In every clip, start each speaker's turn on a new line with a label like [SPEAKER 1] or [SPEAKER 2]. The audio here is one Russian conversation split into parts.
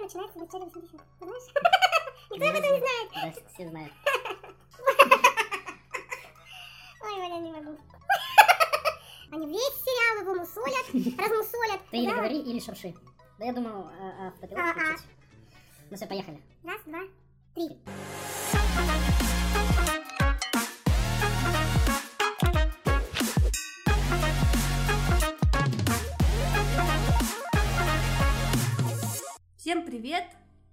[SPEAKER 1] начинает себе челлендж 70. Знаешь? Никто об этом не знает.
[SPEAKER 2] Да, все знают.
[SPEAKER 1] Ой, Оля, не могу. Они весь сериал его мусолят, размусолят.
[SPEAKER 2] Ты или
[SPEAKER 1] Да.
[SPEAKER 2] говори, или шурши. Да я думал, а, а, автопилот
[SPEAKER 1] А-а.
[SPEAKER 2] включить. Ну все, поехали.
[SPEAKER 1] Раз, два, три.
[SPEAKER 3] Всем привет!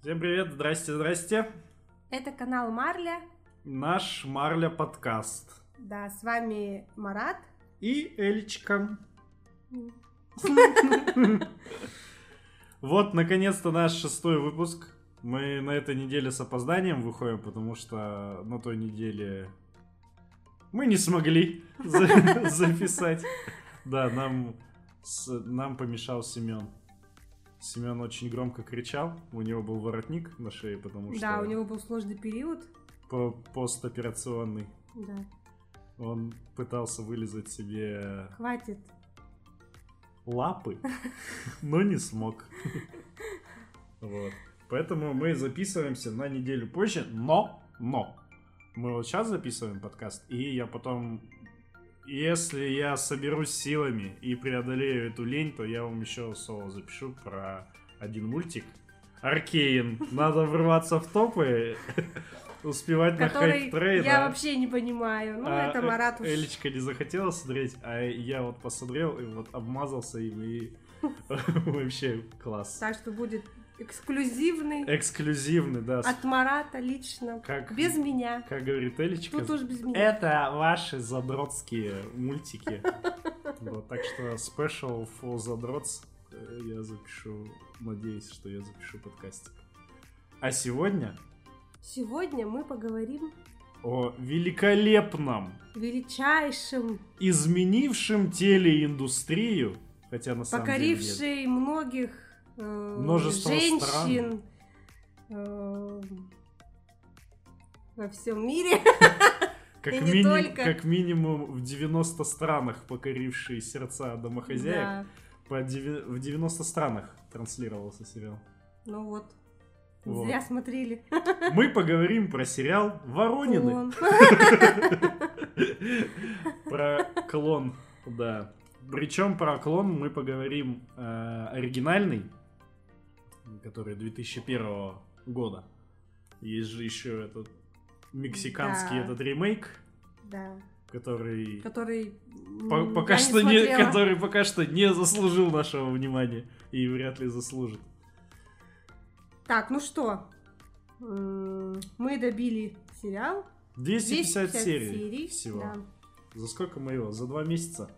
[SPEAKER 4] Всем привет, здрасте, здрасте.
[SPEAKER 3] Это канал Марля.
[SPEAKER 4] Наш Марля подкаст.
[SPEAKER 3] Да, с вами Марат.
[SPEAKER 4] И Элечка.
[SPEAKER 3] М.
[SPEAKER 4] Вот, наконец-то наш шестой выпуск. Мы на этой неделе с опозданием выходим, потому что на той неделе мы не смогли за- записать. Да, нам, с- нам помешал Семен. Семен очень громко кричал, у него был воротник на шее, потому Ну что
[SPEAKER 3] Да, у него был сложный период.
[SPEAKER 4] по- постоперационный.
[SPEAKER 3] Да,
[SPEAKER 4] Он пытался вылезать себе
[SPEAKER 3] хватит.
[SPEAKER 4] лапы, но не смог. Вот. Поэтому мы записываемся на неделю позже, но, но, мы вот сейчас записываем подкаст, и я потом, если я соберусь силами и преодолею эту лень, то я вам еще соло запишу про один мультик. Аркейн. Надо врываться в топы, успевать на
[SPEAKER 3] Который
[SPEAKER 4] хайп-трейн.
[SPEAKER 3] я
[SPEAKER 4] а?
[SPEAKER 3] вообще не понимаю. Ну,
[SPEAKER 4] А,
[SPEAKER 3] это
[SPEAKER 4] э,
[SPEAKER 3] Марат уж.
[SPEAKER 4] Элечка не захотела смотреть, а я вот посмотрел и вот обмазался им и вообще класс.
[SPEAKER 3] Так что будет эксклюзивный
[SPEAKER 4] Эксклюзивный, да. с-
[SPEAKER 3] от Марата лично.
[SPEAKER 4] Как,
[SPEAKER 3] А Без меня.
[SPEAKER 4] как говорит Элечка,
[SPEAKER 3] Тут уж без меня.
[SPEAKER 4] это ваши задротские мультики. Вот, так что special for задроts э, я запишу, надеюсь, что я запишу подкастик. А сегодня
[SPEAKER 3] Сегодня мы поговорим
[SPEAKER 4] о великолепном
[SPEAKER 3] о величайшем,
[SPEAKER 4] изменившем телеиндустрию, хотя на самом деле нет.
[SPEAKER 3] покорившей многих э,
[SPEAKER 4] Множество
[SPEAKER 3] женщин э, во всем мире.
[SPEAKER 4] Как,
[SPEAKER 3] И не
[SPEAKER 4] мини-
[SPEAKER 3] только.
[SPEAKER 4] как минимум в 90 странах покорившие сердца домохозяек.
[SPEAKER 3] Да.
[SPEAKER 4] По деви- В 90 странах транслировался сериал.
[SPEAKER 3] Ну вот.
[SPEAKER 4] Вот.
[SPEAKER 3] Зря смотрели.
[SPEAKER 4] Мы поговорим про сериал Воронины.
[SPEAKER 3] Клон.
[SPEAKER 4] Про клон, да. Причем про клон мы поговорим э, оригинальный, который 2001 года. Есть же еще этот мексиканский
[SPEAKER 3] Да.
[SPEAKER 4] этот ремейк,
[SPEAKER 3] Да.
[SPEAKER 4] который
[SPEAKER 3] Который... м,
[SPEAKER 4] По-
[SPEAKER 3] я
[SPEAKER 4] пока что не,
[SPEAKER 3] смотрела.
[SPEAKER 4] который пока что не заслужил нашего внимания и вряд ли заслужит.
[SPEAKER 3] Так, ну что? М, Мы добили сериал.
[SPEAKER 4] 250,
[SPEAKER 3] 250
[SPEAKER 4] серий,
[SPEAKER 3] серий,
[SPEAKER 4] всего.
[SPEAKER 3] Да.
[SPEAKER 4] За сколько мы его? За два месяца.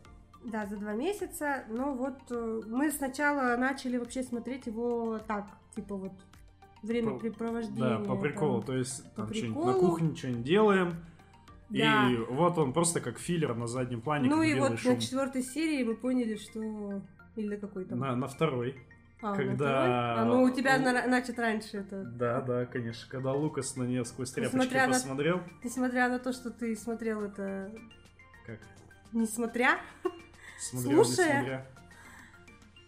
[SPEAKER 3] Да, за два месяца. Но вот э, мы сначала начали вообще смотреть его так, типа вот времяпрепровождение.
[SPEAKER 4] да, по приколу.
[SPEAKER 3] там.
[SPEAKER 4] То есть
[SPEAKER 3] по
[SPEAKER 4] там что-нибудь на
[SPEAKER 3] приколу.
[SPEAKER 4] кухне что-нибудь делаем.
[SPEAKER 3] Да.
[SPEAKER 4] И вот он просто как филлер на заднем плане,
[SPEAKER 3] Ну
[SPEAKER 4] как
[SPEAKER 3] и
[SPEAKER 4] белый
[SPEAKER 3] вот
[SPEAKER 4] шум.
[SPEAKER 3] на четвертой серии мы поняли, что... Или на какой там?
[SPEAKER 4] На, на второй.
[SPEAKER 3] А, на
[SPEAKER 4] когда-
[SPEAKER 3] второй? А, ну у тебя,
[SPEAKER 4] Ну-
[SPEAKER 3] на- значит, раньше это...
[SPEAKER 4] Да, да, конечно. Когда Лукас на нее сквозь тряпочки
[SPEAKER 3] Несмотря на-
[SPEAKER 4] посмотрел.
[SPEAKER 3] Несмотря на то, что ты смотрел это...
[SPEAKER 4] Как?
[SPEAKER 3] Несмотря...
[SPEAKER 4] Смотрел, не
[SPEAKER 3] Слушая.
[SPEAKER 4] смотря.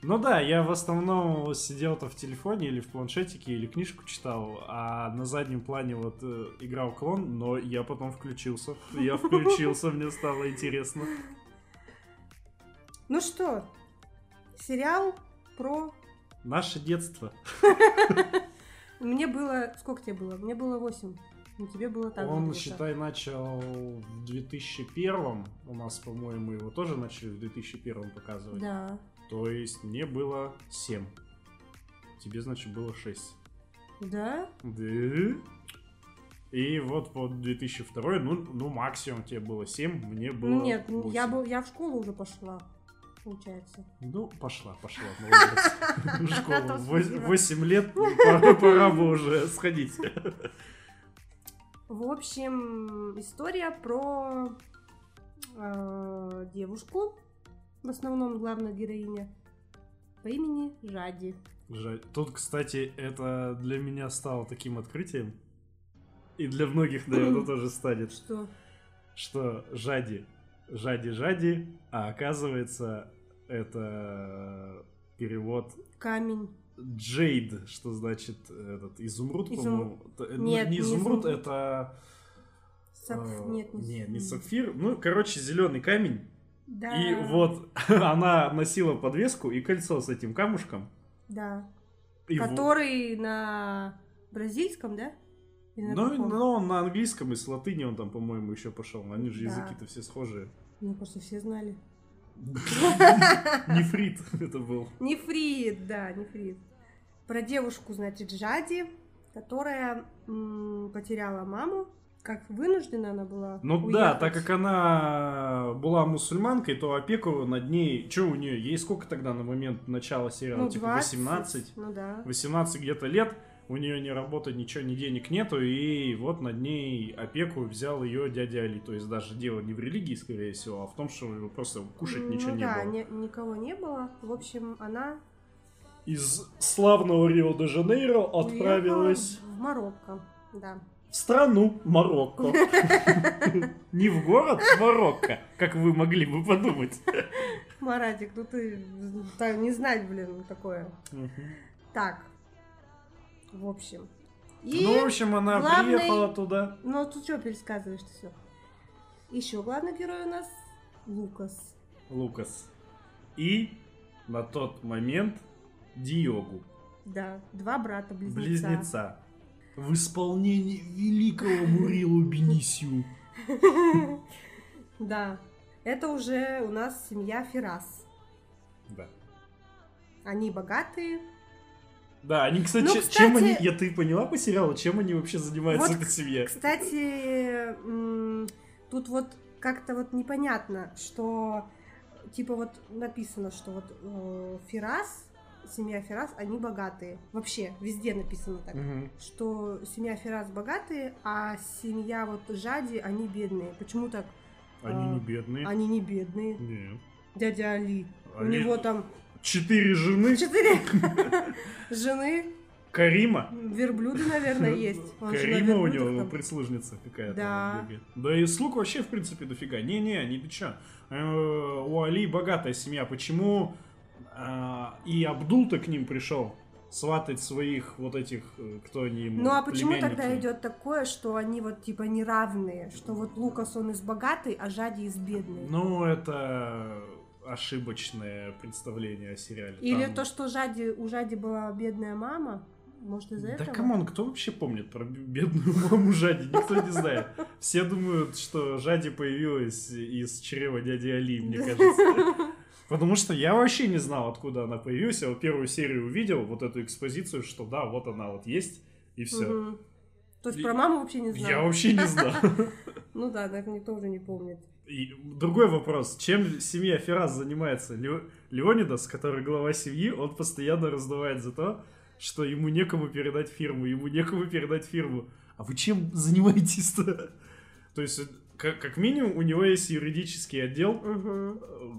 [SPEAKER 4] Ну да, я в основном сидел-то в телефоне или в планшетике, или книжку читал, а на заднем плане вот э, играл клон, но я потом включился. Я включился, мне стало интересно.
[SPEAKER 3] Ну что, сериал про...
[SPEAKER 4] Наше детство.
[SPEAKER 3] Мне было... Сколько тебе было? Мне было 8. Ну, тебе было так же
[SPEAKER 4] Он,
[SPEAKER 3] где-то.
[SPEAKER 4] считай, начал в 2001, у нас, по-моему, его тоже начали в 2001 показывать.
[SPEAKER 3] Да.
[SPEAKER 4] То есть мне было 7. Тебе, значит, было 6.
[SPEAKER 3] Да?
[SPEAKER 4] Да. И вот под 2002, ну, ну максимум тебе было 7, мне было
[SPEAKER 3] Ну, нет, ну, я,
[SPEAKER 4] восемь.
[SPEAKER 3] был, я в школу уже пошла, получается.
[SPEAKER 4] Ну, пошла, пошла, молодец. В школу.
[SPEAKER 3] Там
[SPEAKER 4] Вось-
[SPEAKER 3] спасибо.
[SPEAKER 4] Восемь лет, пора пора бы уже сходить.
[SPEAKER 3] В общем, история про э, девушку, в основном главная героиня, по имени Жади.
[SPEAKER 4] Жаль. Тут, кстати, это для меня стало таким открытием. И для многих, наверное, тоже станет.
[SPEAKER 3] Что?
[SPEAKER 4] что жади, жади, жади, а оказывается это перевод
[SPEAKER 3] Камень.
[SPEAKER 4] Джейд, что значит э, этот изумруд,
[SPEAKER 3] Изум-
[SPEAKER 4] по-моему. Т- э,
[SPEAKER 3] Нет,
[SPEAKER 4] не
[SPEAKER 3] не изумруд.
[SPEAKER 4] изумруд, это...
[SPEAKER 3] Сапф-
[SPEAKER 4] э,
[SPEAKER 3] Нет,
[SPEAKER 4] не, не
[SPEAKER 3] с-
[SPEAKER 4] сапфир. Ну, короче, зеленый камень.
[SPEAKER 3] Да.
[SPEAKER 4] И вот она носила подвеску и кольцо с этим камушком.
[SPEAKER 3] Да.
[SPEAKER 4] И во-
[SPEAKER 3] Который на бразильском, да? Или на
[SPEAKER 4] Ну,
[SPEAKER 3] каком?
[SPEAKER 4] но он на английском и с латыни он там, по-моему, еще пошел. Они же
[SPEAKER 3] Да.
[SPEAKER 4] языки-то все схожие.
[SPEAKER 3] Ну, просто все знали.
[SPEAKER 4] Нефрит это был.
[SPEAKER 3] Нефрит, да, нефрит. Про девушку, значит, Жади, которая м, потеряла маму. Как вынуждена она была
[SPEAKER 4] Ну да,
[SPEAKER 3] уехать.
[SPEAKER 4] так как она была мусульманкой, то опеку над ней... Че у нее? Ей сколько тогда на момент начала сериала?
[SPEAKER 3] ну,
[SPEAKER 4] типа
[SPEAKER 3] 20,
[SPEAKER 4] 18?
[SPEAKER 3] Ну да.
[SPEAKER 4] 18 где-то лет. У нее ни работы, ничего, ни денег нету. И вот над ней опеку взял ее дядя Али. То есть даже дело не в религии, скорее всего, а в том, что у него просто кушать
[SPEAKER 3] Ну
[SPEAKER 4] ничего не
[SPEAKER 3] да,
[SPEAKER 4] было.
[SPEAKER 3] ни- никого не было. В общем, она
[SPEAKER 4] Из славного Рио-де-Жанейро
[SPEAKER 3] Ну,
[SPEAKER 4] отправилась...
[SPEAKER 3] уехала в Марокко. Да.
[SPEAKER 4] в страну Марокко. Не в город Марокко, как вы могли бы подумать.
[SPEAKER 3] Маратик, ну ты да, не знать, блин, такое. Так. В общем. И...
[SPEAKER 4] Ну, в общем, она
[SPEAKER 3] главный-
[SPEAKER 4] приехала туда.
[SPEAKER 3] Ну, а тут что пересказываешь ты все? Еще главный герой у нас Лукас.
[SPEAKER 4] Лукас. И на тот момент Диогу.
[SPEAKER 3] Да, два брата-близнеца.
[SPEAKER 4] Близнеца. В исполнении великого Мурилу Бенисиу.
[SPEAKER 3] Да. Это уже у нас семья Ферас.
[SPEAKER 4] Да.
[SPEAKER 3] Они богатые.
[SPEAKER 4] Да, они, кстати,
[SPEAKER 3] Ну,
[SPEAKER 4] че- чем
[SPEAKER 3] кстати-
[SPEAKER 4] они... Я ты поняла по сериалу, чем они вообще занимаются,
[SPEAKER 3] Вот,
[SPEAKER 4] эта семья?
[SPEAKER 3] Кстати, м, тут вот как-то вот непонятно, что типа вот написано, что вот э, Ферас, семья Ферас, они богатые. Вообще, везде написано так.
[SPEAKER 4] Мгм.
[SPEAKER 3] что семья Ферас богатые, а семья вот Жади, они бедные. Почему так?
[SPEAKER 4] Они не
[SPEAKER 3] А,
[SPEAKER 4] бедные.
[SPEAKER 3] Они не бедные.
[SPEAKER 4] Нет.
[SPEAKER 3] Дядя Али. У
[SPEAKER 4] Они-
[SPEAKER 3] него там
[SPEAKER 4] Четыре жены.
[SPEAKER 3] четыре жены,
[SPEAKER 4] Карима.
[SPEAKER 3] верблюды, наверное, есть. Он же на
[SPEAKER 4] Карима у
[SPEAKER 3] верблюдах
[SPEAKER 4] него
[SPEAKER 3] там.
[SPEAKER 4] прислужница какая-то.
[SPEAKER 3] Да.
[SPEAKER 4] она бегает. Да и слуг вообще, в принципе, дофига. Не-не, они ты чё? Э, У Али богатая семья. Почему э, и Абдул-то к ним пришел сватать своих вот этих, э, кто они ему,
[SPEAKER 3] Ну а почему
[SPEAKER 4] племянники?
[SPEAKER 3] тогда идет такое, что они вот типа неравные, что вот Лукас он из богатой, а Жади из бедной?
[SPEAKER 4] Ну, это ошибочное представление о сериале.
[SPEAKER 3] Или
[SPEAKER 4] Там-
[SPEAKER 3] то, что Жади, у Жади была бедная мама, может из-за
[SPEAKER 4] Да
[SPEAKER 3] этого?
[SPEAKER 4] камон, кто вообще помнит про б- бедную маму Жади? Никто не знает. Все думают, что Жади появилась из чрева дяди Али, мне кажется. Потому что я вообще не знал, откуда она появилась. Я вот первую серию увидел, вот эту экспозицию, что да, вот она вот есть, и все.
[SPEAKER 3] Мгм. То есть
[SPEAKER 4] И-
[SPEAKER 3] про маму вообще не
[SPEAKER 4] Я
[SPEAKER 3] знаю.
[SPEAKER 4] вообще не знал.
[SPEAKER 3] Ну да, наверное, никто уже не помнит.
[SPEAKER 4] И другой вопрос. Чем семья Феррас занимается? Ле- Леонидас, который глава семьи, он постоянно раздувает за то, что ему некому передать фирму, ему некому передать фирму. А вы чем занимаетесь-то? То есть, э, как, как минимум, у него есть юридический отдел, э,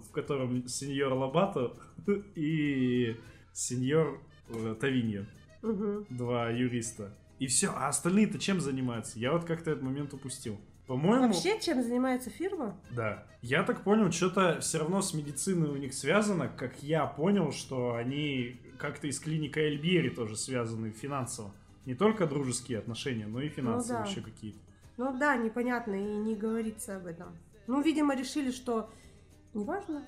[SPEAKER 4] в котором сеньор Лобато и сеньор э, Тавиньо,
[SPEAKER 3] Мгм.
[SPEAKER 4] два юриста. И все, а остальные-то чем занимаются? Я вот как-то этот момент упустил. По-моему...
[SPEAKER 3] Вообще, чем занимается фирма?
[SPEAKER 4] Да. Я так понял, что-то все равно с медициной у них связано, как я понял, что они как-то из клиника Эльбери тоже связаны финансово. Не только дружеские отношения, но и финансовые
[SPEAKER 3] да.
[SPEAKER 4] еще какие-то.
[SPEAKER 3] Ну да, непонятно и не говорится об этом. Ну, видимо, решили, что неважно.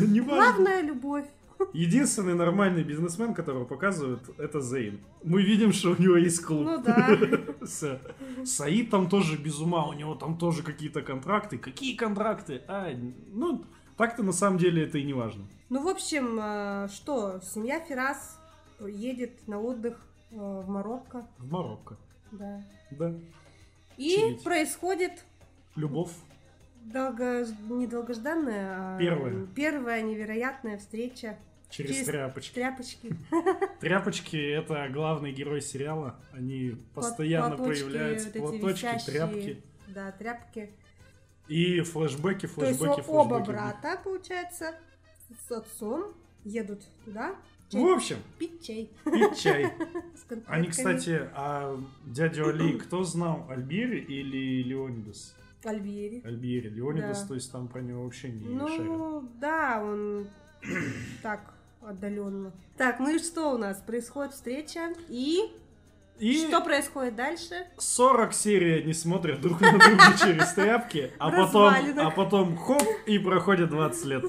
[SPEAKER 4] Не важно.
[SPEAKER 3] Главное любовь.
[SPEAKER 4] Единственный нормальный бизнесмен, которого показывают, это Зейн. Мы видим, что у него есть клуб.
[SPEAKER 3] Ну да.
[SPEAKER 4] Всё. Саид там тоже без ума, у него там тоже какие-то контракты. Какие контракты? А, ну, так-то на самом деле это и не важно.
[SPEAKER 3] Ну, в общем, э, что, семья Ферас едет на отдых э, в Марокко.
[SPEAKER 4] В Марокко.
[SPEAKER 3] Да.
[SPEAKER 4] Да.
[SPEAKER 3] И
[SPEAKER 4] Чилить.
[SPEAKER 3] происходит
[SPEAKER 4] Любовь.
[SPEAKER 3] долго... недолгожданная, а
[SPEAKER 4] Первая.
[SPEAKER 3] первая невероятная встреча.
[SPEAKER 4] Через,
[SPEAKER 3] Через
[SPEAKER 4] тряпочки.
[SPEAKER 3] Тряпочки.
[SPEAKER 4] Тряпочки это главный герой сериала. Они постоянно
[SPEAKER 3] платочки,
[SPEAKER 4] появляются.
[SPEAKER 3] вот эти
[SPEAKER 4] платочки,
[SPEAKER 3] висящие.
[SPEAKER 4] тряпки.
[SPEAKER 3] Да, тряпки.
[SPEAKER 4] И флешбеки,
[SPEAKER 3] То есть
[SPEAKER 4] флешбеки,
[SPEAKER 3] о-
[SPEAKER 4] флешбеки.
[SPEAKER 3] оба брата, получается, с отцом едут туда
[SPEAKER 4] В общем,
[SPEAKER 3] пить чай.
[SPEAKER 4] пить чай.
[SPEAKER 3] с конфетками.
[SPEAKER 4] Они, кстати, а дядю Али кто знал? Альбери или Леонидас?
[SPEAKER 3] Альбери.
[SPEAKER 4] Альбери. Леонидас,
[SPEAKER 3] Да.
[SPEAKER 4] то есть там про него вообще не шарят.
[SPEAKER 3] Ну, да, он так отдаленно. Так, ну и что у нас? Происходит встреча и...
[SPEAKER 4] И
[SPEAKER 3] Что происходит дальше?
[SPEAKER 4] 40 серий они смотрят друг на друга через тряпки, а потом,
[SPEAKER 3] Развалинах.
[SPEAKER 4] а потом хоп, и проходит 20 лет.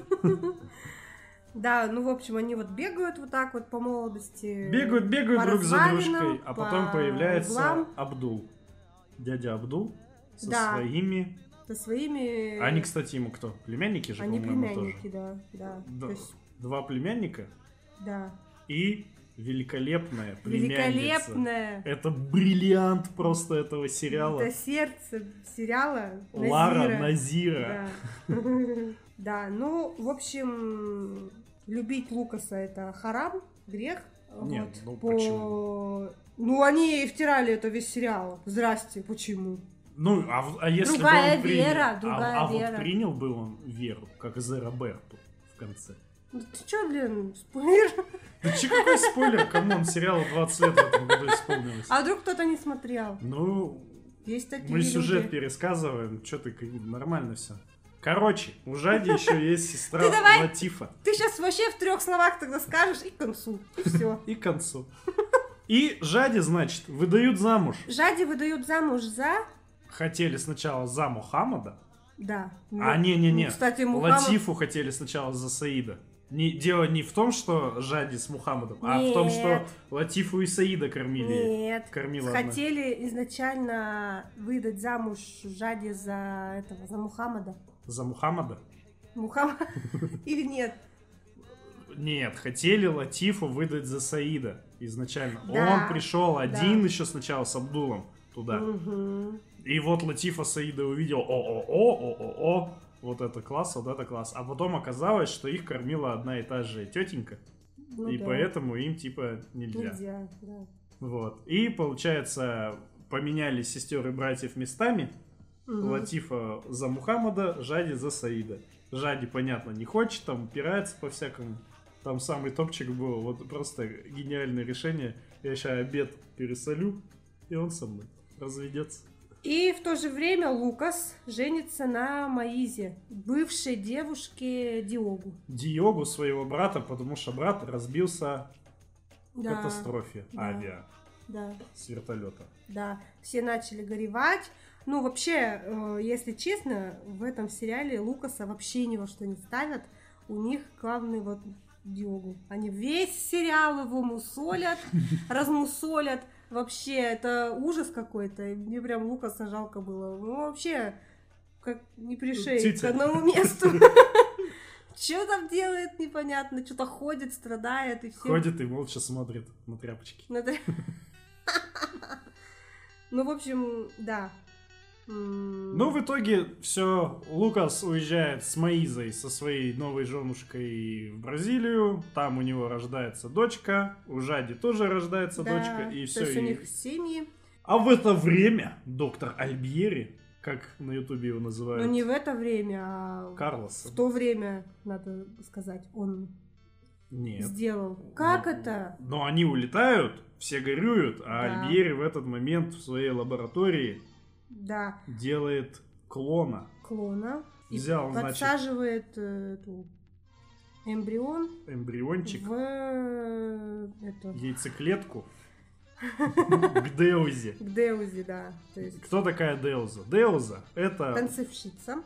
[SPEAKER 3] Да, ну, в общем, они вот бегают вот так вот по молодости.
[SPEAKER 4] Бегают, бегают
[SPEAKER 3] По
[SPEAKER 4] друг за
[SPEAKER 3] развалинам,
[SPEAKER 4] дружкой, а потом
[SPEAKER 3] по
[SPEAKER 4] появляется
[SPEAKER 3] углам.
[SPEAKER 4] Абдул. Дядя Абдул со
[SPEAKER 3] Да.
[SPEAKER 4] своими...
[SPEAKER 3] Со своими...
[SPEAKER 4] Они, кстати, ему кто? Племянники же,
[SPEAKER 3] Они
[SPEAKER 4] по-моему,
[SPEAKER 3] племянники,
[SPEAKER 4] тоже.
[SPEAKER 3] да, да.
[SPEAKER 4] Да.
[SPEAKER 3] То есть,
[SPEAKER 4] Два племянника
[SPEAKER 3] да.
[SPEAKER 4] и великолепная племянница.
[SPEAKER 3] Великолепная.
[SPEAKER 4] Это бриллиант просто этого сериала.
[SPEAKER 3] Это сердце сериала.
[SPEAKER 4] Лара
[SPEAKER 3] Назира.
[SPEAKER 4] Назира.
[SPEAKER 3] Да. Да, ну, в общем, любить Лукаса это харам, грех.
[SPEAKER 4] Не,
[SPEAKER 3] Вот,
[SPEAKER 4] ну
[SPEAKER 3] по-
[SPEAKER 4] почему?
[SPEAKER 3] Ну, они и втирали это весь сериал. Здрасте, почему?
[SPEAKER 4] Ну, а, в- а если
[SPEAKER 3] Другая
[SPEAKER 4] бы он принял,
[SPEAKER 3] вера,
[SPEAKER 4] а-
[SPEAKER 3] другая
[SPEAKER 4] а,
[SPEAKER 3] вера.
[SPEAKER 4] вот принял бы он веру, как из Роберто в конце.
[SPEAKER 3] Ну ты чё, блин, спойлер?
[SPEAKER 4] Да че какой спойлер, камон, сериалу 20 лет в этом году исполнилось.
[SPEAKER 3] А вдруг кто-то не смотрел?
[SPEAKER 4] Ну,
[SPEAKER 3] Есть такие
[SPEAKER 4] мы сюжет
[SPEAKER 3] люди.
[SPEAKER 4] пересказываем, что ты, как- нормально все. Короче, у Жади еще есть сестра
[SPEAKER 3] Ты давай.
[SPEAKER 4] Латифа.
[SPEAKER 3] Ты сейчас вообще в трех словах тогда скажешь и к концу. И все.
[SPEAKER 4] И к концу. И Жади, значит, выдают замуж.
[SPEAKER 3] Жади выдают замуж за...
[SPEAKER 4] Хотели сначала за Мухаммада,
[SPEAKER 3] Да.
[SPEAKER 4] А, не-не-не.
[SPEAKER 3] Ну, Кстати, Мухаммад...
[SPEAKER 4] Латифу хотели сначала за Саида. Не, дело не в том, что Жади с Мухаммадом, а в том, что
[SPEAKER 3] Нет.
[SPEAKER 4] Латифу и Саида кормили.
[SPEAKER 3] Нет.
[SPEAKER 4] Кормила она.
[SPEAKER 3] Хотели изначально выдать замуж Жади за этого, за Мухаммада.
[SPEAKER 4] За Мухаммада?
[SPEAKER 3] Мухаммад или нет?
[SPEAKER 4] Нет, хотели Латифу выдать за Саида изначально.
[SPEAKER 3] Да,
[SPEAKER 4] Он пришел один еще сначала с Абдулом туда.
[SPEAKER 3] Мгм.
[SPEAKER 4] И вот Латифа Саида увидел о-о-о, о-о-о, вот это класс, вот это класс. А потом оказалось, что их кормила одна и та же тетенька,
[SPEAKER 3] Ну
[SPEAKER 4] и
[SPEAKER 3] да.
[SPEAKER 4] поэтому им типа нельзя.
[SPEAKER 3] Нельзя, да.
[SPEAKER 4] Вот. И получается, поменяли сестер и братьев местами.
[SPEAKER 3] Мгм.
[SPEAKER 4] Латифа за Мухаммада, Жади за Саида. Жади, понятно, не хочет, там упирается по-всякому. Там самый топчик был. Вот просто гениальное решение. Я сейчас обед пересолю, и он со мной разведется.
[SPEAKER 3] И в то же время Лукас женится на Маизе, бывшей девушке Диогу.
[SPEAKER 4] Диогу своего брата, потому что брат разбился в
[SPEAKER 3] Да,
[SPEAKER 4] катастрофе
[SPEAKER 3] Да.
[SPEAKER 4] авиа
[SPEAKER 3] да,
[SPEAKER 4] с вертолета.
[SPEAKER 3] да. Все начали горевать. Ну, вообще, э, если честно, в этом сериале Лукаса вообще ни во что не ставят. У них главный вот Диогу. Они весь сериал его мусолят, размусолят. Вообще, это ужас какой-то. И Мне прям Лукаса жалко было. Ну, вообще, как не пришей к
[SPEAKER 4] Птица.
[SPEAKER 3] одному месту. Что там делает, непонятно. Что-то ходит, страдает и все.
[SPEAKER 4] Ходит и молча смотрит на тряпочки.
[SPEAKER 3] Ну, да. Ну, в общем, да. М,
[SPEAKER 4] Ну, в итоге все, Лукас уезжает с Маизой, со своей новой женушкой в Бразилию, там у него рождается дочка, у Жади тоже рождается
[SPEAKER 3] да,
[SPEAKER 4] дочка, и
[SPEAKER 3] То
[SPEAKER 4] все.
[SPEAKER 3] есть у них семьи.
[SPEAKER 4] А в это время доктор Альбьери, как на ютубе его называют,
[SPEAKER 3] Но Ну, не в это время, а
[SPEAKER 4] Карлос.
[SPEAKER 3] в то время, надо сказать, он
[SPEAKER 4] Нет.
[SPEAKER 3] сделал. Как
[SPEAKER 4] Ну,
[SPEAKER 3] это?
[SPEAKER 4] Но они улетают, все горюют, а
[SPEAKER 3] Да.
[SPEAKER 4] Альбьери в этот момент в своей лаборатории
[SPEAKER 3] Да,
[SPEAKER 4] делает клона.
[SPEAKER 3] клона. И
[SPEAKER 4] Взял, значит,
[SPEAKER 3] подсаживает э, эту эмбрион
[SPEAKER 4] эмбриончик,
[SPEAKER 3] в э, эту,
[SPEAKER 4] яйцеклетку к Деузе.
[SPEAKER 3] к Деузе, да. То есть
[SPEAKER 4] Кто такая Деуза? Деуза это...
[SPEAKER 3] танцевщица,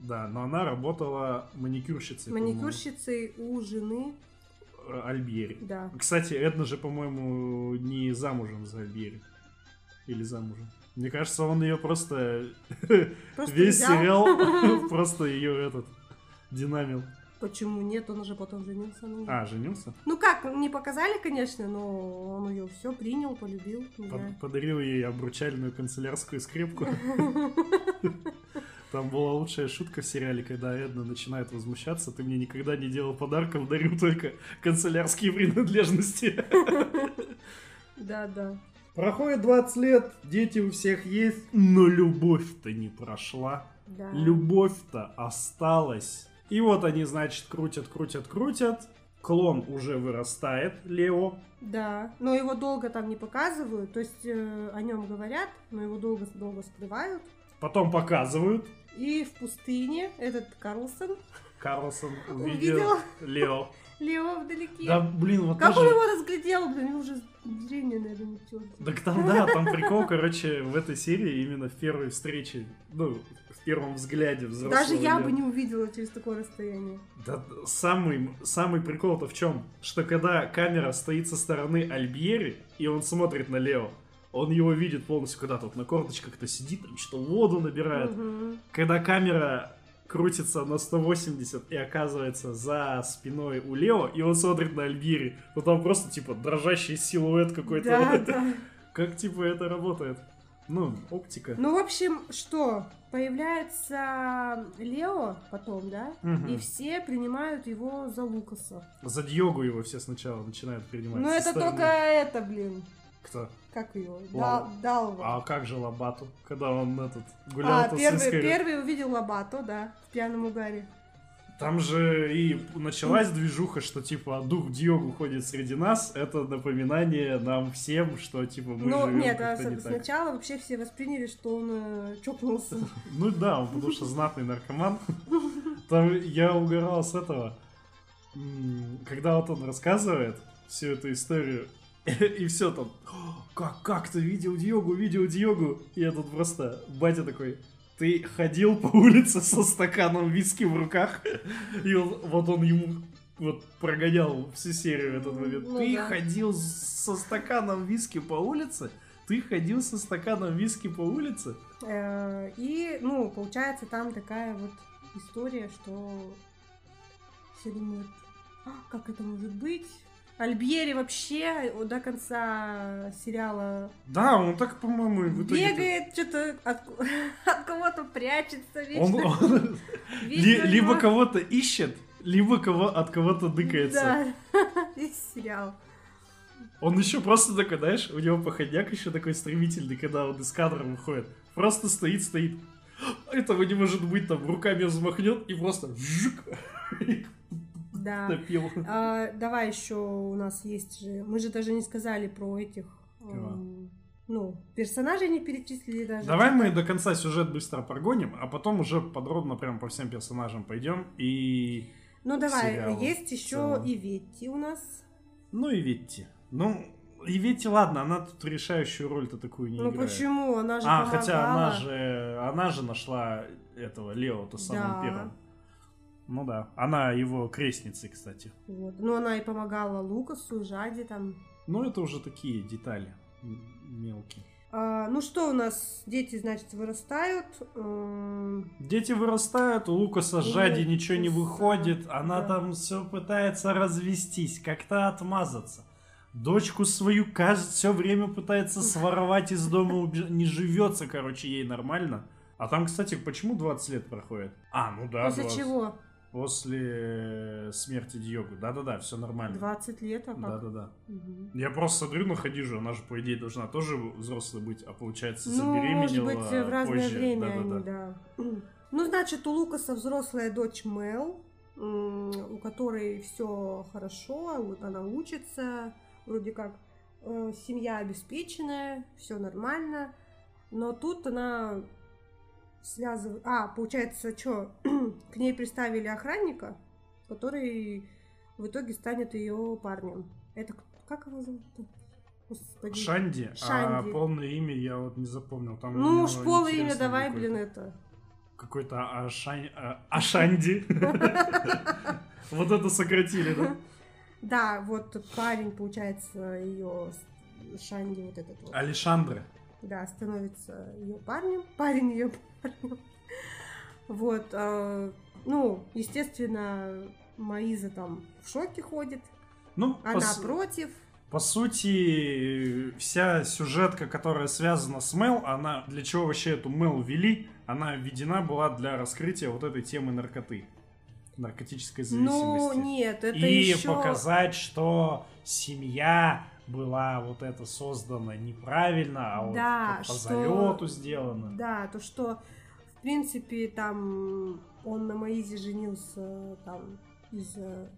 [SPEAKER 4] Да, но она работала маникюрщицей. по-моему,
[SPEAKER 3] маникюрщицей
[SPEAKER 4] ну.
[SPEAKER 3] у жены,
[SPEAKER 4] э, Альбьери.
[SPEAKER 3] да.
[SPEAKER 4] Кстати, Эдна же, по-моему, не замужем за Альбьери. Или замужем. Мне кажется, он ее просто...
[SPEAKER 3] Просто
[SPEAKER 4] Весь
[SPEAKER 3] взял.
[SPEAKER 4] сериал просто ее этот... Динамил.
[SPEAKER 3] Почему нет? Он уже потом женился на ней.
[SPEAKER 4] А, женился?
[SPEAKER 3] Ну как, не показали, конечно, но он ее все принял, полюбил. не
[SPEAKER 4] Под-
[SPEAKER 3] знаю.
[SPEAKER 4] Подарил ей обручальную канцелярскую скрипку. Там была лучшая шутка в сериале, когда Эдна начинает возмущаться. Ты мне никогда не делал подарков, дарю только канцелярские принадлежности.
[SPEAKER 3] Да, да.
[SPEAKER 4] Проходит 20 лет, дети у всех есть, но любовь-то не прошла.
[SPEAKER 3] да.
[SPEAKER 4] Любовь-то осталась. И вот они, значит, крутят, крутят, крутят. Клон уже вырастает, Лео.
[SPEAKER 3] Да. Но его долго там не показывают, то есть э, о нем говорят, но его долго-долго скрывают.
[SPEAKER 4] Потом показывают.
[SPEAKER 3] И в пустыне этот Карлсон
[SPEAKER 4] Карлсон увидел
[SPEAKER 3] увидел
[SPEAKER 4] Лео.
[SPEAKER 3] Лео вдалеке.
[SPEAKER 4] Да, блин, вот
[SPEAKER 3] как он
[SPEAKER 4] тоже-
[SPEAKER 3] его разглядел, блин, уже зрение, наверное, не тёрт.
[SPEAKER 4] Так там, да, там прикол, короче, в этой серии именно в первой встрече, ну, в первом взгляде взрослого.
[SPEAKER 3] Даже я
[SPEAKER 4] Лео.
[SPEAKER 3] бы не увидела через такое расстояние.
[SPEAKER 4] Да, самый, самый прикол-то в чем? Что когда камера стоит со стороны Альбьери, и он смотрит на Лео, он его видит полностью когда-то, вот на корточках-то сидит, там что-то воду набирает.
[SPEAKER 3] Мгм.
[SPEAKER 4] Когда камера крутится на 180 и оказывается за спиной у Лео, и он смотрит на Альбьери, то там просто, типа, дрожащий силуэт какой-то.
[SPEAKER 3] Да, да.
[SPEAKER 4] Как, типа, это работает? Ну, оптика.
[SPEAKER 3] Ну, в общем, что? Появляется Лео потом, да?
[SPEAKER 4] Мгм.
[SPEAKER 3] И все принимают его за Лукаса.
[SPEAKER 4] За Дьогу его все сначала начинают принимать.
[SPEAKER 3] Но
[SPEAKER 4] со
[SPEAKER 3] Ну, это
[SPEAKER 4] стороны.
[SPEAKER 3] только это, блин.
[SPEAKER 4] Кто?
[SPEAKER 3] Как его?
[SPEAKER 4] Лава.
[SPEAKER 3] Дал- Далва.
[SPEAKER 4] А как же Лабату, когда он этот гулял
[SPEAKER 3] А,
[SPEAKER 4] то с
[SPEAKER 3] первый,
[SPEAKER 4] Иской?
[SPEAKER 3] первый увидел Лобато, да, в пьяном угаре.
[SPEAKER 4] Там же и началась движуха, что типа дух Дьогу ходит среди нас. Это напоминание нам всем, что типа мы
[SPEAKER 3] ну,
[SPEAKER 4] живем
[SPEAKER 3] нет, а
[SPEAKER 4] как-то
[SPEAKER 3] с-
[SPEAKER 4] не так.
[SPEAKER 3] сначала вообще все восприняли, что он э, чокнулся.
[SPEAKER 4] Ну да, он потому что знатный наркоман. Там я угорал с этого. М, Когда вот он рассказывает всю эту историю, и все там, «О, как, как ты видел Диогу, видел Диогу? И этот просто, батя такой, ты ходил по улице со стаканом виски в руках? И он- вот он ему вот прогонял всю серию этот момент.
[SPEAKER 3] Ну
[SPEAKER 4] ты
[SPEAKER 3] да.
[SPEAKER 4] ходил с- со стаканом виски по улице? Ты ходил со стаканом виски по улице?
[SPEAKER 3] Э, И, ну, получается, там такая вот история, что все думают, «А, как это может быть? Альбьери вообще э, до конца сериала
[SPEAKER 4] Да, он так, по-моему, и в итоге...
[SPEAKER 3] бегает, что-то от, от кого-то прячется вечно.
[SPEAKER 4] Он, он ли-
[SPEAKER 3] Вечно у
[SPEAKER 4] либо
[SPEAKER 3] него-
[SPEAKER 4] кого-то ищет, либо кого, от кого-то дыкается.
[SPEAKER 3] Да, весь сериал.
[SPEAKER 4] Он еще просто такой, знаешь, у него походняк еще такой стремительный, когда он из кадра выходит. Просто стоит, стоит. Этого не может быть, там руками взмахнет и просто жжик, и
[SPEAKER 3] Да.
[SPEAKER 4] напил.
[SPEAKER 3] А, давай еще у нас есть же. Мы же даже не сказали про этих. эм, Ну, персонажей не перечислили даже.
[SPEAKER 4] Давай мы до конца сюжет быстро прогоним, а потом уже подробно прям по всем персонажам пойдем. И...
[SPEAKER 3] Ну давай,
[SPEAKER 4] сериалу
[SPEAKER 3] есть
[SPEAKER 4] в
[SPEAKER 3] еще
[SPEAKER 4] целом.
[SPEAKER 3] и Ветти у нас.
[SPEAKER 4] Ну и Ветти. Ну, и Ветти, ладно, она тут решающую роль-то такую не
[SPEAKER 3] ну
[SPEAKER 4] играет.
[SPEAKER 3] почему? Она же
[SPEAKER 4] А,
[SPEAKER 3] помогала.
[SPEAKER 4] хотя она же, она же нашла этого Лео-то самым
[SPEAKER 3] Да.
[SPEAKER 4] первым. Ну да. Она его крестницей, кстати.
[SPEAKER 3] Вот. Ну, она и помогала Лукасу, Жаде там.
[SPEAKER 4] Ну, это уже такие детали м, мелкие.
[SPEAKER 3] А, ну что у нас? Дети, значит, вырастают. Эм,
[SPEAKER 4] Дети вырастают, у Лукаса жади
[SPEAKER 3] Лукаса,
[SPEAKER 4] ничего не выходит, она
[SPEAKER 3] да.
[SPEAKER 4] там все пытается развестись, как-то отмазаться. Дочку свою, кажется, все время пытается своровать из дома, убеж- не живется, короче, ей нормально. А там, кстати, почему 20 лет проходит? А, ну да,
[SPEAKER 3] После
[SPEAKER 4] 20.
[SPEAKER 3] чего?
[SPEAKER 4] После э, смерти Дьогу. Да-да-да, все нормально.
[SPEAKER 3] 20 лет, а как?
[SPEAKER 4] Да-да-да.
[SPEAKER 3] Мгм.
[SPEAKER 4] Я просто смотрю на Хадижу, она же, по идее, должна тоже взрослой быть, а получается
[SPEAKER 3] Ну, может
[SPEAKER 4] забеременела
[SPEAKER 3] быть, в разное
[SPEAKER 4] позже.
[SPEAKER 3] время
[SPEAKER 4] Да-да-да.
[SPEAKER 3] они, да. Ну, значит, у Лукаса взрослая дочь Мел, м, у которой все хорошо, вот она учится, вроде как э, семья обеспеченная, все нормально, но тут она связывает... А, получается, что к ней приставили охранника, который в итоге станет ее парнем. Это к- как его зовут? Господи.
[SPEAKER 4] Шанди,
[SPEAKER 3] Шанди.
[SPEAKER 4] а полное имя я вот не запомнил. Там у
[SPEAKER 3] Ну
[SPEAKER 4] него
[SPEAKER 3] уж полное имя
[SPEAKER 4] интересное
[SPEAKER 3] давай,
[SPEAKER 4] какое-то-
[SPEAKER 3] блин, это.
[SPEAKER 4] Какой-то Ашань... а- Ашанди. Вот это сократили, да?
[SPEAKER 3] Да, вот парень, получается, ее Шанди вот этот вот.
[SPEAKER 4] Алишандра.
[SPEAKER 3] Да, становится ее парнем. Парень ее парнем. Вот. э, Ну, естественно, Маиза там в шоке ходит.
[SPEAKER 4] Ну,
[SPEAKER 3] Она
[SPEAKER 4] пос-
[SPEAKER 3] против.
[SPEAKER 4] По сути, вся сюжетка, которая связана с Мел, она для чего вообще эту Мел ввели, она введена была для раскрытия вот этой темы наркоты, наркотической
[SPEAKER 3] Ну,
[SPEAKER 4] зависимости.
[SPEAKER 3] нет, это
[SPEAKER 4] И
[SPEAKER 3] еще...
[SPEAKER 4] показать, что семья была вот это создана неправильно, а вот
[SPEAKER 3] Да,
[SPEAKER 4] как по
[SPEAKER 3] что-
[SPEAKER 4] залету сделано.
[SPEAKER 3] Да, то, что, в принципе, там он на Маизе женился э, там э, из-за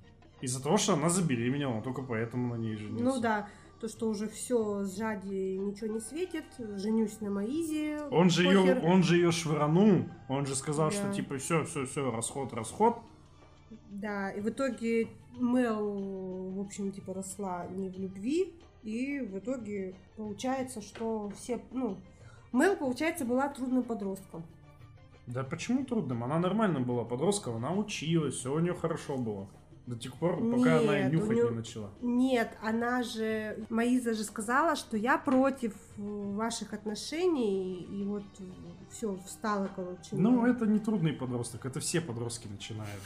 [SPEAKER 4] Из-за того, что она забеременела, он только поэтому на ней женился.
[SPEAKER 3] Ну да, то, что уже все с жади ничего не светит, женюсь на Маизе.
[SPEAKER 4] Он же, ее,
[SPEAKER 3] похер.
[SPEAKER 4] он же ее швыранул, он же сказал, что
[SPEAKER 3] Да.
[SPEAKER 4] типа все, все, все, расход, расход.
[SPEAKER 3] Да, и в итоге Мел, в общем, типа росла не в любви, и в итоге получается, что все, ну, Мел, получается, была трудным подростком.
[SPEAKER 4] Да почему трудным? Она нормально была подростком, она училась, все у нее хорошо было. До тех пор, пока она
[SPEAKER 3] Нет,
[SPEAKER 4] и
[SPEAKER 3] у
[SPEAKER 4] нюхать
[SPEAKER 3] неё-
[SPEAKER 4] не начала.
[SPEAKER 3] Нет, она же, Маиза же сказала, что я против э, ваших отношений, и вот все, встала, короче.
[SPEAKER 4] Ну,
[SPEAKER 3] Мел.
[SPEAKER 4] это не трудный подросток, это все подростки начинают.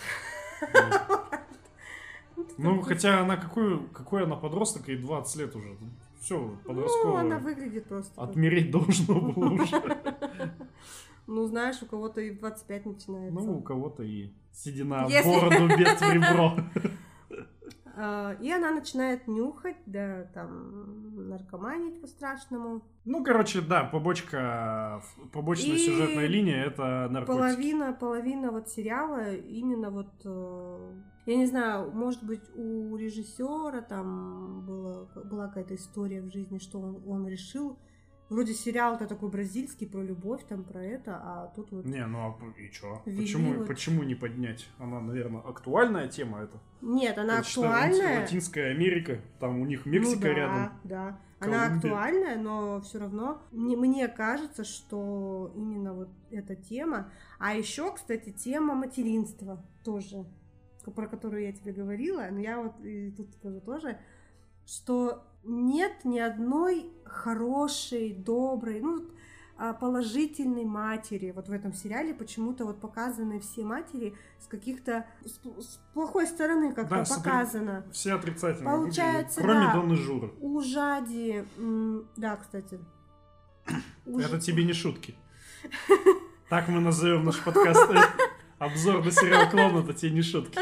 [SPEAKER 3] ты
[SPEAKER 4] Ну,
[SPEAKER 3] такой-
[SPEAKER 4] хотя она какой, какой она подросток, ей 20 лет уже. Все,
[SPEAKER 3] Ну, она
[SPEAKER 4] подростковая. А
[SPEAKER 3] выглядит просто. как-
[SPEAKER 4] Отмереть должно было уже.
[SPEAKER 3] Ну, знаешь, у кого-то и в 25 начинается.
[SPEAKER 4] Ну, у кого-то и седина в
[SPEAKER 3] Если-
[SPEAKER 4] бороду без в ребро.
[SPEAKER 3] А, И она начинает нюхать, да, там, наркоманить по-страшному.
[SPEAKER 4] Ну, короче, да, побочка, побочная
[SPEAKER 3] И
[SPEAKER 4] сюжетная линия — это наркотики.
[SPEAKER 3] Половина, половина вот сериала именно вот, э, я не знаю, может быть, у режиссера там было, была какая-то история в жизни, что он, он решил. Вроде сериал-то такой бразильский, про любовь, там, про это, а тут вот...
[SPEAKER 4] Не, ну а п- и чё?
[SPEAKER 3] Ввели
[SPEAKER 4] Почему,
[SPEAKER 3] вот-
[SPEAKER 4] почему не поднять? Она, наверное, актуальная тема это.
[SPEAKER 3] Нет, она
[SPEAKER 4] Я считаю,
[SPEAKER 3] актуальная.
[SPEAKER 4] Латинская Америка, там у них Мексика
[SPEAKER 3] Ну да,
[SPEAKER 4] рядом.
[SPEAKER 3] Да, она
[SPEAKER 4] Колумбия.
[SPEAKER 3] актуальная, но все равно мне, мне кажется, что именно вот эта тема. А еще, кстати, тема материнства тоже, к- про которую я тебе говорила, но я вот и тут скажу тоже, что нет ни одной хорошей, доброй, ну а, положительной матери. Вот в этом сериале почему-то вот показаны все матери с каких-то с, с плохой стороны как-то
[SPEAKER 4] Да, с опре-
[SPEAKER 3] показано.
[SPEAKER 4] Все отрицательные.
[SPEAKER 3] Получается,
[SPEAKER 4] выглядят, кроме
[SPEAKER 3] да.
[SPEAKER 4] Донны Журы.
[SPEAKER 3] У Жади, м, да, кстати. У Ж-
[SPEAKER 4] Это тебе не шутки. Так мы назовем наш подкаст. Обзор на сериал «Клон» — это тебе не шутки.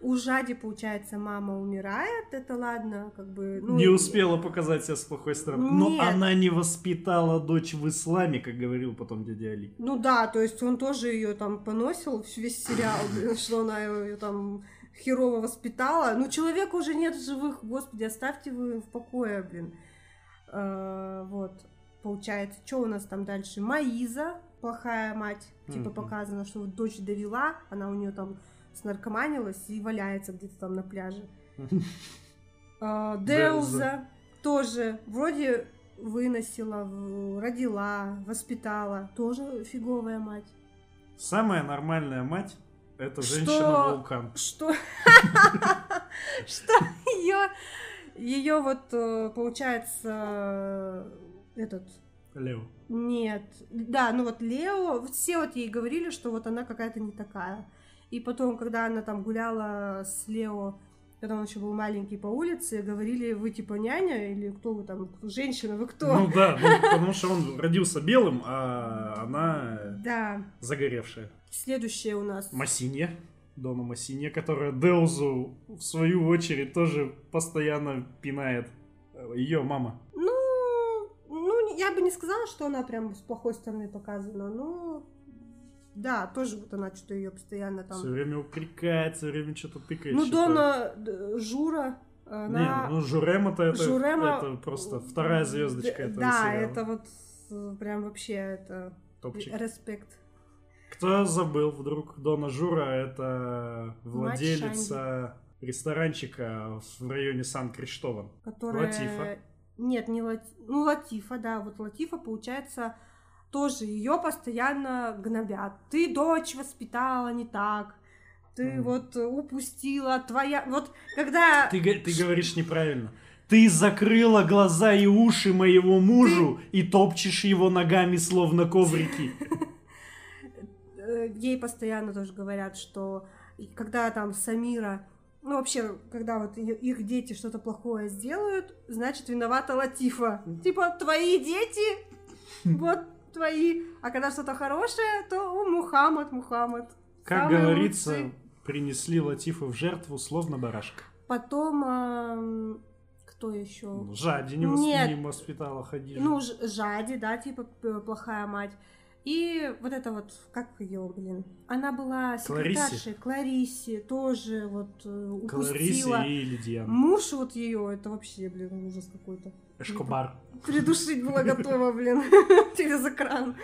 [SPEAKER 3] У Жади, получается, мама умирает, это ладно, как бы... ну,
[SPEAKER 4] Не успела показать себя с плохой стороны. Но
[SPEAKER 3] Нет.
[SPEAKER 4] она не воспитала дочь в исламе, как говорил потом дядя Али.
[SPEAKER 3] Ну да, то есть он тоже ее там поносил всю- весь сериал, блин, что она ее там херово воспитала. Ну, человека уже нет в живых, господи, оставьте вы в покое, блин. Э, Вот, получается, что у нас там дальше? Маиза, плохая мать, типа
[SPEAKER 4] Мгм.
[SPEAKER 3] показано, что вот дочь довела, она у нее там снаркоманилась и валяется где-то там на пляже. А, Деуза
[SPEAKER 4] Деуза.
[SPEAKER 3] тоже вроде выносила, в- родила, воспитала. Тоже фиговая мать.
[SPEAKER 4] Самая нормальная мать — это
[SPEAKER 3] Что?
[SPEAKER 4] женщина-вулкан.
[SPEAKER 3] Что? Что ее... Ее вот, э, получается, э, этот...
[SPEAKER 4] Лео.
[SPEAKER 3] Нет. Да, ну вот Лео, все вот ей говорили, что вот она какая-то не такая. И потом, когда она там гуляла с Лео, когда он еще был маленький по улице, говорили, вы типа няня или кто вы там, женщина, вы кто?
[SPEAKER 4] Ну да, ну, потому что он родился белым, а она
[SPEAKER 3] Да.
[SPEAKER 4] загоревшая.
[SPEAKER 3] Следующее у нас.
[SPEAKER 4] Массинья, Дона Массинья, которая Деузу, в свою очередь, тоже постоянно пинает. Ее мама.
[SPEAKER 3] Ну, ну, я бы не сказала, что она прям с плохой стороны показана, но да, тоже вот она что-то ее постоянно там.
[SPEAKER 4] Все время упрекает, все время что-то тыкает.
[SPEAKER 3] ну,
[SPEAKER 4] считает.
[SPEAKER 3] Дона э, Жура, она.
[SPEAKER 4] Не, ну Журема-то это,
[SPEAKER 3] Журема-
[SPEAKER 4] это просто вторая звездочка
[SPEAKER 3] Д-
[SPEAKER 4] этого
[SPEAKER 3] Да,
[SPEAKER 4] сериала.
[SPEAKER 3] это вот э, прям вообще это
[SPEAKER 4] Топчик.
[SPEAKER 3] респект.
[SPEAKER 4] Кто забыл вдруг, Дона Жура это владелица ресторанчика в районе Сан-Криштован.
[SPEAKER 3] которая...
[SPEAKER 4] Латифа.
[SPEAKER 3] Нет, не Лати... Ну, Латифа, да, вот Латифа, получается, тоже ее постоянно гнобят. Ты дочь воспитала не так, ты
[SPEAKER 4] Мгм.
[SPEAKER 3] вот э, упустила твоя... Вот когда...
[SPEAKER 4] Ты, г- ты говоришь неправильно. Ты закрыла глаза и уши моего мужу и топчешь его ногами, словно коврики.
[SPEAKER 3] э, ей постоянно тоже говорят, что и когда там Самира, ну вообще, когда вот и- их дети что-то плохое сделают, значит виновата Латифа. Типа твои дети, вот твои. А когда что-то хорошее, то у Мухаммад, Мухаммад.
[SPEAKER 4] Как
[SPEAKER 3] Самый
[SPEAKER 4] говорится,
[SPEAKER 3] лучший.
[SPEAKER 4] принесли Латифа в жертву, словно барашка.
[SPEAKER 3] Потом эм, кто еще?
[SPEAKER 4] Ну, Жади не, вос-
[SPEAKER 3] Нет.
[SPEAKER 4] не в воспитала, ходи. же.
[SPEAKER 3] Ну, Ж- Жади, да, типа п- плохая мать. И вот это вот, как ее, блин, она была
[SPEAKER 4] Кларисе.
[SPEAKER 3] секретаршей Кларисе, тоже вот э,
[SPEAKER 4] Кларисе
[SPEAKER 3] упустила.
[SPEAKER 4] и Лидиана.
[SPEAKER 3] Муж вот ее, это вообще, блин, ужас какой-то.
[SPEAKER 4] Эшкобар.
[SPEAKER 3] Придушить была готова, блин, через экран.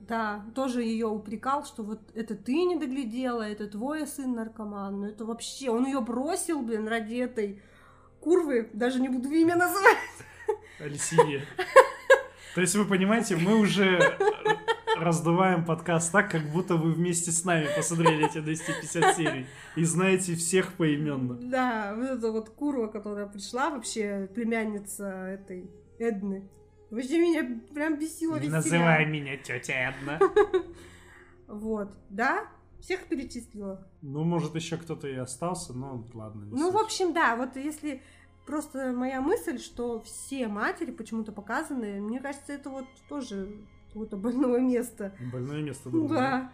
[SPEAKER 3] Да, тоже ее упрекал, что вот это ты не доглядела, это твой сын наркоман. Ну это вообще, он ее бросил, блин, ради этой курвы, даже не буду имя называть.
[SPEAKER 4] Алисия. То есть вы понимаете, мы уже раздуваем подкаст так, как будто вы вместе с нами посмотрели эти 250 серий и знаете всех поименно.
[SPEAKER 3] Да, вот эта вот курва, которая пришла, вообще племянница этой Эдны. Вообще меня прям бесила
[SPEAKER 4] Не
[SPEAKER 3] весь
[SPEAKER 4] называй
[SPEAKER 3] сериал.
[SPEAKER 4] меня тетя одна.
[SPEAKER 3] Вот, да, всех перечислила.
[SPEAKER 4] Ну, может, еще кто-то и остался, но ладно. не
[SPEAKER 3] Ну,
[SPEAKER 4] суть.
[SPEAKER 3] в общем, да, вот если просто моя мысль, что все матери почему-то показаны, мне кажется, это вот тоже какое-то больное место.
[SPEAKER 4] Больное место
[SPEAKER 3] Ну
[SPEAKER 4] было.
[SPEAKER 3] Да.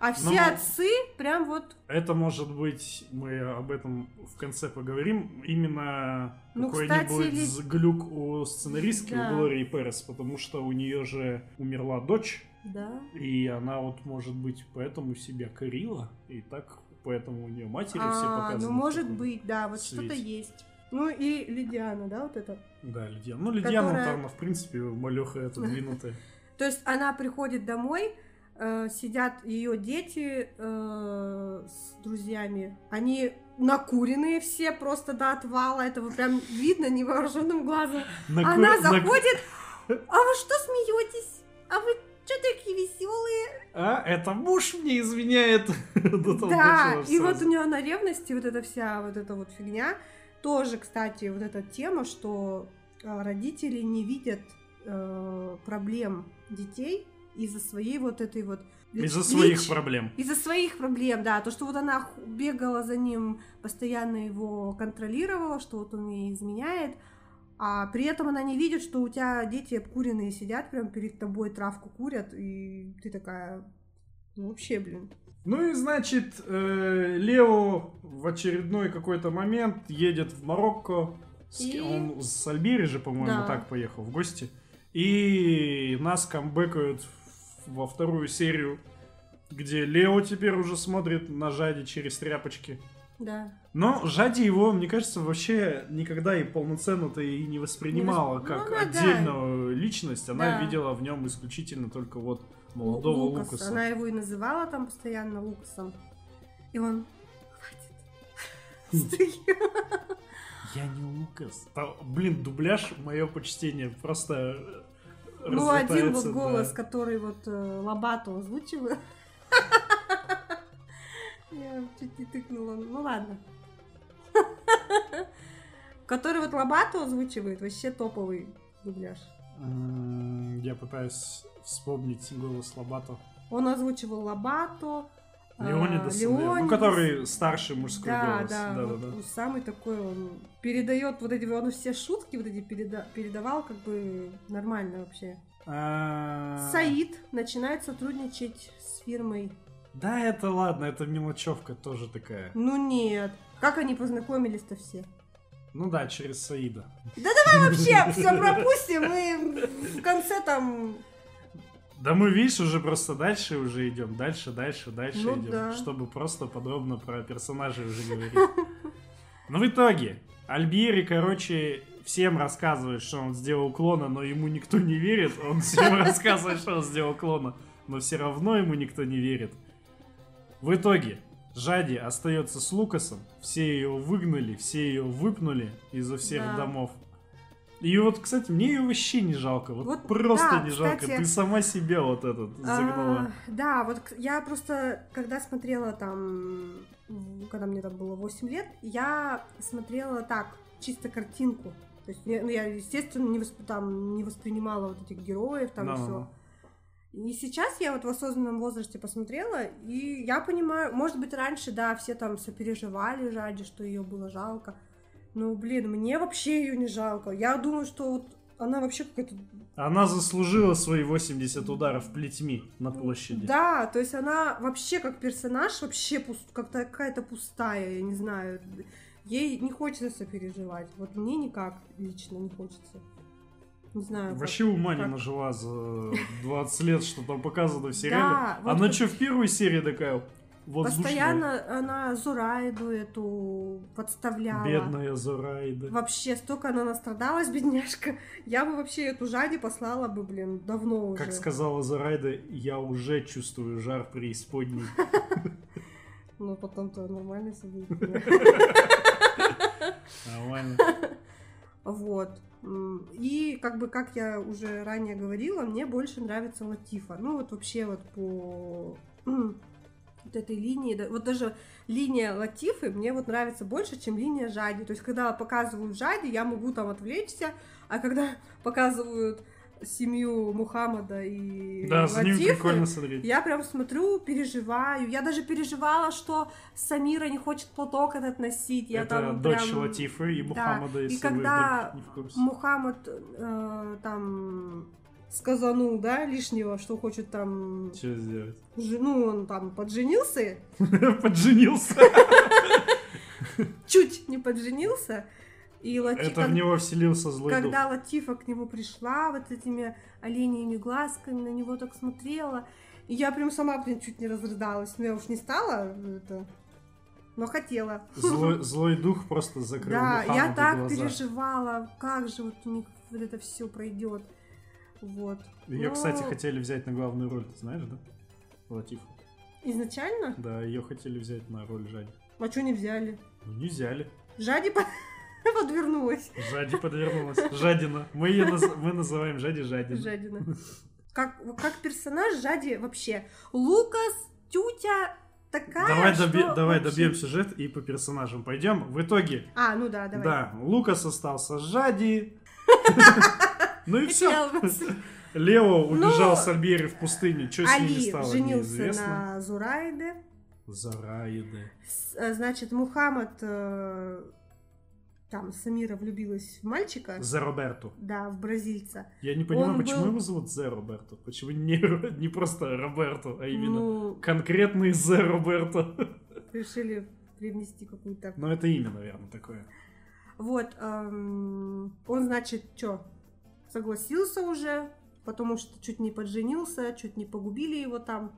[SPEAKER 3] А
[SPEAKER 4] Ну,
[SPEAKER 3] все отцы прям вот,
[SPEAKER 4] Это может быть, мы об этом в конце поговорим, именно
[SPEAKER 3] Ну,
[SPEAKER 4] какой-нибудь
[SPEAKER 3] кстати, ли-
[SPEAKER 4] з- глюк у сценаристки,
[SPEAKER 3] Да.
[SPEAKER 4] у Глории Перес, потому что у нее же умерла дочь,
[SPEAKER 3] да.
[SPEAKER 4] и она вот, может быть, поэтому себя корила, и так поэтому у нее матери все
[SPEAKER 3] А,
[SPEAKER 4] показаны.
[SPEAKER 3] ну,
[SPEAKER 4] в
[SPEAKER 3] может
[SPEAKER 4] таком-
[SPEAKER 3] быть, да, вот что-то
[SPEAKER 4] свете.
[SPEAKER 3] есть. Ну и Лидиана, да, вот это.
[SPEAKER 4] Да, Лидиана. Ну, Лидиана,
[SPEAKER 3] Которая-
[SPEAKER 4] там, в принципе, малеха эта двинутая.
[SPEAKER 3] То есть она приходит домой, э, сидят ее дети э, с друзьями. Они накуренные все просто до отвала. Это вот прям видно невооруженным глазом.
[SPEAKER 4] Наку-
[SPEAKER 3] Она
[SPEAKER 4] наку-
[SPEAKER 3] заходит. А вы что смеетесь? А вы что такие веселые?
[SPEAKER 4] А, это муж мне изменяет. Да,
[SPEAKER 3] Да,
[SPEAKER 4] там начала
[SPEAKER 3] и вот
[SPEAKER 4] сразу.
[SPEAKER 3] у нее на ревности вот эта вся вот эта вот фигня. Тоже, кстати, вот эта тема, что э, родители не видят э, проблем детей из-за своей вот этой вот...
[SPEAKER 4] Из-за
[SPEAKER 3] лич-
[SPEAKER 4] своих
[SPEAKER 3] лич-
[SPEAKER 4] проблем.
[SPEAKER 3] Из-за своих проблем, да. То, что вот она х- бегала за ним, постоянно его контролировала, что вот он ей изменяет. А при этом она не видит, что у тебя дети обкуренные сидят, прям перед тобой травку курят, и ты такая... Ну, вообще, блин.
[SPEAKER 4] Ну и значит, э, Лео в очередной какой-то момент едет в Марокко. С-
[SPEAKER 3] И-
[SPEAKER 4] Он с Альбери же, по-моему,
[SPEAKER 3] Да.
[SPEAKER 4] так поехал в гости. И нас камбэкают в- во вторую серию, где Лео теперь уже смотрит на Жади через тряпочки.
[SPEAKER 3] Да.
[SPEAKER 4] Но Жади его, мне кажется, вообще никогда и полноценно-то и не воспринимала
[SPEAKER 3] Ну,
[SPEAKER 4] как
[SPEAKER 3] ну да.
[SPEAKER 4] отдельную личность. Она
[SPEAKER 3] Да.
[SPEAKER 4] видела в нем исключительно только вот молодого
[SPEAKER 3] Лукас.
[SPEAKER 4] Лукаса.
[SPEAKER 3] Она его и называла там постоянно Лукасом. И он... Хватит. Стой.
[SPEAKER 4] Я не Лукас. Та- блин, дубляж, мое почтение, просто э,
[SPEAKER 3] Ну, один вот
[SPEAKER 4] разлетается,
[SPEAKER 3] голос,
[SPEAKER 4] да.
[SPEAKER 3] который вот э, Лобато озвучил. Я чуть не тыкнула. Ну ладно. Который вот Лобато озвучивает, вообще топовый дубляж.
[SPEAKER 4] М, Я пытаюсь вспомнить голос Лобато.
[SPEAKER 3] Он озвучивал Лобато. а,
[SPEAKER 4] Леонидас, наверное. ну,
[SPEAKER 3] Леонидас.
[SPEAKER 4] который старший мужской
[SPEAKER 3] Да,
[SPEAKER 4] голос.
[SPEAKER 3] да, вот
[SPEAKER 4] да.
[SPEAKER 3] он самый такой он передает вот эти, он все шутки вот эти переда- передавал как бы нормально вообще.
[SPEAKER 4] А,
[SPEAKER 3] Саид начинает сотрудничать с фирмой
[SPEAKER 4] Да, это ладно, это мелочевка тоже такая.
[SPEAKER 3] Ну нет. Как они познакомились-то все?
[SPEAKER 4] Ну да, через Саида.
[SPEAKER 3] Вообще, все пропустим, и в конце там...
[SPEAKER 4] Да мы, видишь, уже просто дальше уже идем, дальше, дальше, дальше
[SPEAKER 3] Ну
[SPEAKER 4] идем,
[SPEAKER 3] да.
[SPEAKER 4] чтобы просто подробно про персонажей уже говорить. Но в итоге Альбери, короче, всем рассказывает, что он сделал клона, но ему никто не верит. Он всем рассказывает, что он сделал клона, но все равно ему никто не верит. В итоге Жади остается с Лукасом, все ее выгнали, все ее выпнули изо всех
[SPEAKER 3] Да.
[SPEAKER 4] домов. И вот, кстати, мне ее вообще не жалко. Вот,
[SPEAKER 3] Вот,
[SPEAKER 4] просто
[SPEAKER 3] да,
[SPEAKER 4] не жалко.
[SPEAKER 3] кстати.
[SPEAKER 4] Ты сама себя вот этот загнала.
[SPEAKER 3] А, Да, вот к- я просто, когда смотрела там, м, когда мне там было 8 лет, я смотрела так, чисто картинку. То есть, я- ну, я, естественно, не, восп- там, не воспринимала вот этих героев, там
[SPEAKER 4] Да, да,
[SPEAKER 3] все. И сейчас я вот в осознанном возрасте посмотрела, и я понимаю, может быть, раньше, да, все там сопереживали Жаде, что ее было жалко. Но, блин, мне вообще ее не жалко. Я думаю, что вот она вообще какая-то...
[SPEAKER 4] да. Она заслужила свои 80 ударов плетьми на площади.
[SPEAKER 3] Да, то есть она вообще как персонаж, вообще пуст- как-то какая-то пустая, я не знаю. Ей не хочется сопереживать. Вот мне никак лично не хочется. Не знаю. как.
[SPEAKER 4] Вообще ума не
[SPEAKER 3] как-
[SPEAKER 4] нажила за 20 лет, что там показано в сериале.
[SPEAKER 3] Да, вот
[SPEAKER 4] Она
[SPEAKER 3] как-
[SPEAKER 4] что, в первой серии такая, воздушной.
[SPEAKER 3] Постоянно она Зурайду эту подставляла.
[SPEAKER 4] Бедная Зурайда.
[SPEAKER 3] Вообще, столько она настрадалась, бедняжка. Я бы вообще эту Жади послала бы, блин, давно уже.
[SPEAKER 4] Как сказала Зурайда, я уже чувствую жар преисподней.
[SPEAKER 3] Ну, потом-то нормально себе.
[SPEAKER 4] Нормально.
[SPEAKER 3] Вот. М, И как бы, как я уже ранее говорила, мне больше нравится Латифа. Ну вот вообще вот по м, вот этой линии, да- вот даже линия Латифы мне вот нравится больше, чем линия Жади. То есть, когда показывают Жади, я могу там отвлечься, а когда показывают семью Мухаммада и
[SPEAKER 4] Да, за ним
[SPEAKER 3] Латифы,
[SPEAKER 4] прикольно смотреть.
[SPEAKER 3] я прям смотрю, переживаю. Я даже переживала, что Самира не хочет платок этот носить. Я
[SPEAKER 4] Это
[SPEAKER 3] там
[SPEAKER 4] дочь
[SPEAKER 3] прям-
[SPEAKER 4] Латифы и
[SPEAKER 3] Да.
[SPEAKER 4] Мухаммада, если вы
[SPEAKER 3] когда
[SPEAKER 4] вдруг не в курсе.
[SPEAKER 3] Мухаммад э, там сказанул, да, лишнего, что хочет там
[SPEAKER 4] Что сделать?
[SPEAKER 3] жену, он там подженился,
[SPEAKER 4] Подженился.
[SPEAKER 3] чуть не подженился, и Латиф,
[SPEAKER 4] Это в него вселился злой дух.
[SPEAKER 3] Типа, когда Латифа к нему пришла, вот этими оленями глазками на него так смотрела, и я прям сама, блин, чуть не разрыдалась, но я уж не стала, это, но хотела.
[SPEAKER 4] Злой, злой дух просто закрыл
[SPEAKER 3] Да, я
[SPEAKER 4] Мухаммаду
[SPEAKER 3] так
[SPEAKER 4] глаза.
[SPEAKER 3] переживала, как же вот у них вот это все пройдет. Вот.
[SPEAKER 4] Ее,
[SPEAKER 3] Ну,
[SPEAKER 4] кстати, хотели взять на главную роль, ты знаешь, да? Латифу.
[SPEAKER 3] Изначально?
[SPEAKER 4] Да, ее хотели взять на роль Жади.
[SPEAKER 3] А что не взяли?
[SPEAKER 4] Ну, не взяли.
[SPEAKER 3] Жади по- подвернулась.
[SPEAKER 4] Жади подвернулась. Жадина. Мы, ее наз- мы называем Жади Жадина.
[SPEAKER 3] Жадина. Как, как персонаж Жади вообще. Лукас, тютя такая,
[SPEAKER 4] Давай,
[SPEAKER 3] что
[SPEAKER 4] доби- давай
[SPEAKER 3] вообще-
[SPEAKER 4] добьем сюжет и по персонажам пойдем. В итоге,
[SPEAKER 3] А, ну да, давай.
[SPEAKER 4] да, Лукас остался с Жади. Ну и все.
[SPEAKER 3] Потерял мысль.
[SPEAKER 4] Лео убежал
[SPEAKER 3] Ну,
[SPEAKER 4] с Альбери в пустыне. Что с ними
[SPEAKER 3] Али
[SPEAKER 4] стало,
[SPEAKER 3] женился
[SPEAKER 4] неизвестно.
[SPEAKER 3] на Зурайде.
[SPEAKER 4] Зараиды.
[SPEAKER 3] С- э, Значит, Мухаммад э, там Самира влюбилась в мальчика.
[SPEAKER 4] За Роберту.
[SPEAKER 3] Да, в бразильца.
[SPEAKER 4] Я не понимаю,
[SPEAKER 3] Он
[SPEAKER 4] почему
[SPEAKER 3] был-
[SPEAKER 4] его зовут Зе Роберто? Почему не, Ро- не просто Роберто, а именно
[SPEAKER 3] Ну,
[SPEAKER 4] конкретный Зе Роберто?
[SPEAKER 3] решили привнести какую-то
[SPEAKER 4] Но это имя, наверное, такое.
[SPEAKER 3] Вот, эм, он, значит, что, согласился уже, потому что чуть не подженился, чуть не погубили его там,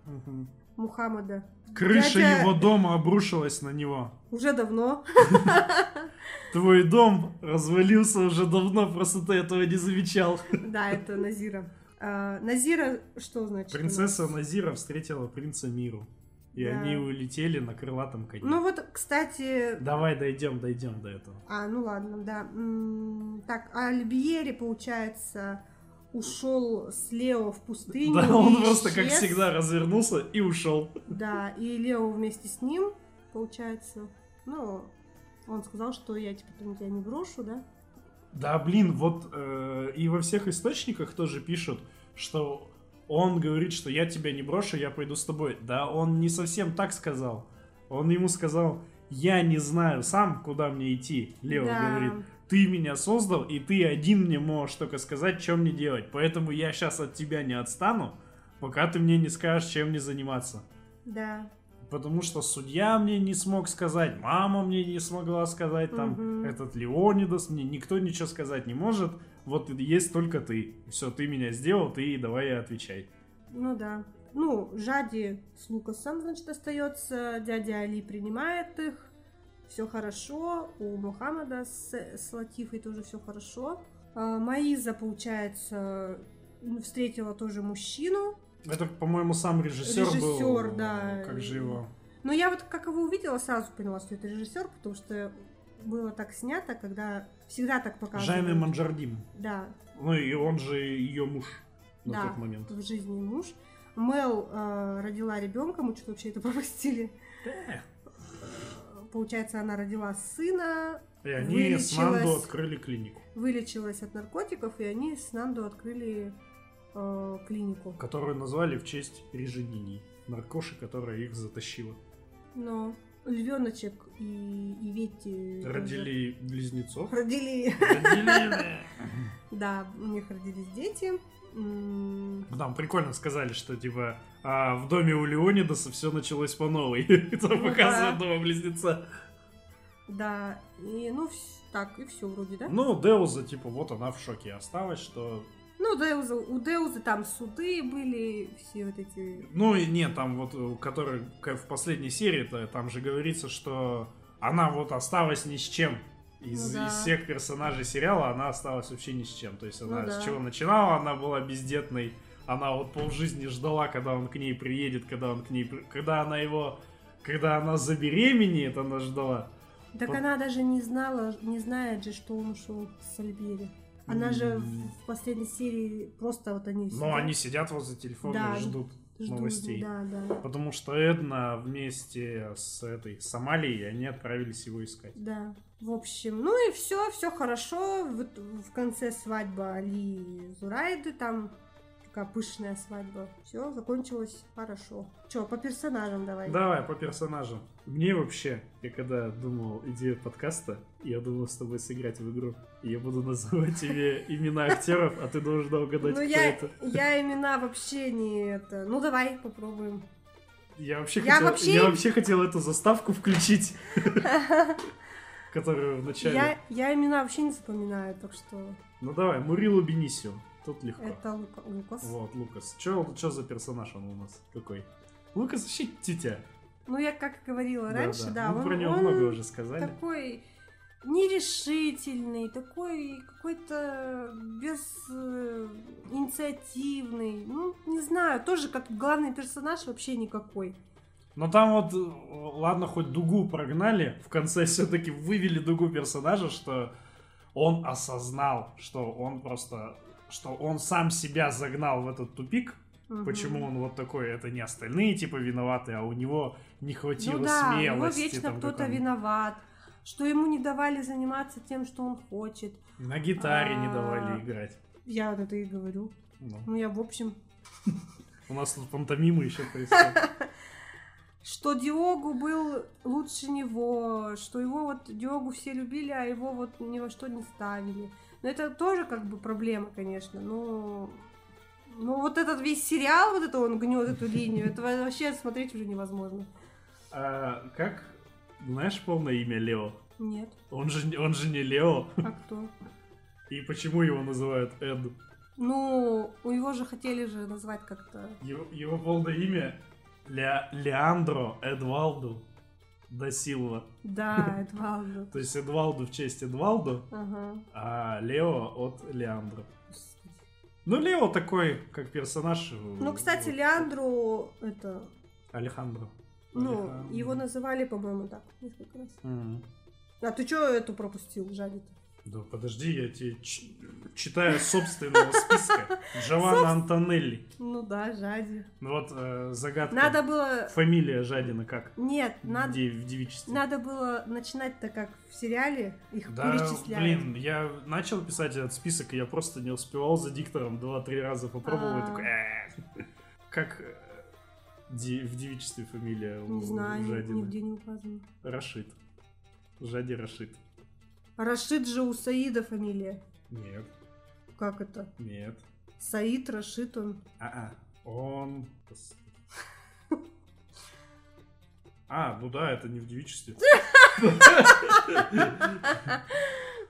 [SPEAKER 3] Мухаммада.
[SPEAKER 4] Крыша
[SPEAKER 3] Дядя-
[SPEAKER 4] его дома обрушилась на него.
[SPEAKER 3] Уже давно.
[SPEAKER 4] Твой дом развалился уже давно, просто ты этого не замечал.
[SPEAKER 3] Да, это Назира. А, Назира, что значит? у нас?
[SPEAKER 4] Принцесса Назира встретила принца Миру. И
[SPEAKER 3] Да.
[SPEAKER 4] они улетели на крылатом коне.
[SPEAKER 3] Ну вот, кстати...
[SPEAKER 4] Давай дойдем, дойдем до этого.
[SPEAKER 3] А, ну ладно, да. М, Так, Альбьери, получается, ушел с Лео в пустыню.
[SPEAKER 4] Да, он
[SPEAKER 3] и
[SPEAKER 4] просто, как
[SPEAKER 3] исчез.
[SPEAKER 4] всегда, развернулся и ушел.
[SPEAKER 3] Да, и Лео вместе с ним, получается. Ну, он сказал, что я типа там тебя не брошу, да?
[SPEAKER 4] Да, блин, вот э, и во всех источниках тоже пишут, что он говорит, что я тебя не брошу, я пойду с тобой. Да, он не совсем так сказал. Он ему сказал, я не знаю сам, куда мне идти. Лео
[SPEAKER 3] Да.
[SPEAKER 4] говорит, ты меня создал, и ты один мне можешь только сказать, что мне делать. Поэтому я сейчас от тебя не отстану, пока ты мне не скажешь, чем мне заниматься.
[SPEAKER 3] Да.
[SPEAKER 4] Потому что судья мне не смог сказать, мама мне не смогла сказать, там
[SPEAKER 3] Мгм.
[SPEAKER 4] этот Леонидас мне никто ничего сказать не может. Вот есть только ты. Все, ты меня сделал, ты давай и отвечай.
[SPEAKER 3] Ну да. Ну, Жади с Лукасом, значит, остается. Дядя Али принимает их. Все хорошо. У Мухаммада с, с Латифой тоже все хорошо. А, Маиза, получается, ну, встретила тоже мужчину.
[SPEAKER 4] Это, по-моему, сам режиссер, был.
[SPEAKER 3] Режиссер, да.
[SPEAKER 4] Как же его?
[SPEAKER 3] Но Ну, я вот как его увидела, сразу поняла, что это режиссер, потому что было так снято, когда всегда так показывают.
[SPEAKER 4] Жайми Манджардим.
[SPEAKER 3] Да,
[SPEAKER 4] Ну и он же ее муж на
[SPEAKER 3] Да.
[SPEAKER 4] тот момент.
[SPEAKER 3] в жизни муж. Мел э, родила ребенка, мы что-то вообще это пропустили. Э, Получается, она родила сына,
[SPEAKER 4] И они
[SPEAKER 3] Вылечилась.
[SPEAKER 4] с Нандо открыли клинику,
[SPEAKER 3] вылечилась от наркотиков, и они с Нандо открыли э, клинику.
[SPEAKER 4] которую назвали в честь Режинини, наркоши, которая их затащила.
[SPEAKER 3] Но львеночек и, и Ветти тоже
[SPEAKER 4] Родили близнецов.
[SPEAKER 3] Родили,
[SPEAKER 4] Родили.
[SPEAKER 3] да, у них родились дети. М,
[SPEAKER 4] Нам Ну, прикольно сказали, что типа а, в доме у Леонидаса все началось по новой. И Там
[SPEAKER 3] Ну да.
[SPEAKER 4] показывают одного близнеца.
[SPEAKER 3] Да, и ну вс- так, и все вроде, да?
[SPEAKER 4] Ну, Деуза, типа, вот она в шоке осталась, что
[SPEAKER 3] Ну, Ну, у Деуза, у Деуза там суды были, все вот эти...
[SPEAKER 4] Ну и нет, там вот, э, который к- в последней серии-то, там же говорится, что она вот осталась ни с чем. Из,
[SPEAKER 3] Ну да.
[SPEAKER 4] из всех персонажей сериала она осталась вообще ни с чем. То есть
[SPEAKER 3] Ну
[SPEAKER 4] она
[SPEAKER 3] да.
[SPEAKER 4] с чего начинала, она была бездетной. Она вот полжизни ждала, когда он к ней приедет, когда он к ней... при- Когда она его... Когда она забеременеет, она ждала.
[SPEAKER 3] Так
[SPEAKER 4] Вот.
[SPEAKER 3] она даже не знала, не знает же, что он ушел с Альбери. Она же
[SPEAKER 4] М.
[SPEAKER 3] в, в последней серии просто вот они...
[SPEAKER 4] Но
[SPEAKER 3] сидят,
[SPEAKER 4] они сидят возле телефона
[SPEAKER 3] Да,
[SPEAKER 4] и ждут,
[SPEAKER 3] ждут,
[SPEAKER 4] новостей.
[SPEAKER 3] Да, да,
[SPEAKER 4] Потому что Эдна вместе с этой Сомалией, они отправились его искать.
[SPEAKER 3] да. В общем, ну и все, все хорошо. Вот в конце свадьба Али и Зурайды, там такая пышная свадьба. Все закончилось хорошо. Че, по персонажам давай.
[SPEAKER 4] Давай, по персонажам. Мне вообще, я когда думал идею подкаста, я думал с тобой сыграть в игру. И я буду называть тебе имена актеров, а ты должна угадать,
[SPEAKER 3] Ну
[SPEAKER 4] кто
[SPEAKER 3] я,
[SPEAKER 4] это.
[SPEAKER 3] я имена вообще не это. Ну давай попробуем.
[SPEAKER 4] Я вообще,
[SPEAKER 3] я
[SPEAKER 4] хотел,
[SPEAKER 3] вообще-
[SPEAKER 4] я вообще хотел эту заставку включить, которую вначале...
[SPEAKER 3] Я, я имена вообще не запоминаю, так что
[SPEAKER 4] Ну давай, Мурилу Бенисио. Тут легко.
[SPEAKER 3] это Лука- Лукас.
[SPEAKER 4] Вот, Лукас. Че за персонаж он у нас? Какой? Лукас вообще тетя.
[SPEAKER 3] Ну, я как говорила
[SPEAKER 4] Да,
[SPEAKER 3] раньше,
[SPEAKER 4] да.
[SPEAKER 3] да,
[SPEAKER 4] Мы
[SPEAKER 3] он,
[SPEAKER 4] про него
[SPEAKER 3] он
[SPEAKER 4] много уже сказали.
[SPEAKER 3] такой нерешительный, такой какой-то без э, инициативный. Ну, не знаю, тоже как главный персонаж вообще никакой.
[SPEAKER 4] Но там вот, э, ладно, хоть дугу прогнали, в конце все-таки вывели дугу персонажа, что он осознал, что он просто, что он сам себя загнал в этот тупик.
[SPEAKER 3] Мгм.
[SPEAKER 4] Почему он вот такой? Это не остальные типа виноваты, а у него не хватило
[SPEAKER 3] Ну да, у него
[SPEAKER 4] смелости.
[SPEAKER 3] вечно
[SPEAKER 4] там,
[SPEAKER 3] кто-то
[SPEAKER 4] как он
[SPEAKER 3] виноват, что ему не давали заниматься тем, что он хочет.
[SPEAKER 4] На гитаре не
[SPEAKER 3] А.
[SPEAKER 4] давали играть.
[SPEAKER 3] Я вот это и говорю.
[SPEAKER 4] Ну,
[SPEAKER 3] Ну, я в общем
[SPEAKER 4] у нас тут пантомимы еще происходят.
[SPEAKER 3] что Диогу был лучше него, что его вот Диогу все любили, а его вот ни во что не ставили. Но это тоже как бы проблема, конечно, но... Ну вот этот весь сериал, вот это он гнет эту линию, это вообще смотреть уже невозможно.
[SPEAKER 4] А, как? Знаешь полное имя Лео?
[SPEAKER 3] Нет,
[SPEAKER 4] Он же, он же не Лео.
[SPEAKER 3] а кто?
[SPEAKER 4] И почему его называют Эд?
[SPEAKER 3] Ну, у его же хотели же назвать как-то...
[SPEAKER 4] Его, его полное имя Ле- Леандро Эдвалду да Силва.
[SPEAKER 3] Да, Эдвалдо.
[SPEAKER 4] То есть Эдвалду в честь Эдвалду,
[SPEAKER 3] Ага.
[SPEAKER 4] а Лео от Леандро.
[SPEAKER 3] Господи.
[SPEAKER 4] Ну, Лео такой, как персонаж. э,
[SPEAKER 3] Ну, кстати,
[SPEAKER 4] вот,
[SPEAKER 3] Леандру это...
[SPEAKER 4] Алехандро.
[SPEAKER 3] Ну,
[SPEAKER 4] Алехандро.
[SPEAKER 3] его называли, по-моему, так, несколько раз.
[SPEAKER 4] Мгм.
[SPEAKER 3] А ты чё эту пропустил, жадит?
[SPEAKER 4] Да подожди, я тебе ч- читаю собственного списка. Джованна Антонелли.
[SPEAKER 3] Ну да, жади.
[SPEAKER 4] Ну вот э, загадка.
[SPEAKER 3] Надо было...
[SPEAKER 4] Фамилия Жадина как?
[SPEAKER 3] Нет, надо...
[SPEAKER 4] Де- в девичестве.
[SPEAKER 3] Надо было начинать-то как в сериале, их
[SPEAKER 4] Да,
[SPEAKER 3] перечисляли.
[SPEAKER 4] блин, я начал писать этот список, и я просто не успевал за диктором. Два-три раза попробовал, и
[SPEAKER 3] А.
[SPEAKER 4] такой... «Э». Как э, де- в девичестве фамилия у
[SPEAKER 3] Не знаю,
[SPEAKER 4] Жадина?
[SPEAKER 3] нигде не указано.
[SPEAKER 4] Рашид. Жади Рашид.
[SPEAKER 3] Рашид же у Саида фамилия.
[SPEAKER 4] Нет,
[SPEAKER 3] Как это?
[SPEAKER 4] нет.
[SPEAKER 3] Саид, Рашид он.
[SPEAKER 4] А-а. Он... А, ну да, это не в девичестве.
[SPEAKER 3] Вот так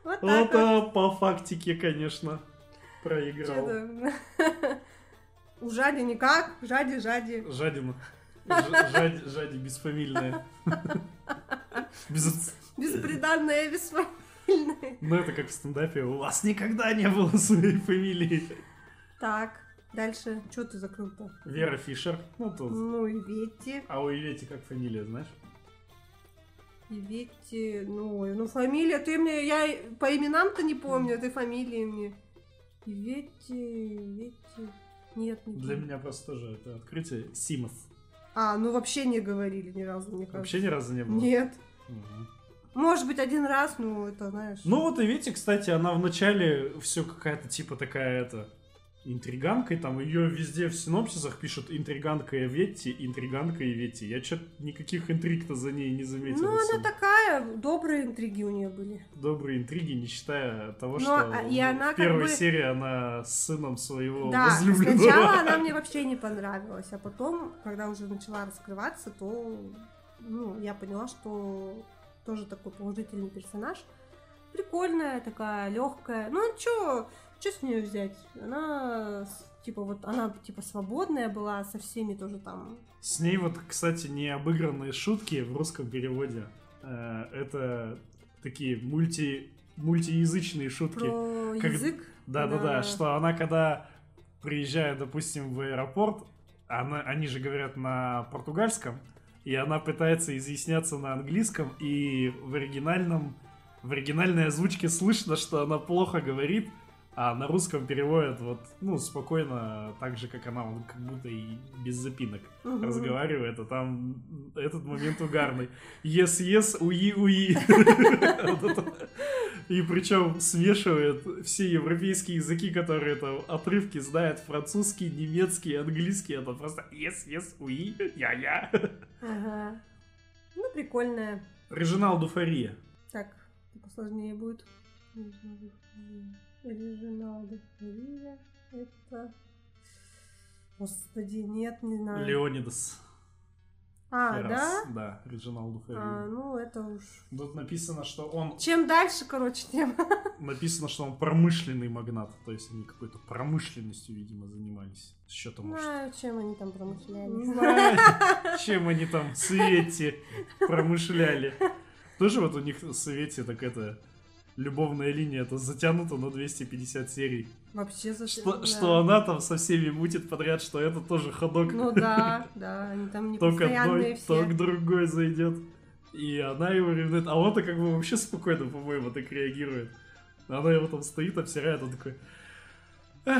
[SPEAKER 3] вот.
[SPEAKER 4] Это по фактике, конечно, проиграл.
[SPEAKER 3] Чё-то. У Жади никак. Жади, Жади.
[SPEAKER 4] Жадина. Ж- Жади, жади бесфамильная. Без-
[SPEAKER 3] Бесприданная, бесфамильная.
[SPEAKER 4] Ну это как в стендапе. У вас никогда не было своей фамилии.
[SPEAKER 3] Так, дальше. Чё ты закрыл-то?
[SPEAKER 4] Вера Фишер. Ну тут.
[SPEAKER 3] Ну и Ветти.
[SPEAKER 4] А у Ивети как фамилия, знаешь?
[SPEAKER 3] И Вити, ну, ну фамилия, ты мне, я и по именам-то не помню, а ты фамилии мне. И Вити, Вити, нет, не
[SPEAKER 4] Для
[SPEAKER 3] помню.
[SPEAKER 4] меня просто тоже это открытие. Симос.
[SPEAKER 3] А, ну вообще не говорили ни разу, мне кажется.
[SPEAKER 4] Вообще ни разу не было.
[SPEAKER 3] Нет.
[SPEAKER 4] Мгм.
[SPEAKER 3] Может быть, один раз, ну, это, знаешь.
[SPEAKER 4] Ну вот Ивети, кстати, она вначале все какая-то типа такая это интриганкой, там ее везде в синопсисах пишут интриганка Иветти, интриганка Иветти. Я что-то никаких интриг-то за ней не заметил.
[SPEAKER 3] Ну,
[SPEAKER 4] особо.
[SPEAKER 3] она такая, добрые интриги у нее были.
[SPEAKER 4] добрые интриги, не считая того,
[SPEAKER 3] Но, а,
[SPEAKER 4] что
[SPEAKER 3] и она
[SPEAKER 4] в
[SPEAKER 3] как
[SPEAKER 4] первой
[SPEAKER 3] бы-
[SPEAKER 4] серии она с сыном своего
[SPEAKER 3] да,
[SPEAKER 4] возлюбленного.
[SPEAKER 3] сначала она мне вообще не понравилась, а потом, когда уже начала раскрываться, то, ну, я поняла, что тоже такой положительный персонаж. Прикольная такая, легкая. Ну, чё, Что с нее взять? Она с- типа вот она типа свободная была со всеми тоже там.
[SPEAKER 4] С ней вот, кстати, необыгранные шутки в русском переводе. Э, Это такие мульти, мультиязычные шутки.
[SPEAKER 3] Про
[SPEAKER 4] Как-
[SPEAKER 3] язык.
[SPEAKER 4] Да-да-да, что она когда приезжает, допустим, в аэропорт, она, они же говорят на португальском, и она пытается изъясняться на английском, и в оригинальном, в оригинальной озвучке слышно, что она плохо говорит, а на русском переводят вот, ну, спокойно, так же, как она, вот, как будто и без запинок
[SPEAKER 3] Мгм.
[SPEAKER 4] разговаривает, а там этот момент угарный. Yes, yes, уи, уи. Вот это. И причем смешивает все европейские языки, которые там отрывки знает, французский, немецкий, английский, это просто yes, yes, уи, я-я.
[SPEAKER 3] Ага. Ну прикольная.
[SPEAKER 4] Режинал Дуфария.
[SPEAKER 3] Так, это посложнее будет. Реджиналда Феррира. Это... Господи, нет, не знаю.
[SPEAKER 4] Леонидас.
[SPEAKER 3] А,
[SPEAKER 4] Феррас.
[SPEAKER 3] да?
[SPEAKER 4] Да, Реджинал
[SPEAKER 3] А,
[SPEAKER 4] Дуфария.
[SPEAKER 3] ну это уж...
[SPEAKER 4] Тут написано, что он
[SPEAKER 3] Чем дальше, короче, тем...
[SPEAKER 4] написано, что он промышленный магнат, то есть они какой-то промышленностью, видимо, занимались. Что то может.
[SPEAKER 3] Знаю, чем они там
[SPEAKER 4] Не
[SPEAKER 3] промышляли.
[SPEAKER 4] знаю, чем они там в свете промышляли. Тоже вот у них в свете так это... Любовная линия, это затянуто на 250 серий.
[SPEAKER 3] Вообще за
[SPEAKER 4] Что,
[SPEAKER 3] да.
[SPEAKER 4] что она там со всеми мутит подряд, что это тоже ходок.
[SPEAKER 3] Ну да, да, они там не
[SPEAKER 4] то к
[SPEAKER 3] постоянные
[SPEAKER 4] одной, то к
[SPEAKER 3] все.
[SPEAKER 4] другой зайдет. И она его ревнует. А он-то как бы вообще спокойно, по-моему, так реагирует. Она его там стоит, обсирает, он такой...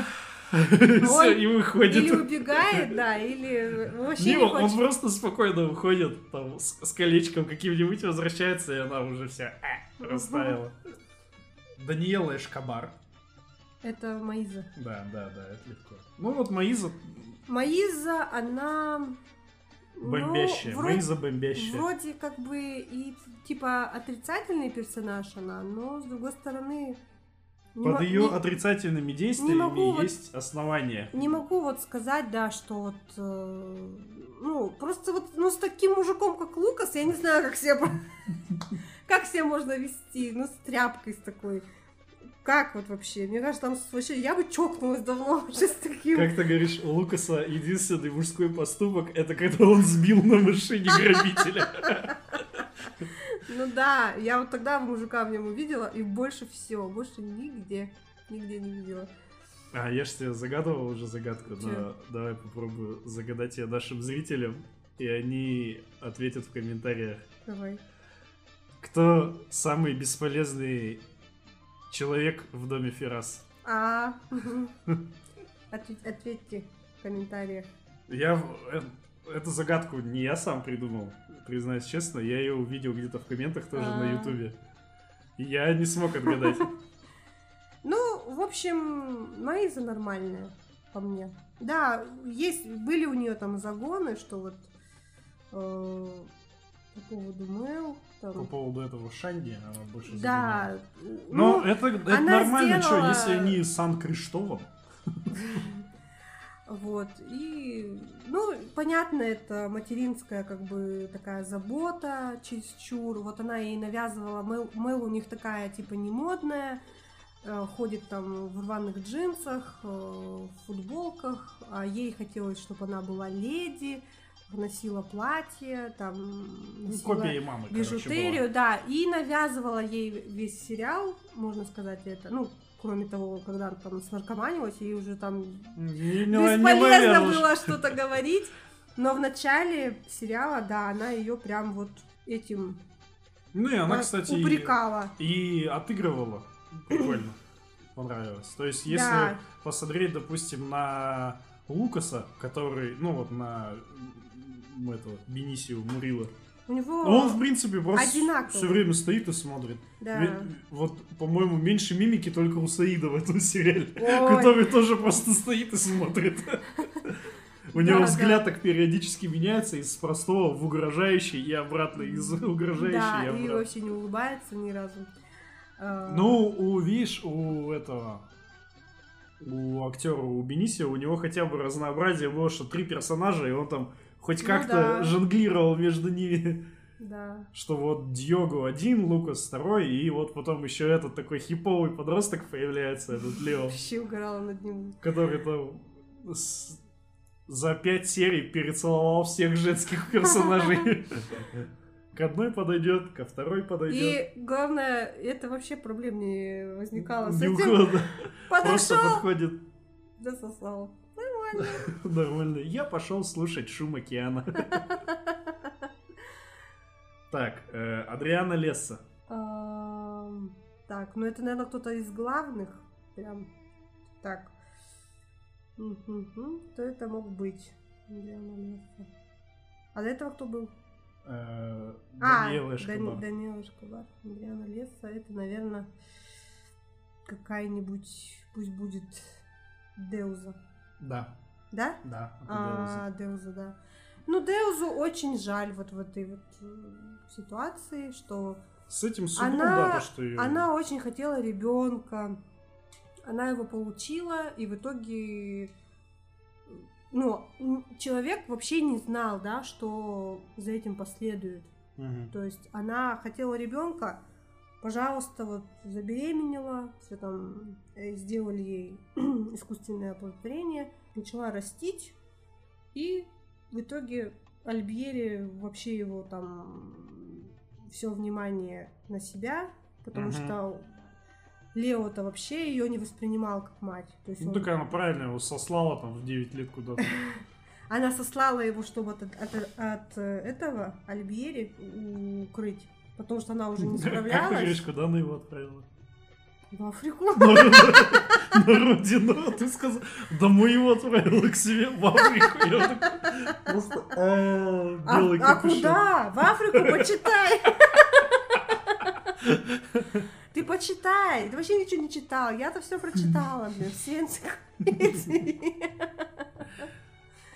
[SPEAKER 4] Все, и выходит.
[SPEAKER 3] Или убегает, да, или вообще
[SPEAKER 4] Не,
[SPEAKER 3] не
[SPEAKER 4] он, он
[SPEAKER 3] хочет.
[SPEAKER 4] просто спокойно выходит там с, с колечком каким-нибудь, возвращается, и она уже вся э, растаяла. Даниэла Эшкабар.
[SPEAKER 3] Это Маиза.
[SPEAKER 4] Да, да, да, это легко. Ну вот Маиза
[SPEAKER 3] Маиза, она... ну,
[SPEAKER 4] бомбящая,
[SPEAKER 3] вроде-
[SPEAKER 4] Маиза бомбящая.
[SPEAKER 3] Вроде как бы и типа отрицательный персонаж она, но с другой стороны не,
[SPEAKER 4] Под
[SPEAKER 3] мо-
[SPEAKER 4] ее
[SPEAKER 3] не-
[SPEAKER 4] отрицательными действиями
[SPEAKER 3] могу вот-
[SPEAKER 4] есть основания.
[SPEAKER 3] не могу вот сказать, да, что вот э, ну просто вот ну с таким мужиком как Лукас я не знаю как себя про- как себя можно вести, ну с тряпкой с такой. Как вот вообще? Мне кажется, там с- вообще я бы чокнулась давно уже с таким.
[SPEAKER 4] Как ты говоришь, у Лукаса единственный мужской поступок это когда он сбил на машине грабителя.
[SPEAKER 3] Ну да, я вот тогда мужика в нем увидела и больше всего, больше нигде, нигде не видела.
[SPEAKER 4] А, я же тебе загадывал уже загадку, но
[SPEAKER 3] Чё?
[SPEAKER 4] давай попробую загадать ее нашим зрителям, и они ответят в комментариях.
[SPEAKER 3] Давай.
[SPEAKER 4] Кто самый бесполезный человек в доме Феррас?
[SPEAKER 3] А. Отве- Ответьте в комментариях.
[SPEAKER 4] Я в- э, эту загадку не я сам придумал, признаюсь честно, я ее увидел где-то в комментах тоже на
[SPEAKER 3] А.
[SPEAKER 4] Ютубе. И Я не смог отгадать.
[SPEAKER 3] Ну, в общем, Маиза нормальная по мне. Да, есть, были у нее там загоны, что вот э, по поводу Мэл, там.
[SPEAKER 4] По поводу этого Шанди, она больше
[SPEAKER 3] да. ну,
[SPEAKER 4] Ну, это, это
[SPEAKER 3] она
[SPEAKER 4] нормально, что,
[SPEAKER 3] сделала-
[SPEAKER 4] если они из Сан-Криштова.
[SPEAKER 3] Вот, и, ну, понятно, это материнская, как бы, такая забота чересчур, вот она ей навязывала, Мэл, Мэл у них такая, типа, не модная, э, ходит там в рваных джинсах, э, в футболках, а ей хотелось, чтобы она была леди, носила платье, там,
[SPEAKER 4] Ну,
[SPEAKER 3] носила
[SPEAKER 4] Копия и мамы, короче, была.
[SPEAKER 3] бижутерию, да, и навязывала ей весь сериал, можно сказать это, ну, кроме того, когда она там снаркоманилась, ей уже там
[SPEAKER 4] Не- не- Ну, не
[SPEAKER 3] бесполезно
[SPEAKER 4] наверное,
[SPEAKER 3] было что-то говорить. Но в начале сериала, да, она ее прям вот этим
[SPEAKER 4] Ну и она,
[SPEAKER 3] а,
[SPEAKER 4] кстати, и-
[SPEAKER 3] упрекала.
[SPEAKER 4] и отыгрывала. Прикольно. Понравилось. То есть, если
[SPEAKER 3] Да.
[SPEAKER 4] посмотреть, допустим, на Лукаса, который, ну вот на м, этого Бенисио Мурила,
[SPEAKER 3] У него
[SPEAKER 4] он, в принципе, просто
[SPEAKER 3] одинаково.
[SPEAKER 4] все время стоит и смотрит.
[SPEAKER 3] да.
[SPEAKER 4] Ми- Вот, по-моему, меньше мимики только у Саида в этом сериале.
[SPEAKER 3] Ой,
[SPEAKER 4] Который тоже просто стоит и смотрит. У
[SPEAKER 3] Да,
[SPEAKER 4] него
[SPEAKER 3] да.
[SPEAKER 4] взгляд так периодически меняется из простого в угрожающий и обратно, из
[SPEAKER 3] да,
[SPEAKER 4] угрожающий и
[SPEAKER 3] и
[SPEAKER 4] обратно.
[SPEAKER 3] вообще не улыбается ни разу. А,
[SPEAKER 4] Ну, у, видишь, у этого, у актера, у Бенисио, у него хотя бы разнообразие было, что три персонажа, и он там хоть
[SPEAKER 3] Ну
[SPEAKER 4] как-то
[SPEAKER 3] да.
[SPEAKER 4] жонглировал между ними.
[SPEAKER 3] Да.
[SPEAKER 4] Что вот Дьогу один, Лукас второй, и вот потом еще этот такой хиповый подросток появляется, этот Лео,
[SPEAKER 3] Вообще угорала над ним.
[SPEAKER 4] который там с- за пять серий перецеловал всех женских персонажей. К одной подойдет, ко второй подойдет.
[SPEAKER 3] И главное, это вообще проблем не возникало с
[SPEAKER 4] Ни у
[SPEAKER 3] этим.
[SPEAKER 4] кого, да. Просто
[SPEAKER 3] Подошел,
[SPEAKER 4] подходит
[SPEAKER 3] засосал.
[SPEAKER 4] Нормально. Я пошел слушать шум океана. Так, э, Адриана Лесса.
[SPEAKER 3] Эм, Так, ну это, наверное, кто-то из главных. Прям так. Мгм. Кто это мог быть? Адриана Лесса. А до этого кто был?
[SPEAKER 4] э, Даниэла
[SPEAKER 3] а,
[SPEAKER 4] Эшкобар.
[SPEAKER 3] Дани- Даниэла Эшкобар. Адриана Лесса. Это, наверное, какая-нибудь, пусть будет Деуза.
[SPEAKER 4] Да,
[SPEAKER 3] Да?
[SPEAKER 4] да. это Деуза.
[SPEAKER 3] А, Деуза, да. Ну, Деузу очень жаль вот в этой вот м, ситуации, что
[SPEAKER 4] С этим судом,
[SPEAKER 3] Она-
[SPEAKER 4] да, то, что ее...
[SPEAKER 3] она очень хотела ребенка. Она его получила, и в итоге ну, м, человек вообще не знал, да, что за этим последует.
[SPEAKER 4] Мгм.
[SPEAKER 3] То есть она хотела ребенка, пожалуйста, вот забеременела, все там э, сделали ей искусственное оплодотворение, начала растить, и в итоге Альбьери вообще его там все внимание на себя, потому
[SPEAKER 4] Мгм.
[SPEAKER 3] что Лео-то вообще ее не воспринимал как мать. То есть
[SPEAKER 4] Ну,
[SPEAKER 3] он-
[SPEAKER 4] так она правильно его сослала там в 9 лет куда-то.
[SPEAKER 3] она сослала его, чтобы от, от- от, э, этого Альбьери у- укрыть, потому что она уже не
[SPEAKER 4] Как ты говоришь,
[SPEAKER 3] справлялась.
[SPEAKER 4] куда она его отправила?
[SPEAKER 3] В Африку.
[SPEAKER 4] На ру- на родину. А Ты сказал, да мы его отправила к себе в Африку. Я так Просто «А,
[SPEAKER 3] А,
[SPEAKER 4] белый
[SPEAKER 3] а
[SPEAKER 4] капюшон».
[SPEAKER 3] куда? В Африку почитай. Ты почитай. Ты вообще ничего не читал. Я-то все прочитала, блин, все энциклопедии.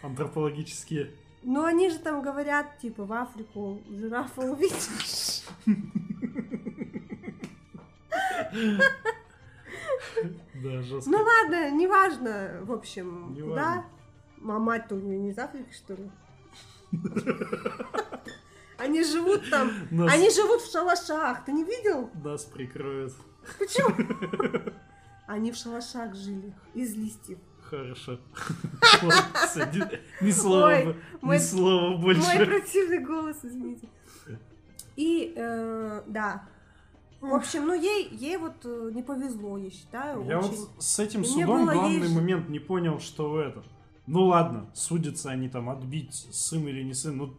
[SPEAKER 4] Антропологические.
[SPEAKER 3] Но они же там говорят, типа, в Африку жирафа увидишь.
[SPEAKER 4] Да, жестко.
[SPEAKER 3] Ну ладно, неважно, в общем,
[SPEAKER 4] Не
[SPEAKER 3] куда. А мать-то у нее не из Африки, что ли? Они живут там,
[SPEAKER 4] Нас,
[SPEAKER 3] они живут в шалашах, ты не видел?
[SPEAKER 4] нас прикроют.
[SPEAKER 3] Почему? Они в шалашах жили, из листьев.
[SPEAKER 4] Хорошо. Молодцы. Ни- Ни слова,
[SPEAKER 3] Ой,
[SPEAKER 4] бо- ни
[SPEAKER 3] мой-
[SPEAKER 4] слова
[SPEAKER 3] Мой
[SPEAKER 4] больше.
[SPEAKER 3] противный голос, извините. И, э, да. В общем, ну ей, ей вот э, не повезло, я считаю.
[SPEAKER 4] Я
[SPEAKER 3] очень.
[SPEAKER 4] вот с этим
[SPEAKER 3] Мне
[SPEAKER 4] судом
[SPEAKER 3] было
[SPEAKER 4] главный
[SPEAKER 3] лишь-
[SPEAKER 4] момент не понял, что в этом. Ну ладно, судятся они там отбить, сын или не сын, ну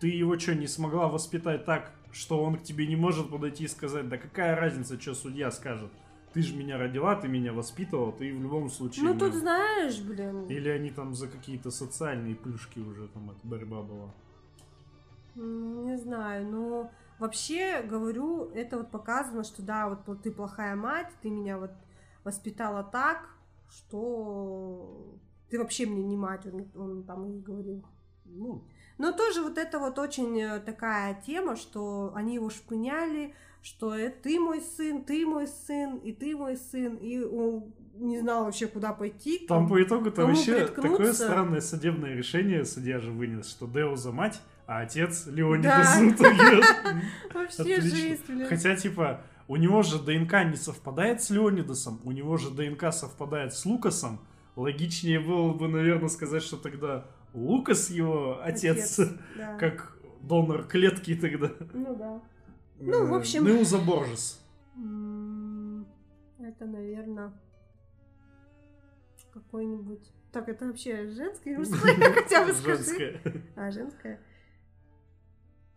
[SPEAKER 4] ты его что, не смогла воспитать так, что он к тебе не может подойти и сказать, да какая разница, что судья скажет? Ты же меня родила, ты меня воспитывала, ты в любом случае...
[SPEAKER 3] Ну
[SPEAKER 4] мне-
[SPEAKER 3] тут знаешь, блин.
[SPEAKER 4] Или они там за какие-то социальные плюшки уже там эта борьба была.
[SPEAKER 3] М, Не знаю, но вообще, говорю, это вот показано, что да, вот пл- ты плохая мать, ты меня вот воспитала так, что ты вообще мне не мать, он, он там и говорил.
[SPEAKER 4] Ну,
[SPEAKER 3] Но тоже вот это вот очень э, такая тема, что они его шпыняли, что э, ты мой сын, ты мой сын, и ты мой сын, и он не знал вообще, куда пойти.
[SPEAKER 4] Там по итогу-то
[SPEAKER 3] Кому
[SPEAKER 4] вообще
[SPEAKER 3] приткнуться?
[SPEAKER 4] такое странное судебное решение судья же вынес, что Део за мать, а отец Леонида
[SPEAKER 3] Да.
[SPEAKER 4] Отлично.
[SPEAKER 3] Вообще жизнь, блин.
[SPEAKER 4] Хотя, типа, у него же ДНК не совпадает с Леонидасом, у него же ДНК совпадает с Лукасом. Логичнее было бы, наверное, сказать, что тогда Лукас его отец,
[SPEAKER 3] да.
[SPEAKER 4] как донор клетки тогда.
[SPEAKER 3] Ну да. Ну, в
[SPEAKER 4] Э,
[SPEAKER 3] общем.
[SPEAKER 4] Неуза Боржес.
[SPEAKER 3] М, Это, наверное, какой-нибудь... Так, это вообще женское или мужское? Хотя бы скажи.
[SPEAKER 4] Женская.
[SPEAKER 3] А, женское.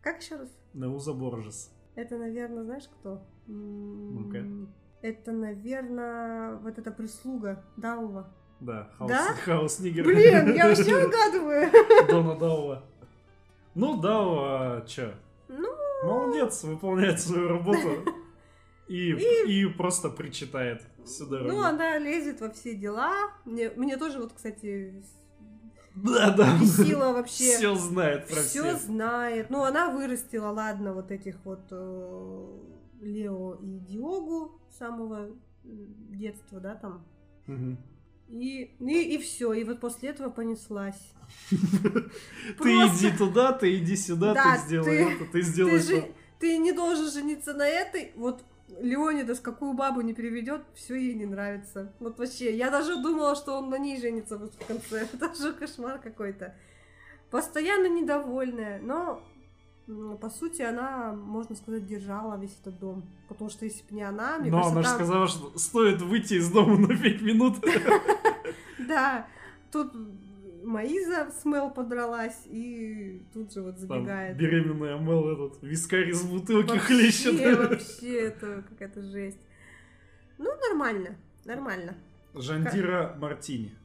[SPEAKER 3] Как еще раз?
[SPEAKER 4] Неуза Боржес.
[SPEAKER 3] Это, наверное, знаешь кто? М,
[SPEAKER 4] Ну-ка.
[SPEAKER 3] Это, наверное, вот эта прислуга Даува.
[SPEAKER 4] Да, Хаус,
[SPEAKER 3] Да?
[SPEAKER 4] Хаус Нигер.
[SPEAKER 3] Блин, я вообще угадываю.
[SPEAKER 4] Дона Даула. Ну, Даула, чё?
[SPEAKER 3] Ну.
[SPEAKER 4] Молодец, выполняет свою работу. И, и... просто причитает всю дорогу.
[SPEAKER 3] Ну, она лезет во все дела. Мне, мне тоже вот, кстати,
[SPEAKER 4] да, да.
[SPEAKER 3] бесило вообще.
[SPEAKER 4] Все знает про
[SPEAKER 3] Все
[SPEAKER 4] всех.
[SPEAKER 3] знает. Ну, она вырастила, ладно, вот этих вот э, Лео и Диогу с самого м, детства, да, там.
[SPEAKER 4] Мгм.
[SPEAKER 3] И, и, и все. И вот после этого понеслась.
[SPEAKER 4] Ты
[SPEAKER 3] Просто-
[SPEAKER 4] иди туда, ты иди сюда,
[SPEAKER 3] Да,
[SPEAKER 4] ты сделай
[SPEAKER 3] ты-
[SPEAKER 4] это, ты
[SPEAKER 3] Ты
[SPEAKER 4] сделай то.
[SPEAKER 3] же ты не должен жениться на этой. Вот Леонидас, какую бабу не переведет, все ей не нравится. Вот вообще, я даже думала, что он на ней женится вот в конце. Это же кошмар какой-то. Постоянно недовольная, но м, по сути она, можно сказать, держала весь этот дом. Потому что если бы не она, мне
[SPEAKER 4] Но
[SPEAKER 3] кажется,
[SPEAKER 4] она же
[SPEAKER 3] там-
[SPEAKER 4] сказала, что стоит выйти из дома на 5 минут.
[SPEAKER 3] Да, тут Маиза с Мел подралась и тут же вот
[SPEAKER 4] Там
[SPEAKER 3] забегает.
[SPEAKER 4] беременная Мэл этот вискарь из бутылки
[SPEAKER 3] Вообще,
[SPEAKER 4] хлещет.
[SPEAKER 3] Вообще, это какая-то жесть. Ну, нормально, нормально.
[SPEAKER 4] Жандира Мартини.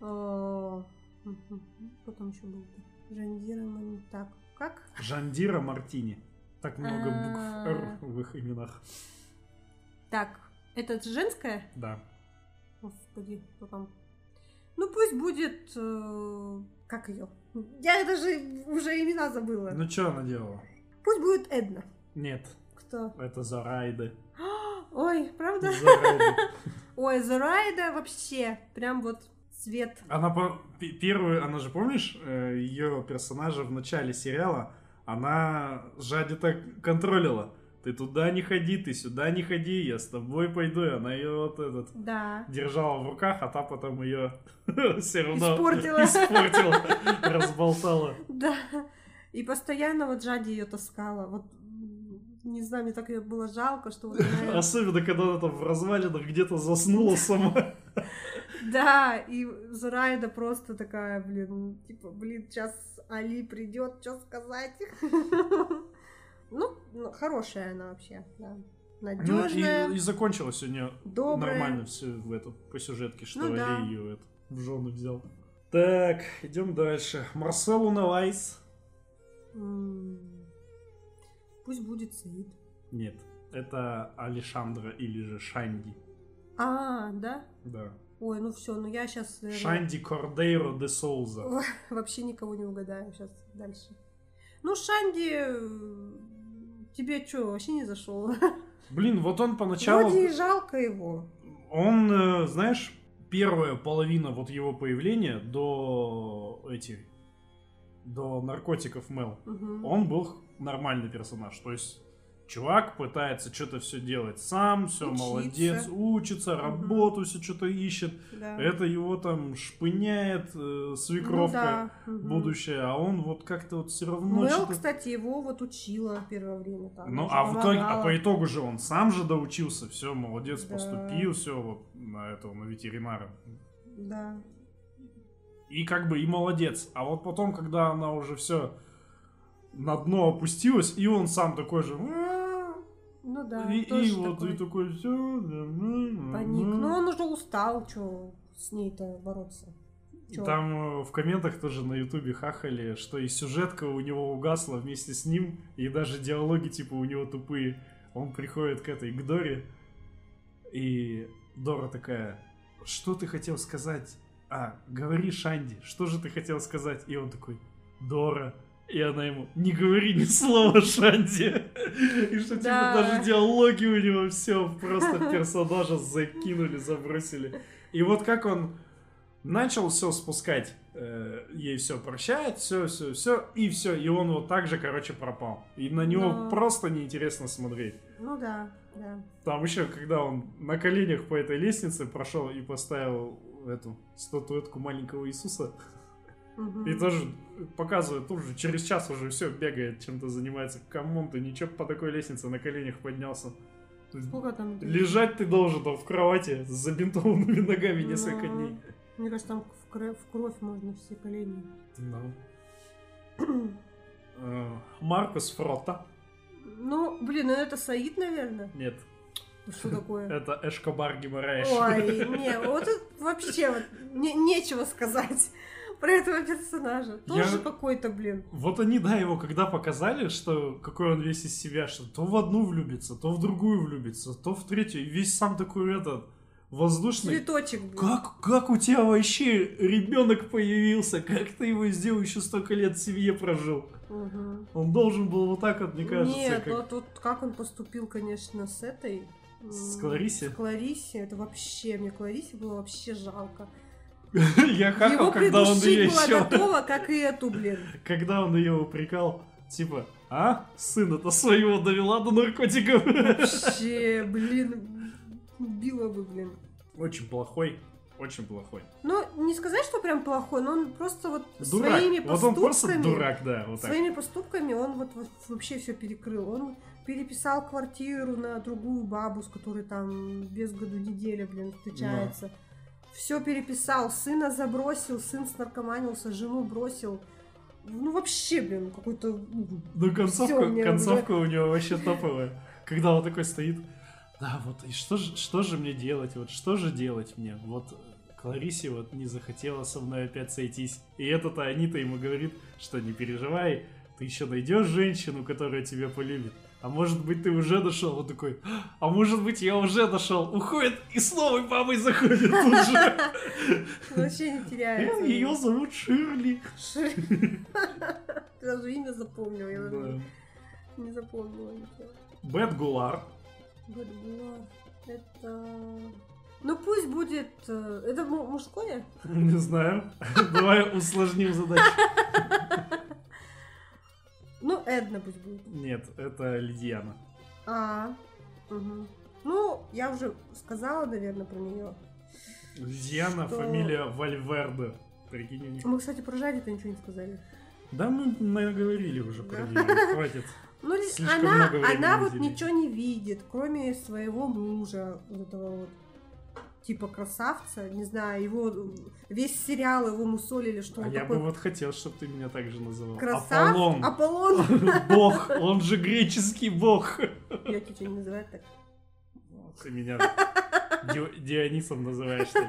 [SPEAKER 3] О, мгм. Потом еще был-то. Жандира, ну, так, как?
[SPEAKER 4] Жандира Мартини. Так много букв
[SPEAKER 3] А.
[SPEAKER 4] «Р» в их именах.
[SPEAKER 3] Так, это женская?
[SPEAKER 4] Да.
[SPEAKER 3] Господи, кто там? Ну, пусть будет... э, как ее? Я даже уже имена забыла.
[SPEAKER 4] Ну что она делала?
[SPEAKER 3] Пусть будет Эдна.
[SPEAKER 4] Нет,
[SPEAKER 3] Кто?
[SPEAKER 4] это Зарайды.
[SPEAKER 3] Ой, правда?
[SPEAKER 4] Зарайды.
[SPEAKER 3] Ой, Зарайда вообще прям вот цвет.
[SPEAKER 4] Она по- пе- первую, она же помнишь ее персонажа в начале сериала, она жади так контролила. Ты туда не ходи, ты сюда не ходи, я с тобой пойду. И она ее вот этот
[SPEAKER 3] Да.
[SPEAKER 4] держала в руках, а та потом ее все равно
[SPEAKER 3] Испортила.
[SPEAKER 4] испортила, разболтала.
[SPEAKER 3] Да. И постоянно вот Жади ее таскала. Вот м, не знаю, мне так ее было жалко, что вот она-
[SPEAKER 4] Особенно, когда она там в развалинах где-то заснула сама.
[SPEAKER 3] Да, и Зурайда просто такая, блин, типа, блин, сейчас Али придет, что сказать. Ну, ну, хорошая она вообще, да.
[SPEAKER 4] Ну, и,
[SPEAKER 3] Надежная,
[SPEAKER 4] и закончилось у нее
[SPEAKER 3] добрая.
[SPEAKER 4] нормально все в эту, по сюжетке, что
[SPEAKER 3] Ну
[SPEAKER 4] Али
[SPEAKER 3] да.
[SPEAKER 4] ее это, в жены взял. Так, идем дальше. Марселу Навайс.
[SPEAKER 3] М, Пусть будет Саид.
[SPEAKER 4] Нет, это Алишандра или же Шанди.
[SPEAKER 3] А, да?
[SPEAKER 4] Да.
[SPEAKER 3] Ой, ну все, ну я сейчас...
[SPEAKER 4] Шанди Кордейро де Соуза.
[SPEAKER 3] Вообще никого не угадаю сейчас дальше. Ну, Шанди, э, тебе что, вообще не зашел?
[SPEAKER 4] Блин, вот он поначалу...
[SPEAKER 3] Вроде и жалко его.
[SPEAKER 4] Он, э, знаешь, первая половина вот его появления до этих... До наркотиков Мел.
[SPEAKER 3] Мгм.
[SPEAKER 4] Он был х- нормальный персонаж. То есть чувак пытается что-то все делать сам, все
[SPEAKER 3] Учиться.
[SPEAKER 4] молодец, учится, работу все что-то ищет.
[SPEAKER 3] Да.
[SPEAKER 4] Это его там шпыняет э,
[SPEAKER 3] Ну
[SPEAKER 4] свекровка
[SPEAKER 3] да, мгм.
[SPEAKER 4] будущее, а он вот как-то вот все равно...
[SPEAKER 3] Мэл,
[SPEAKER 4] что-то-
[SPEAKER 3] кстати, его вот учила первое время. Там,
[SPEAKER 4] Ну,
[SPEAKER 3] даже
[SPEAKER 4] а в итоге, а
[SPEAKER 3] помогала.
[SPEAKER 4] по итогу же он сам же доучился, все, молодец,
[SPEAKER 3] Да.
[SPEAKER 4] поступил, все, вот на этого, на ветеринара.
[SPEAKER 3] Да.
[SPEAKER 4] И как бы и молодец. А вот потом, когда она уже все на дно опустилась, и он сам такой же. «А-а-а».
[SPEAKER 3] Ну да,
[SPEAKER 4] и, и
[SPEAKER 3] тоже
[SPEAKER 4] вот
[SPEAKER 3] такой Ну,
[SPEAKER 4] и такой все.
[SPEAKER 3] Паник. Но он уже устал, что с ней-то бороться. Чё?
[SPEAKER 4] Там э, в комментах тоже на ютубе хахали, что и сюжетка у него угасла вместе с ним, и даже диалоги типа у него тупые. Он приходит к этой, к Доре, и Дора такая, что ты хотел сказать? А, говори, Шанди, что же ты хотел сказать? И он такой, Дора. И она ему, не говори ни слова, Шанди. И что, типа,
[SPEAKER 3] Да.
[SPEAKER 4] даже диалоги у него все просто персонажа закинули, забросили. И вот как он начал все спускать, э, ей все прощает, все, все, все, и все. И он вот так же, короче, пропал. И на него
[SPEAKER 3] Да.
[SPEAKER 4] просто неинтересно смотреть.
[SPEAKER 3] Ну да, да.
[SPEAKER 4] Там еще, когда он на коленях по этой лестнице прошел и поставил эту статуэтку маленького Иисуса,
[SPEAKER 3] Мгм.
[SPEAKER 4] и тоже показывает, тут же через час уже все бегает, чем-то занимается. Камон, ты ничего по такой лестнице на коленях поднялся.
[SPEAKER 3] Сколько там?
[SPEAKER 4] Лежать ты должен там в кровати с забинтованными
[SPEAKER 3] Ну
[SPEAKER 4] ногами
[SPEAKER 3] Да.
[SPEAKER 4] несколько дней.
[SPEAKER 3] Мне кажется, там в кровь, в кровь можно все колени.
[SPEAKER 4] Э, Маркус Фрота.
[SPEAKER 3] Ну, блин, ну это Саид, наверное.
[SPEAKER 4] Нет,
[SPEAKER 3] Ну, Что такое?
[SPEAKER 4] это Эшкобар Гимараеш.
[SPEAKER 3] Ой, не, вот тут вообще вот не- нечего сказать про этого персонажа. Тоже
[SPEAKER 4] Я-
[SPEAKER 3] какой-то, блин.
[SPEAKER 4] Вот они, да, его когда показали, что какой он весь из себя, что то в одну влюбится, то в другую влюбится, то в третью, и весь сам такой этот воздушный.
[SPEAKER 3] Цветочек, блин.
[SPEAKER 4] Как, как у тебя вообще ребенок появился? Как ты его сделал? Еще столько лет в семье прожил.
[SPEAKER 3] Мгм.
[SPEAKER 4] Он должен был вот так вот, мне кажется.
[SPEAKER 3] Нет,
[SPEAKER 4] как-
[SPEAKER 3] ну тут как он поступил, конечно, с этой
[SPEAKER 4] С Кларисе?
[SPEAKER 3] С Кларисе. Это вообще, мне Кларисе было вообще жалко.
[SPEAKER 4] Я
[SPEAKER 3] Его
[SPEAKER 4] хахал, когда он
[SPEAKER 3] придушить
[SPEAKER 4] ее
[SPEAKER 3] было
[SPEAKER 4] еще...
[SPEAKER 3] готово, как и эту, блин.
[SPEAKER 4] Когда он ее упрекал, типа, а, сына-то своего довела до наркотиков.
[SPEAKER 3] Вообще, блин, убила бы, блин.
[SPEAKER 4] Очень плохой, очень плохой.
[SPEAKER 3] Ну, не сказать, что прям плохой, но он просто вот
[SPEAKER 4] Дурак.
[SPEAKER 3] своими
[SPEAKER 4] Вот он просто
[SPEAKER 3] поступками...
[SPEAKER 4] дурак, да, вот так.
[SPEAKER 3] своими поступками он вот, вот вообще все перекрыл. Он переписал квартиру на другую бабу, с которой там без году неделя, блин, встречается. Все переписал, сына забросил, сын снаркоманился, жену бросил. Ну вообще, блин, какой-то... м,
[SPEAKER 4] Ну, концовка,
[SPEAKER 3] Всё, мне
[SPEAKER 4] концовка у него вообще топовая. Когда он такой стоит, да, вот, и что же, что же мне делать, вот, что же делать мне? Вот, э, Кларисе вот не захотела со мной опять сойтись. И это-то Анита ему говорит, что не переживай, ты еще найдешь женщину, которая тебя полюбит. А может быть, ты уже нашел? Он такой, а может быть, я уже нашел. Уходит и с новой бабой заходит тут же.
[SPEAKER 3] Вообще не теряется.
[SPEAKER 4] Ее зовут Ширли.
[SPEAKER 3] Шри- Ты даже имя запомнил, я
[SPEAKER 4] Да.
[SPEAKER 3] даже не запомнила ничего.
[SPEAKER 4] Бэт Гулар.
[SPEAKER 3] Бэдгуар. Это... Ну пусть будет... э, Это му- мужское?
[SPEAKER 4] Не знаю. Давай усложним задачу.
[SPEAKER 3] Ну, Эдна пусть будет.
[SPEAKER 4] Нет, это Лидиана.
[SPEAKER 3] А, мгм. Ну, я уже сказала, наверное, про нее.
[SPEAKER 4] Лидиана,
[SPEAKER 3] Что?
[SPEAKER 4] фамилия Вальверде. Прикинь, у них-
[SPEAKER 3] Мы, кстати, про Жади-то ничего не сказали.
[SPEAKER 4] Да мы, наверное, говорили уже
[SPEAKER 3] Да.
[SPEAKER 4] про нее. Хватит.
[SPEAKER 3] Ну, ли-
[SPEAKER 4] Слишком
[SPEAKER 3] она,
[SPEAKER 4] много времени
[SPEAKER 3] она вот
[SPEAKER 4] уделили.
[SPEAKER 3] ничего не видит, кроме своего мужа, вот этого вот типа красавца, не знаю, его э, весь сериал его мусолили, что
[SPEAKER 4] А
[SPEAKER 3] он
[SPEAKER 4] я бы
[SPEAKER 3] такой
[SPEAKER 4] вот хотел, чтобы ты меня так же называл.
[SPEAKER 3] красавец.
[SPEAKER 4] Аполлон.
[SPEAKER 3] Аполлон.
[SPEAKER 4] Бог, он же греческий бог.
[SPEAKER 3] Я тебя что не называю так.
[SPEAKER 4] Ты меня Ди- Дионисом называешь. ты.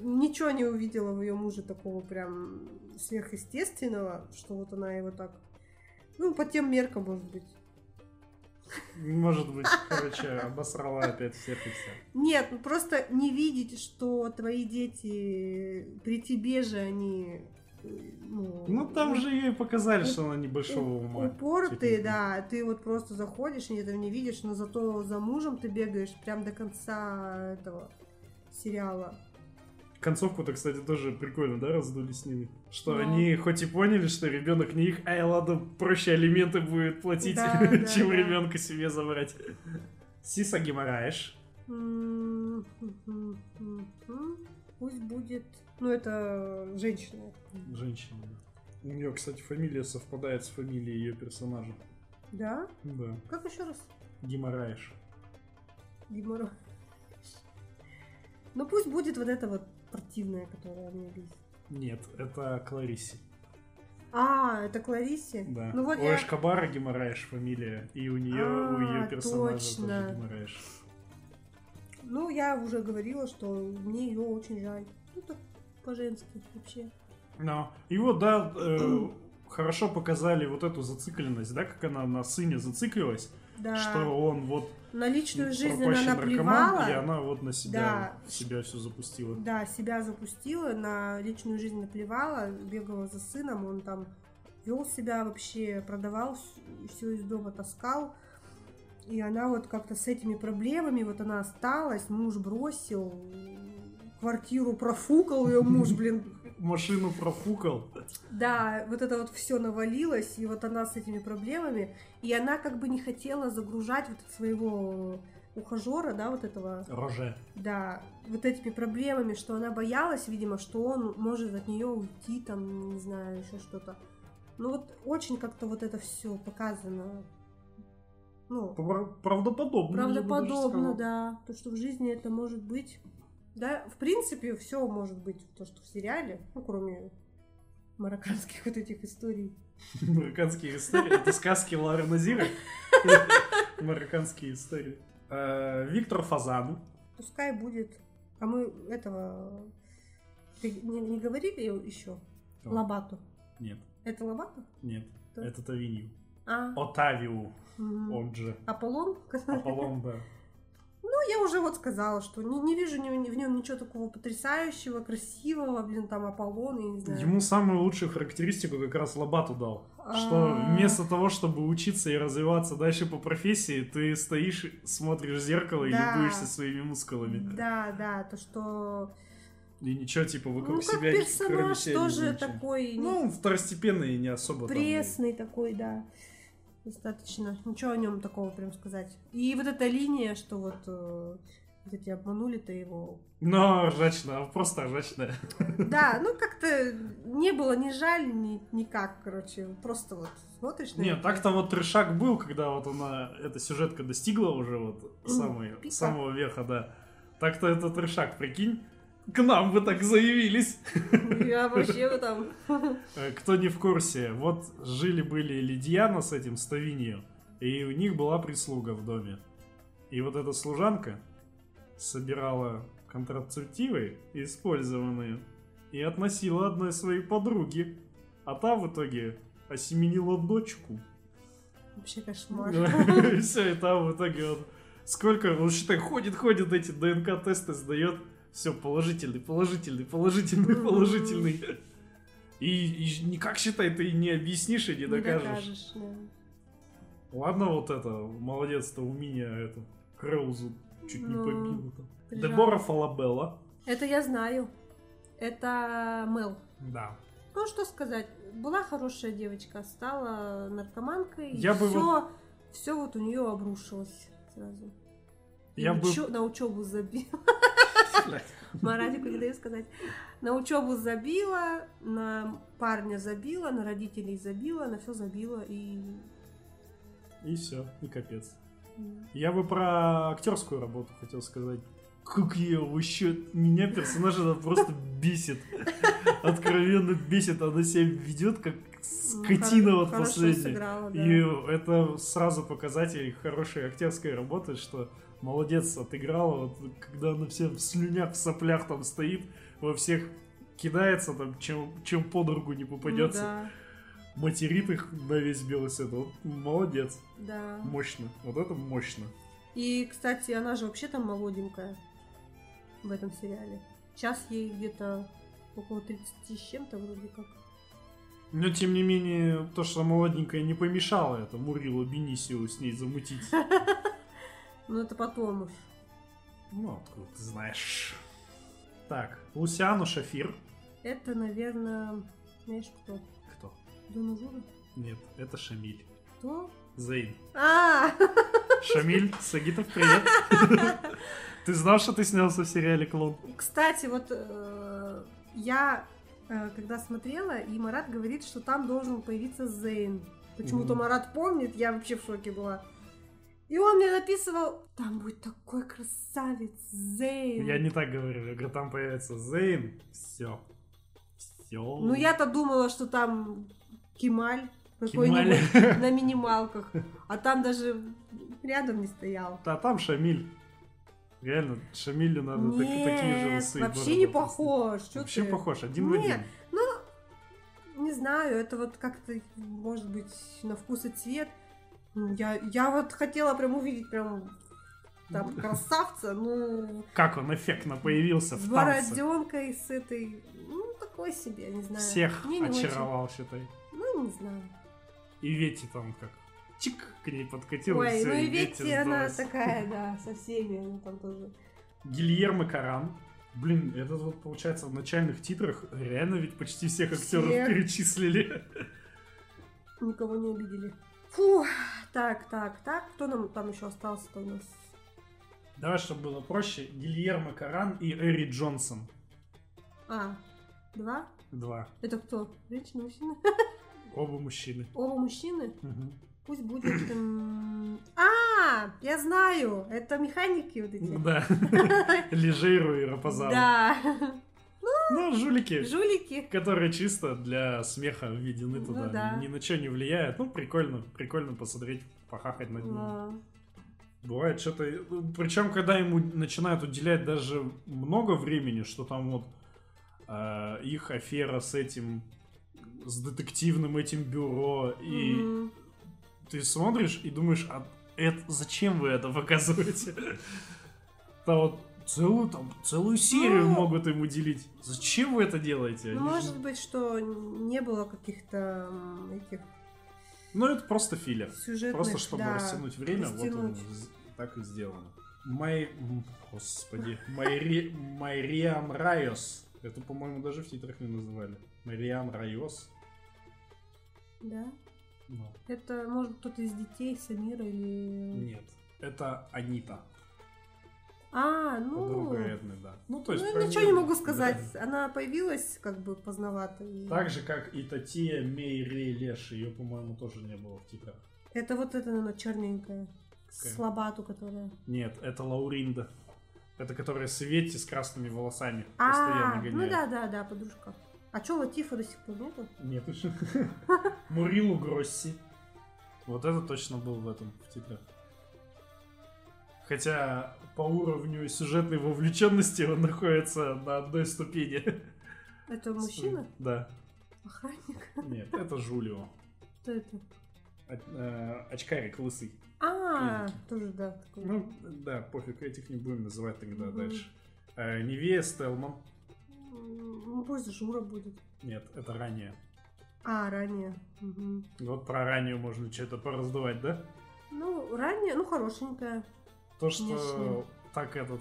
[SPEAKER 3] Ничего не увидела в ее муже такого прям сверхъестественного, что вот она его так, ну, по тем меркам, может быть.
[SPEAKER 4] Может быть, короче, обосрала опять всех и вся.
[SPEAKER 3] Нет, ну просто не видеть, что твои дети при тебе же они. э, Ну,
[SPEAKER 4] Ну, там же ей показали, что она небольшого
[SPEAKER 3] у-
[SPEAKER 4] ума.
[SPEAKER 3] Упортые,
[SPEAKER 4] Типа,
[SPEAKER 3] да. Ты вот просто заходишь и этого не видишь, но зато за мужем ты бегаешь прям до конца этого сериала.
[SPEAKER 4] Концовку-то, кстати, тоже прикольно, да, раздули с ними? Что
[SPEAKER 3] Да.
[SPEAKER 4] они хоть и поняли, что ребенок не их, ай, ладно, проще алименты будет платить,
[SPEAKER 3] Да, да,
[SPEAKER 4] чем
[SPEAKER 3] да.
[SPEAKER 4] ребенка себе забрать. Сиса Гемораеш.
[SPEAKER 3] М, мгм, мгм. Пусть будет. Ну, это женщина.
[SPEAKER 4] Женщина. У нее, кстати, фамилия совпадает с фамилией ее персонажа.
[SPEAKER 3] Да?
[SPEAKER 4] Да.
[SPEAKER 3] Как еще раз?
[SPEAKER 4] Гемораеш.
[SPEAKER 3] Геморрой. Ну пусть будет вот эта вот противная, которая мне бесит.
[SPEAKER 4] Нет, это Клариси.
[SPEAKER 3] А, это Кларисе?
[SPEAKER 4] Да.
[SPEAKER 3] Ну вот
[SPEAKER 4] у
[SPEAKER 3] я...
[SPEAKER 4] Эшкобара Гемораеш фамилия, и у нее, у
[SPEAKER 3] А,
[SPEAKER 4] ее персонажа
[SPEAKER 3] точно.
[SPEAKER 4] тоже Гемораеш.
[SPEAKER 3] Ну, я уже говорила, что мне ее очень жаль. Ну, так по-женски вообще.
[SPEAKER 4] Но. И вот, да, э, хорошо показали вот эту зацикленность, да, как она на сыне зациклилась,
[SPEAKER 3] Да.
[SPEAKER 4] что он вот
[SPEAKER 3] На личную жизнь она
[SPEAKER 4] пропащий наркоман, ну, и
[SPEAKER 3] наплевала.
[SPEAKER 4] она вот на себя,
[SPEAKER 3] Да.
[SPEAKER 4] себя все запустила.
[SPEAKER 3] Да, себя запустила, на личную жизнь наплевала, бегала за сыном, он там вел себя вообще, продавал все из дома, таскал. И она вот как-то с этими проблемами, вот она осталась, муж бросил, квартиру профукал ее муж, блин,
[SPEAKER 4] Машину профукал.
[SPEAKER 3] Да, вот это вот все навалилось, и вот она с этими проблемами, и она как бы не хотела загружать вот своего ухажера, да, вот этого,
[SPEAKER 4] Роже.
[SPEAKER 3] да, вот этими проблемами, что она боялась, видимо, что он может от нее уйти, там, не знаю, еще что-то. Ну вот очень как-то вот это все показано. Ну,
[SPEAKER 4] Пр- Правдоподобно. я бы даже
[SPEAKER 3] правдоподобно,
[SPEAKER 4] сказал.
[SPEAKER 3] да, то, что в жизни это может быть. Да, в принципе, все может быть, то, что в сериале, ну, кроме марокканских вот этих историй.
[SPEAKER 4] Марокканские истории. Это сказки Лары Назира. Марокканские истории. Э, Виктор Фазан.
[SPEAKER 3] Пускай будет. А мы этого ты не, не говорили еще?
[SPEAKER 4] Кого?
[SPEAKER 3] Лобату.
[SPEAKER 4] Нет,
[SPEAKER 3] Это Лобату?
[SPEAKER 4] нет.
[SPEAKER 3] Кто?
[SPEAKER 4] Это Тавинью.
[SPEAKER 3] А.
[SPEAKER 4] Отавиу.
[SPEAKER 3] мгм.
[SPEAKER 4] Он же.
[SPEAKER 3] Аполлон?
[SPEAKER 4] Аполлон, да.
[SPEAKER 3] Ну, я уже вот сказала, что не, не вижу ни- ни- в нем ничего такого потрясающего, красивого, блин, там Аполлон, я не знаю.
[SPEAKER 4] Ему самую лучшую характеристику как раз Лобату дал. Что
[SPEAKER 3] А.
[SPEAKER 4] вместо того, чтобы учиться и развиваться дальше по профессии, ты стоишь, смотришь в зеркало и
[SPEAKER 3] Да.
[SPEAKER 4] любуешься своими мускулами.
[SPEAKER 3] Да, да, то, что...
[SPEAKER 4] И ничего, типа, вокруг
[SPEAKER 3] ну, как
[SPEAKER 4] себя, кроме
[SPEAKER 3] персонаж
[SPEAKER 4] себя не
[SPEAKER 3] тоже
[SPEAKER 4] замечаешь.
[SPEAKER 3] такой ну,
[SPEAKER 4] Ну, второстепенный и не особо там и-
[SPEAKER 3] пресный такой, да. Достаточно. Ничего о нем такого прям сказать. И вот эта линия, что вот... э, вот эти обманули-то его.
[SPEAKER 4] Но ржачно, просто ржачно.
[SPEAKER 3] Да, ну как-то не было ни жаль, ни, никак, короче. Просто вот смотришь на
[SPEAKER 4] Нет,
[SPEAKER 3] это.
[SPEAKER 4] так-то вот трешак был, когда вот она, эта сюжетка достигла уже вот самой,
[SPEAKER 3] Пика.
[SPEAKER 4] самого верха, да. Так-то этот трешак, прикинь, к нам бы так заявились.
[SPEAKER 3] Я вообще вот там...
[SPEAKER 4] Э, Кто не в курсе, вот жили-были Лидьяна с этим Ставинью, и у них была прислуга в доме. И вот эта служанка собирала контрацептивы, использованные, и относила одной своей подруге. А та в итоге осеменила дочку.
[SPEAKER 3] Вообще
[SPEAKER 4] Ну,
[SPEAKER 3] кошмар.
[SPEAKER 4] Все, и там в итоге он... Сколько, он считай, ходит, ходит, эти ДНК-тесты сдает. Все, положительный, положительный, положительный,
[SPEAKER 3] Мгм.
[SPEAKER 4] положительный. И, и никак, считай, ты и не объяснишь и не
[SPEAKER 3] Не
[SPEAKER 4] докажешь.
[SPEAKER 3] докажешь, да.
[SPEAKER 4] Ладно, вот это, молодец-то у меня, это, Кроузу чуть не
[SPEAKER 3] Ну,
[SPEAKER 4] побила там.
[SPEAKER 3] прижала.
[SPEAKER 4] Дебора Фалабелла.
[SPEAKER 3] Это я знаю. Это Мел.
[SPEAKER 4] Да.
[SPEAKER 3] Ну что сказать, была хорошая девочка, стала наркоманкой,
[SPEAKER 4] Я
[SPEAKER 3] и
[SPEAKER 4] бы
[SPEAKER 3] все, вот... все вот у нее обрушилось сразу. И
[SPEAKER 4] Я бы...
[SPEAKER 3] учё- На учебу забила. Маратику не даю сказать. На учебу забила, на парня забила, на родителей забила, на все забила и.
[SPEAKER 4] И все, и капец. Я бы про актерскую работу хотел сказать. Как я вообще... Меня персонаж это просто бесит. Откровенно бесит. Она себя ведет как скотина вот
[SPEAKER 3] Хорошо
[SPEAKER 4] последняя.
[SPEAKER 3] Ну, сыграла, да.
[SPEAKER 4] И это сразу показатель хорошей актерской работы, что молодец, отыграла. Вот, когда она вся в слюнях, в соплях там стоит, во всех кидается, там, чем, чем под руку не
[SPEAKER 3] Ну
[SPEAKER 4] попадется. Материт их на весь белый свет. Вот молодец.
[SPEAKER 3] Ну да, да.
[SPEAKER 4] Мощно. Вот это мощно.
[SPEAKER 3] И, кстати, она же вообще там молоденькая в этом сериале. Сейчас ей где-то около 30 с чем-то вроде как.
[SPEAKER 4] Но, тем не менее, то, что молоденькая не помешало это Мурилу Бенисио с ней замутить.
[SPEAKER 3] Ну это потом уж.
[SPEAKER 4] Ну, откуда ты знаешь. Так, Лусиану Шафир.
[SPEAKER 3] Это, наверное, знаешь кто?
[SPEAKER 4] Кто?
[SPEAKER 3] Дона Жура?
[SPEAKER 4] Нет, это Шамиль.
[SPEAKER 3] Кто?
[SPEAKER 4] Зейн.
[SPEAKER 3] А!
[SPEAKER 4] Шамиль, Сагитов, привет. Ты знал, что ты снялся в сериале «Клон»?
[SPEAKER 3] Кстати, вот э, я э, когда смотрела, и Марат говорит, что там должен появиться Зейн. Почему-то
[SPEAKER 4] Мгм.
[SPEAKER 3] Марат помнит, я вообще в шоке была. И он мне написывал, там будет такой красавец, Зейн.
[SPEAKER 4] Я не так говорю. Я говорю, там появится Зейн. Все. Все.
[SPEAKER 3] Ну, я-то думала, что там Кемаль
[SPEAKER 4] Кемаль.
[SPEAKER 3] какой-нибудь на минималках. А там даже рядом не стоял.
[SPEAKER 4] А там Шамиль. Реально, Шамилю надо так- такие же
[SPEAKER 3] Нет,
[SPEAKER 4] усы.
[SPEAKER 3] вообще
[SPEAKER 4] и бороду
[SPEAKER 3] не
[SPEAKER 4] поставить.
[SPEAKER 3] похож. чё
[SPEAKER 4] Вообще
[SPEAKER 3] ты.
[SPEAKER 4] похож, один в
[SPEAKER 3] Нет,
[SPEAKER 4] один.
[SPEAKER 3] Не знаю, это вот как-то, может быть, на вкус и цвет. Ну, Я, я вот хотела прям увидеть прям там красавца, ну,
[SPEAKER 4] Как он эффектно появился
[SPEAKER 3] с
[SPEAKER 4] в танце.
[SPEAKER 3] бороденкой, с этой, ну, такой себе, не знаю.
[SPEAKER 4] Всех
[SPEAKER 3] Мне не очень.
[SPEAKER 4] очаровал, считай.
[SPEAKER 3] Ну, не знаю.
[SPEAKER 4] И Ветти там как чик к ней подкатил.
[SPEAKER 3] Ой,
[SPEAKER 4] и все,
[SPEAKER 3] ну и
[SPEAKER 4] Ветти
[SPEAKER 3] Ветти, она
[SPEAKER 4] сдалась.
[SPEAKER 3] такая, да, со всеми, она там тоже.
[SPEAKER 4] Гильермо Каран. Блин, этот вот получается в начальных титрах реально ведь почти всех актеров
[SPEAKER 3] Всех.
[SPEAKER 4] перечислили.
[SPEAKER 3] Никого не обидели. Фу, так, так, так, кто нам там еще остался-то у нас?
[SPEAKER 4] Давай, чтобы было проще. Гильермо Каран и Эри Джонсон.
[SPEAKER 3] А, два?
[SPEAKER 4] Два.
[SPEAKER 3] Это кто? Женщина, мужчина?
[SPEAKER 4] Оба мужчины.
[SPEAKER 3] Оба мужчины?
[SPEAKER 4] Мгм.
[SPEAKER 3] Пусть будет... эм, А, я знаю, это механики вот эти.
[SPEAKER 4] Да. Лежейру и Рапозаву.
[SPEAKER 3] Да,
[SPEAKER 4] Ну, жулики.
[SPEAKER 3] жулики.
[SPEAKER 4] которые чисто для смеха введены
[SPEAKER 3] Ну
[SPEAKER 4] туда,
[SPEAKER 3] да.
[SPEAKER 4] ни на что не влияет. Ну, прикольно, прикольно посмотреть, похахать над ним.
[SPEAKER 3] Да.
[SPEAKER 4] Бывает что-то... Причем, когда ему начинают уделять даже много времени, что там вот э, их афера с этим, с детективным этим бюро, и
[SPEAKER 3] Мгм.
[SPEAKER 4] ты смотришь и думаешь, а это, зачем вы это показываете? Там вот целую, там, целую серию
[SPEAKER 3] Ну.
[SPEAKER 4] могут им уделить. Зачем вы это делаете?
[SPEAKER 3] Ну,
[SPEAKER 4] Они же-
[SPEAKER 3] может быть, что не было каких-то м, этих
[SPEAKER 4] Ну, это просто филлер.
[SPEAKER 3] сюжетных...
[SPEAKER 4] Просто чтобы
[SPEAKER 3] да,
[SPEAKER 4] растянуть время, вот он
[SPEAKER 3] растянуть.
[SPEAKER 4] з- так и сделано. Май... м, Господи. Майри... Майриам Райос. Это, по-моему, даже в титрах не называли. Майриам Райос.
[SPEAKER 3] Да.
[SPEAKER 4] Ну,
[SPEAKER 3] Это, может, кто-то из детей Самира или...
[SPEAKER 4] Нет. Это Анита.
[SPEAKER 3] А, ну...
[SPEAKER 4] Подруга Эдны, да. Ну, то есть...
[SPEAKER 3] Ну,
[SPEAKER 4] правильно.
[SPEAKER 3] ничего не могу
[SPEAKER 4] Да.
[SPEAKER 3] сказать. Она появилась как бы поздновато. и-
[SPEAKER 4] Так же, как и Татья Мейри Леш. Ее, по-моему, тоже не было в титрах.
[SPEAKER 3] Это вот эта, наверное, черненькая. Слабату, которая.
[SPEAKER 4] Нет, это Лауринда. Это которая Свети с красными волосами
[SPEAKER 3] А,
[SPEAKER 4] постоянно
[SPEAKER 3] ну
[SPEAKER 4] гоняет.
[SPEAKER 3] да, да, да, подружка. А чё, Латифа до сих пор нету?
[SPEAKER 4] Нет уж. Мурилу Гросси. Вот это точно был в этом, в титрах. Хотя по уровню сюжетной вовлеченности он находится на одной ступени.
[SPEAKER 3] Это мужчина?
[SPEAKER 4] Да.
[SPEAKER 3] Охранник?
[SPEAKER 4] Нет, это Жулио.
[SPEAKER 3] Кто это?
[SPEAKER 4] О- э, Очкарик лысый.
[SPEAKER 3] А,
[SPEAKER 4] Клиники.
[SPEAKER 3] тоже, да. такой.
[SPEAKER 4] Ну, да, пофиг, этих не будем называть тогда
[SPEAKER 3] Мгм.
[SPEAKER 4] дальше. Э, Невея Стелман.
[SPEAKER 3] М, Ну, пусть Жура будет.
[SPEAKER 4] Нет, это ранее.
[SPEAKER 3] А, ранее. Мгм.
[SPEAKER 4] Вот про раннюю можно что-то пораздувать, да?
[SPEAKER 3] Ну, ранее, ну, хорошенькая.
[SPEAKER 4] То, что
[SPEAKER 3] Конечно.
[SPEAKER 4] так этот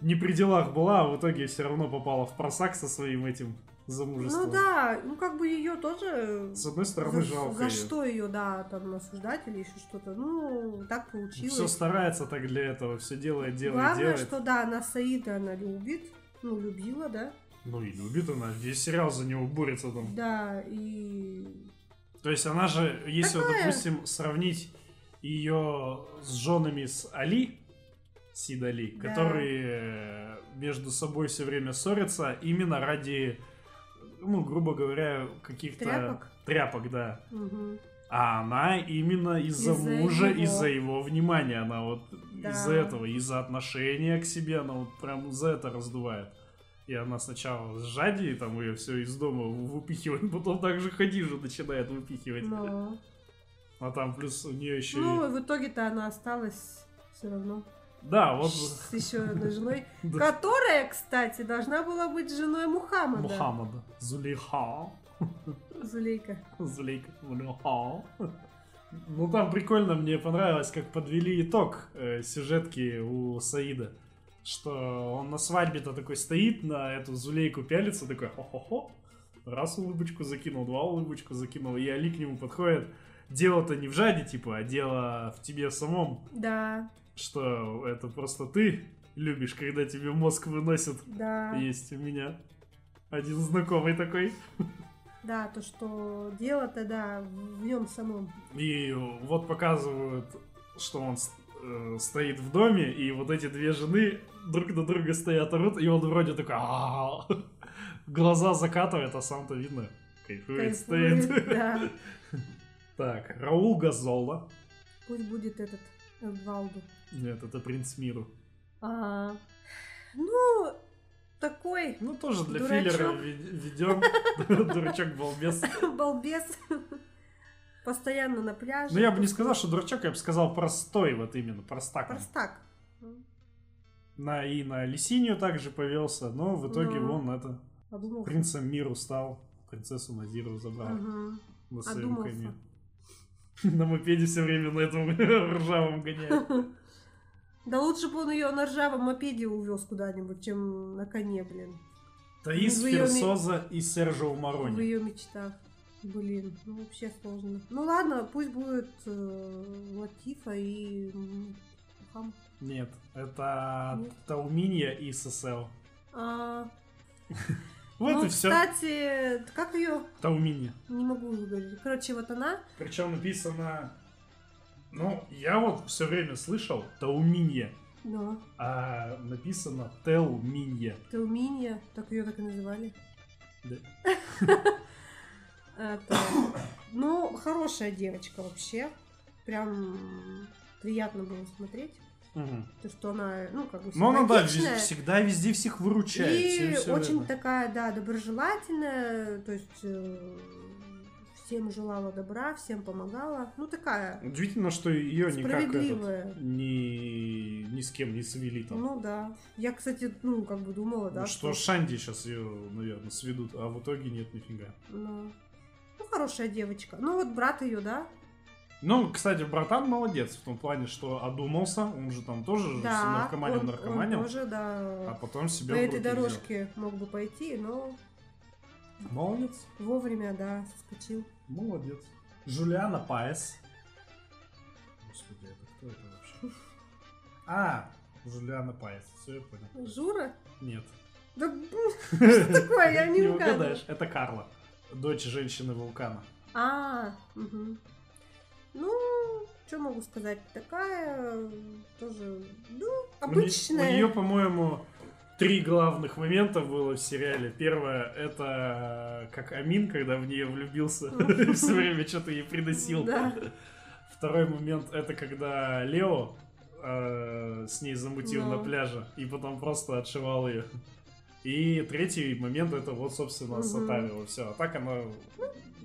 [SPEAKER 4] не при делах была, а в итоге все равно попала в просак со своим этим замужеством.
[SPEAKER 3] Ну да, ну как бы ее тоже.
[SPEAKER 4] С одной стороны,
[SPEAKER 3] за,
[SPEAKER 4] жалко.
[SPEAKER 3] за что ее, да, там осуждать или еще что-то. Ну, так получилось.
[SPEAKER 4] Все старается так для этого, все делает, делает,
[SPEAKER 3] Главное,
[SPEAKER 4] делает.
[SPEAKER 3] что да, она Саида, она любит. Ну, любила, да.
[SPEAKER 4] Ну и любит она, весь сериал за него борется там.
[SPEAKER 3] Да, и...
[SPEAKER 4] То есть она же, если, вот,
[SPEAKER 3] Такая.
[SPEAKER 4] допустим, сравнить ее с женами с Али, Сид Али,
[SPEAKER 3] Да.
[SPEAKER 4] которые э, между собой все время ссорятся именно ради, ну, грубо говоря, каких-то
[SPEAKER 3] Тряпок?
[SPEAKER 4] тряпок, да.
[SPEAKER 3] Мгм.
[SPEAKER 4] А она именно из-за,
[SPEAKER 3] Из-за
[SPEAKER 4] мужа,
[SPEAKER 3] его.
[SPEAKER 4] из-за его внимания, она вот
[SPEAKER 3] Да.
[SPEAKER 4] из-за этого, из-за отношения к себе, она вот прям за это раздувает. И она сначала жади, там ее все из дома выпихивает, потом так же ходи же начинает выпихивать.
[SPEAKER 3] Но...
[SPEAKER 4] А там плюс у нее еще
[SPEAKER 3] Ну, и в итоге-то она осталась все равно
[SPEAKER 4] Да, А вот
[SPEAKER 3] с еще одной женой,
[SPEAKER 4] да,
[SPEAKER 3] которая, кстати, должна была быть женой Мухаммада.
[SPEAKER 4] Мухаммада. Зулейха.
[SPEAKER 3] Зулейка.
[SPEAKER 4] Зулейка. Зулейха. Ну там прикольно, мне понравилось, как подвели итог э, сюжетки у Саида. Что он на свадьбе-то такой стоит, на эту Зулейку пялится, такой хо-хо-хо. Раз улыбочку закинул, два улыбочку закинул, и Али к нему подходит. Дело-то не в жаде, типа, а дело в тебе самом.
[SPEAKER 3] Да,
[SPEAKER 4] Что это просто ты любишь, когда тебе мозг выносит
[SPEAKER 3] да,
[SPEAKER 4] Есть у меня один знакомый такой.
[SPEAKER 3] да, то, что дело-то, да, в нем самом.
[SPEAKER 4] И вот показывают, что он с- э, стоит в доме, и вот эти две жены друг на друга стоят орут, и он вроде такой «А-а-а». глаза закатывает, а сам-то видно. Кайфует,
[SPEAKER 3] Кайфует,
[SPEAKER 4] стоит.
[SPEAKER 3] Да,
[SPEAKER 4] Так, Раул Газола.
[SPEAKER 3] пусть будет этот Эдвалду.
[SPEAKER 4] Нет, это принц миру.
[SPEAKER 3] А, ну, такой
[SPEAKER 4] Ну, тоже для
[SPEAKER 3] Дурачок.
[SPEAKER 4] филлера ведем. Дурачок балбес.
[SPEAKER 3] балбес. Постоянно на пляже.
[SPEAKER 4] Но Ну, я бы не сказал, что дурачок, я бы сказал простой, вот именно, простак. он.
[SPEAKER 3] Простак.
[SPEAKER 4] на, и на Лисинию также повелся, но в итоге
[SPEAKER 3] Ну.
[SPEAKER 4] он это
[SPEAKER 3] Обломов.
[SPEAKER 4] принцем миру стал, принцессу Назиру забрал
[SPEAKER 3] Мгм.
[SPEAKER 4] на своем
[SPEAKER 3] Одумался.
[SPEAKER 4] коне. На мопеде все время на этом ржавом гоняет.
[SPEAKER 3] Да лучше бы он ее на ржавом мопеде увез куда-нибудь, чем на коне, блин.
[SPEAKER 4] Таис
[SPEAKER 3] Ну, в её ми-
[SPEAKER 4] Ферсоза и Сержио
[SPEAKER 3] В
[SPEAKER 4] Марони.
[SPEAKER 3] ее мечтах. Блин, ну вообще сложно. Ну ладно, пусть будет э, Латифа и м, Мухаммад.
[SPEAKER 4] Нет, это
[SPEAKER 3] Нет.
[SPEAKER 4] Тауминья и ССЛ.
[SPEAKER 3] А,
[SPEAKER 4] Вот
[SPEAKER 3] ну,
[SPEAKER 4] и все.
[SPEAKER 3] Кстати, как ее?
[SPEAKER 4] Тауминья.
[SPEAKER 3] Не могу выговорить. Короче, вот она.
[SPEAKER 4] Причем написано... Ну, я вот все время слышал Тауминья,
[SPEAKER 3] Да.
[SPEAKER 4] а написано Телминья.
[SPEAKER 3] Телминия, так ее так и называли.
[SPEAKER 4] Да.
[SPEAKER 3] Это, ну, хорошая девочка вообще. Прям приятно было смотреть.
[SPEAKER 4] Мгм.
[SPEAKER 3] То, что она, ну, как бы
[SPEAKER 4] Ну, она, да,
[SPEAKER 3] симпатичная.
[SPEAKER 4] вез- всегда везде всех выручает.
[SPEAKER 3] И
[SPEAKER 4] всё- всё
[SPEAKER 3] очень
[SPEAKER 4] время.
[SPEAKER 3] такая, да, доброжелательная, то есть э, всем желала добра, всем помогала. Ну, такая
[SPEAKER 4] Удивительно, что ее Ну, никак этот,
[SPEAKER 3] справедливая.
[SPEAKER 4] ни, ни с кем не свели там.
[SPEAKER 3] Ну да. Я, кстати, ну, как бы думала, да.
[SPEAKER 4] Ну, что Шанди сейчас ее, наверное, сведут, а в итоге нет нифига.
[SPEAKER 3] Ну, ну, хорошая девочка. Ну, вот брат ее, да?
[SPEAKER 4] Ну, кстати, братан молодец в том плане, что одумался, он же там тоже
[SPEAKER 3] да.
[SPEAKER 4] наркоманин
[SPEAKER 3] он-
[SPEAKER 4] наркоманил,
[SPEAKER 3] он тоже, да.
[SPEAKER 4] а потом себя
[SPEAKER 3] По
[SPEAKER 4] в
[SPEAKER 3] этой
[SPEAKER 4] руки взял.
[SPEAKER 3] дорожке мог бы пойти, но
[SPEAKER 4] Молодец,
[SPEAKER 3] вовремя, да, соскочил.
[SPEAKER 4] молодец. Жулиана Паес. Господи, это кто это вообще? А, Жулиана Паес, все, я понял. кто это.
[SPEAKER 3] Жура?
[SPEAKER 4] Нет.
[SPEAKER 3] Да бу- что такое? Я не
[SPEAKER 4] Не
[SPEAKER 3] угадываю.
[SPEAKER 4] угадаешь, это Карла, дочь женщины-вулкана.
[SPEAKER 3] А, мгм. ну, что могу сказать? Такая э, тоже, ну, обычная.
[SPEAKER 4] У нее, по-моему, три главных момента было в сериале. Первое это как Амин, когда в нее влюбился, все время что-то ей приносил.
[SPEAKER 3] Да.
[SPEAKER 4] Второй момент это когда Лео э, с ней замутил
[SPEAKER 3] Ну.
[SPEAKER 4] на пляже и потом просто отшивал ее. И третий момент это вот, собственно,
[SPEAKER 3] Мгм. Ну,
[SPEAKER 4] сатарила. Все, а так она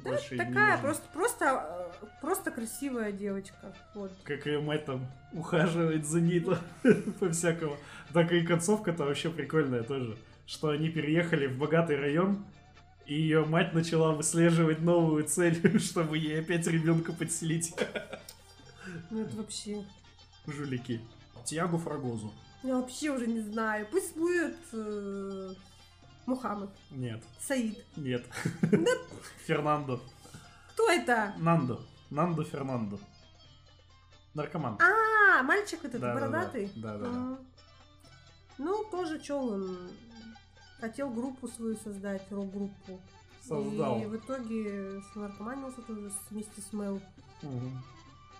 [SPEAKER 3] Да,
[SPEAKER 4] больше ей не
[SPEAKER 3] такая
[SPEAKER 4] нужна.
[SPEAKER 3] просто, просто, э, просто красивая девочка. Вот.
[SPEAKER 4] как ее мать там ухаживает за ней там, по-всякому. Так и концовка-то вообще прикольная тоже. Что они переехали в богатый район, и ее мать начала выслеживать новую цель, чтобы ей опять ребенка подселить.
[SPEAKER 3] Ну, это вообще...
[SPEAKER 4] Жулики. Тиагу Фрагозу.
[SPEAKER 3] Я вообще уже не знаю. Пусть будет э, Мухаммед,
[SPEAKER 4] Нет,
[SPEAKER 3] Саид.
[SPEAKER 4] нет.
[SPEAKER 3] Да.
[SPEAKER 4] Фернандо.
[SPEAKER 3] Кто это?
[SPEAKER 4] Нандо. Нандо Фернандо. Наркоман.
[SPEAKER 3] А, мальчик этот
[SPEAKER 4] Да-да-да.
[SPEAKER 3] бородатый?
[SPEAKER 4] Да-да-да.
[SPEAKER 3] А. Ну, тоже чё он хотел группу свою создать, рок-группу.
[SPEAKER 4] Создал.
[SPEAKER 3] И в итоге наркоманился тоже с- вместе с Мэл.
[SPEAKER 4] Мгм.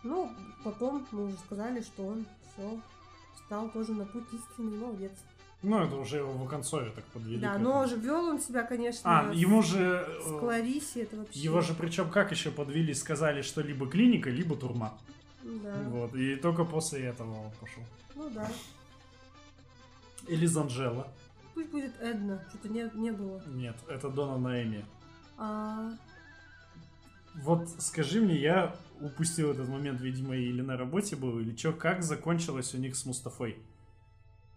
[SPEAKER 3] Ну, потом мы уже сказали, что он все стал тоже на путь истинный, молодец.
[SPEAKER 4] Ну, это уже его в оконцове так подвели. к
[SPEAKER 3] да,
[SPEAKER 4] этому.
[SPEAKER 3] но вел он себя, конечно,
[SPEAKER 4] А,
[SPEAKER 3] с-
[SPEAKER 4] ему же...
[SPEAKER 3] с
[SPEAKER 4] э,
[SPEAKER 3] Клариси, это вообще...
[SPEAKER 4] Его же причем как еще подвели, сказали, что либо клиника, либо турма.
[SPEAKER 3] Да,
[SPEAKER 4] Вот. И только после этого он пошел.
[SPEAKER 3] ну да.
[SPEAKER 4] Или Занжела.
[SPEAKER 3] Пусть будет Эдна, что-то не, не было.
[SPEAKER 4] Нет, это Дона Наэми.
[SPEAKER 3] А,
[SPEAKER 4] Вот скажи мне, я упустил этот момент, видимо, или на работе был, или что, как закончилось у них с Мустафой?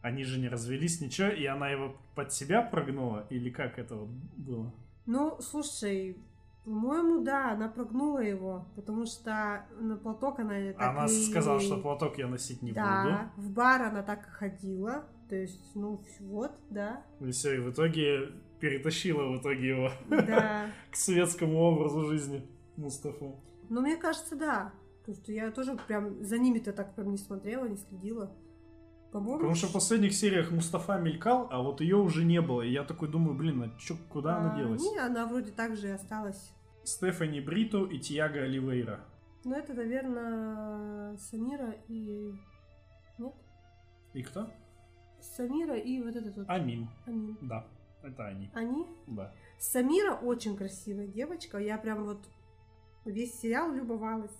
[SPEAKER 4] Они же не развелись, ничего, и она его под себя прогнула, или как это вот было?
[SPEAKER 3] Ну, слушай, по-моему, да, она прогнула его, потому что на платок она так
[SPEAKER 4] она
[SPEAKER 3] и-
[SPEAKER 4] сказала, что платок я носить не
[SPEAKER 3] Да, в бар она так и ходила, то есть, ну, ф- вот, да,
[SPEAKER 4] буду. И все, и в итоге перетащила в итоге его
[SPEAKER 3] да.
[SPEAKER 4] к светскому образу жизни Мустафу.
[SPEAKER 3] Но мне кажется, да, потому что я тоже прям за ними-то так прям не смотрела, не следила. По-моему,
[SPEAKER 4] Потому что в последних сериях Мустафа мелькал, а вот ее уже не было. И я такой думаю, блин, а чё, куда она
[SPEAKER 3] а,
[SPEAKER 4] делась?
[SPEAKER 3] Не, она вроде так же и осталась.
[SPEAKER 4] Стефани Бриту и Тиаго Оливейра.
[SPEAKER 3] Но это, наверное, Самира и... Нет?
[SPEAKER 4] И кто?
[SPEAKER 3] Самира и вот этот вот...
[SPEAKER 4] Амин.
[SPEAKER 3] Они.
[SPEAKER 4] Да, это они.
[SPEAKER 3] Они?
[SPEAKER 4] Да.
[SPEAKER 3] Самира очень красивая девочка. Я прям вот весь сериал любовалась.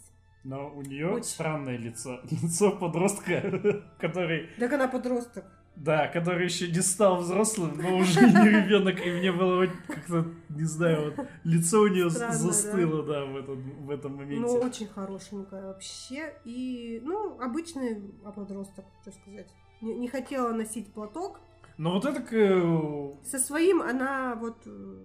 [SPEAKER 4] Но у нее
[SPEAKER 3] Очень.
[SPEAKER 4] странное лицо. Лицо подростка, который,
[SPEAKER 3] Так она подросток.
[SPEAKER 4] да, который еще не стал взрослым, но уже не ребенок. И мне было вот как-то, не знаю, вот лицо у нее
[SPEAKER 3] Странно, да?
[SPEAKER 4] застыло, да, в этом, в этом
[SPEAKER 3] Ну,
[SPEAKER 4] моменте.
[SPEAKER 3] очень хорошенькая вообще. И, ну, обычный а подросток, что сказать. Не, не хотела носить платок.
[SPEAKER 4] Но вот это к- э,
[SPEAKER 3] Со своим она вот, э,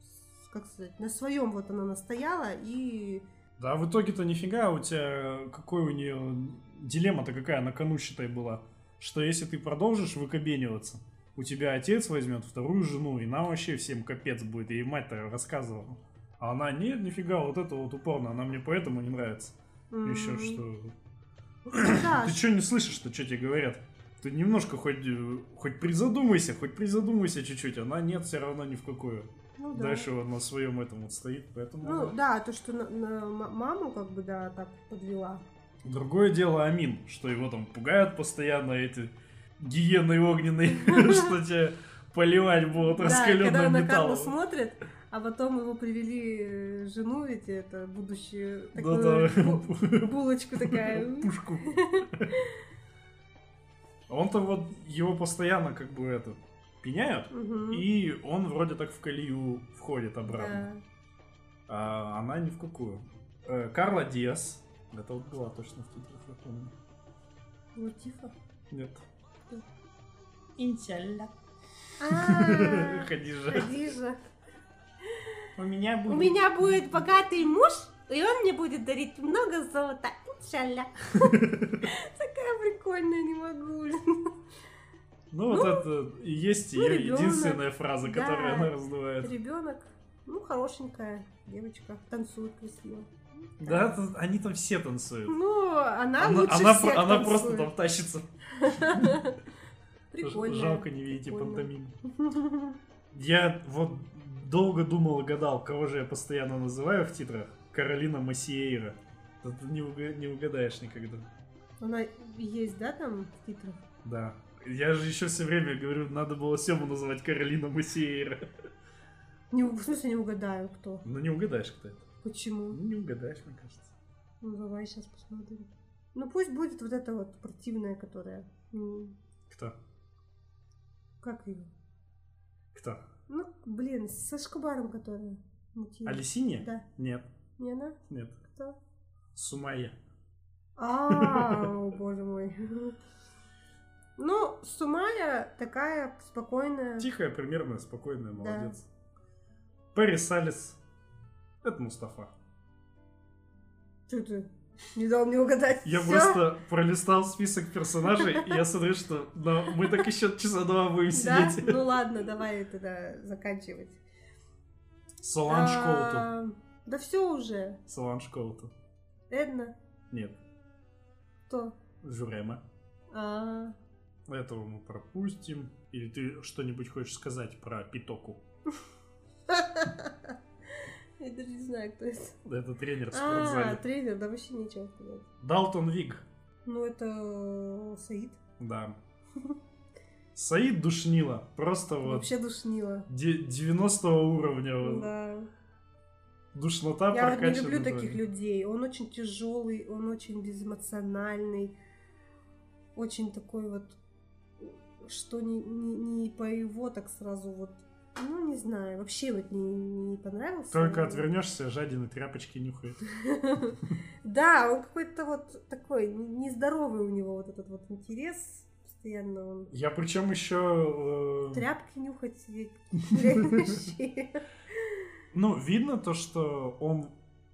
[SPEAKER 3] с- как сказать, на своем вот она настояла. И,
[SPEAKER 4] Да, в итоге-то нифига, а у тебя э, какой у нее дилемма-то какая на кону, считай, была. Что если ты продолжишь выкобениваться, у тебя отец возьмет вторую жену, и нам вообще всем капец будет. И мать-то рассказывала. А она, нет, нифига, вот это вот упорно, она мне поэтому не нравится.
[SPEAKER 3] м,
[SPEAKER 4] Еще что... «А
[SPEAKER 3] да,
[SPEAKER 4] Ты что не слышишь-то, что тебе говорят? Ты немножко хоть, э, хоть призадумайся, хоть призадумайся чуть-чуть. Она нет, все равно ни в какую.
[SPEAKER 3] ну да.
[SPEAKER 4] Дальше она на своем этом вот стоит, поэтому...
[SPEAKER 3] Ну
[SPEAKER 4] да.
[SPEAKER 3] да, то, что на- на ма- маму как бы, да, так подвела.
[SPEAKER 4] Другое дело Амин, что его там пугают постоянно эти гиены огненные, что тебя поливать будут
[SPEAKER 3] Да, и когда
[SPEAKER 4] раскаленным
[SPEAKER 3] он на Карлу
[SPEAKER 4] металлом.
[SPEAKER 3] смотрит, а потом его привели э, жену, ведь это будущую
[SPEAKER 4] Да,
[SPEAKER 3] такую
[SPEAKER 4] да.
[SPEAKER 3] бу- булочку такая.
[SPEAKER 4] Пушку. А Он-то вот его постоянно как бы это пеняют,
[SPEAKER 3] Мгм.
[SPEAKER 4] и он вроде так в колею входит обратно.
[SPEAKER 3] Да.
[SPEAKER 4] А, она ни в какую. Э, Карла Диас. Это вот была точно в титрах, я помню.
[SPEAKER 3] Латифа.
[SPEAKER 4] Нет.
[SPEAKER 3] Кто?
[SPEAKER 4] Инсалла.
[SPEAKER 3] А,
[SPEAKER 4] Хадижа.
[SPEAKER 3] Хадижа.
[SPEAKER 4] У меня
[SPEAKER 3] У меня будет богатый муж, и он мне будет дарить много золота. Иншалля. Такая прикольная, не могу. блин.
[SPEAKER 4] Ну, вот это и есть
[SPEAKER 3] ну,
[SPEAKER 4] ее
[SPEAKER 3] ребёнок.
[SPEAKER 4] единственная фраза,
[SPEAKER 3] Да.
[SPEAKER 4] которую она раздувает.
[SPEAKER 3] Ребенок, ну, хорошенькая девочка, танцует красиво.
[SPEAKER 4] Да, тут- они там все танцуют.
[SPEAKER 3] Ну, она,
[SPEAKER 4] она,
[SPEAKER 3] лучше
[SPEAKER 4] она
[SPEAKER 3] всех
[SPEAKER 4] про- она
[SPEAKER 3] танцует.
[SPEAKER 4] просто там тащится.
[SPEAKER 3] Прикольно.
[SPEAKER 4] Жалко, не видите
[SPEAKER 3] Прикольно.
[SPEAKER 4] пантомим. Я вот долго думал и гадал, кого же я постоянно называю в титрах. Каролина Массиейра. Да Ты не, уга- не угадаешь никогда.
[SPEAKER 3] Она есть, да, там в титрах?
[SPEAKER 4] Да. Я же еще все время говорю, надо было Сему называть Каролина Массиейра.
[SPEAKER 3] Не, в смысле, не угадаю, кто.
[SPEAKER 4] Ну не угадаешь, кто это. Ну
[SPEAKER 3] Почему?
[SPEAKER 4] не угадаешь, мне кажется.
[SPEAKER 3] Ну, давай сейчас посмотрим. Ну, пусть будет вот эта вот противная, которая... м,
[SPEAKER 4] Кто?
[SPEAKER 3] Как ее?
[SPEAKER 4] Кто?
[SPEAKER 3] Ну, блин, с Ашкабаром, которая мутила.
[SPEAKER 4] Алисинья?
[SPEAKER 3] Да.
[SPEAKER 4] Нет,
[SPEAKER 3] Не она?
[SPEAKER 4] нет.
[SPEAKER 3] Кто?
[SPEAKER 4] Сумая.
[SPEAKER 3] А, о, боже мой. Ну, Сумая такая спокойная.
[SPEAKER 4] Тихая, примерная,
[SPEAKER 3] Да.
[SPEAKER 4] спокойная, молодец. Пэрис Салис. Это Мустафа.
[SPEAKER 3] Что ты? Не дал мне угадать.
[SPEAKER 4] Я
[SPEAKER 3] Всё?
[SPEAKER 4] просто пролистал список персонажей, и я смотрю, что ну, мы так еще часа два будем
[SPEAKER 3] Да?
[SPEAKER 4] сидеть.
[SPEAKER 3] Ну ладно, давай тогда заканчивать.
[SPEAKER 4] Соланж Коуту.
[SPEAKER 3] А, Да все уже.
[SPEAKER 4] Соланж Коуту.
[SPEAKER 3] Эдна,
[SPEAKER 4] Нет,
[SPEAKER 3] кто?
[SPEAKER 4] Журема.
[SPEAKER 3] А,
[SPEAKER 4] Этого мы пропустим. Или ты что-нибудь хочешь сказать про Питоку?
[SPEAKER 3] Я даже не знаю, кто это.
[SPEAKER 4] Это тренер в
[SPEAKER 3] А,
[SPEAKER 4] спортзале.
[SPEAKER 3] тренер, да вообще нечего сказать.
[SPEAKER 4] Далтон Виг.
[SPEAKER 3] Ну это Саид.
[SPEAKER 4] Да. Саид Душнила. Просто вот
[SPEAKER 3] Вообще душнило.
[SPEAKER 4] де- 90 уровня. вот.
[SPEAKER 3] Да.
[SPEAKER 4] Душнота
[SPEAKER 3] Я вот не
[SPEAKER 4] прокачана
[SPEAKER 3] люблю
[SPEAKER 4] до-
[SPEAKER 3] таких людей. Он очень тяжелый, он очень безэмоциональный, очень такой вот, что не, не, не по его так сразу вот, ну не знаю, вообще вот не, не понравился.
[SPEAKER 4] Только отвернешься, жадины тряпочки нюхает.
[SPEAKER 3] Да, он какой-то вот такой н- нездоровый у него вот этот вот интерес. Постоянно он
[SPEAKER 4] Я э, причем еще...
[SPEAKER 3] тряпки нюхать сидеть. блядь, вообще.
[SPEAKER 4] Ну, видно то, что он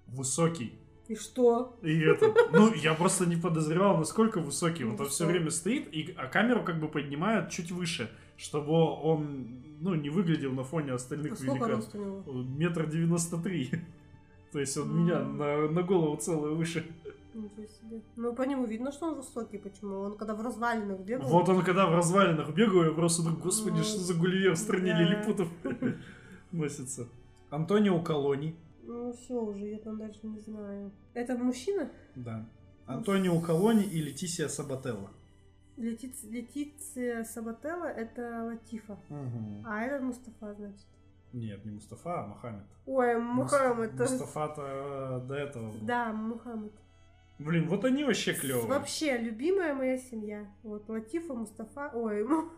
[SPEAKER 4] высокий.
[SPEAKER 3] И что?
[SPEAKER 4] И это... Ну, я просто не подозревал, насколько высокий. Вот он все
[SPEAKER 3] Высокий.
[SPEAKER 4] время стоит, и, а камеру как бы поднимают чуть выше, чтобы он, ну, не выглядел на фоне
[SPEAKER 3] А
[SPEAKER 4] остальных
[SPEAKER 3] Сколько
[SPEAKER 4] великанов.
[SPEAKER 3] рост у него?
[SPEAKER 4] Метр девяносто три. То есть он меня
[SPEAKER 3] М.
[SPEAKER 4] на, на голову целую выше.
[SPEAKER 3] Ничего себе. Ну, по нему видно, что он высокий. Почему? Он когда в развалинах бегал...
[SPEAKER 4] Вот он, когда в развалинах бегаю, я просто думаю, господи,
[SPEAKER 3] Вот,
[SPEAKER 4] что за гулливер в стране
[SPEAKER 3] да.
[SPEAKER 4] лилипутов носится. Антонио Колони.
[SPEAKER 3] Ну, все уже, я там дальше не знаю. Это мужчина?
[SPEAKER 4] Да. Антонио Колони и Летисия Сабателла.
[SPEAKER 3] Летиция Сабателла это Латифа. А этот Мустафа, значит.
[SPEAKER 4] Нет, не Мустафа, а Мохаммед.
[SPEAKER 3] Ой, Мухаммед.
[SPEAKER 4] Муст- Мустафа-то э, до этого. был.
[SPEAKER 3] Да, Мухаммед.
[SPEAKER 4] Блин, вот они вообще клевые.
[SPEAKER 3] Вообще, любимая моя семья. Вот Латифа, Мустафа, ой, Му-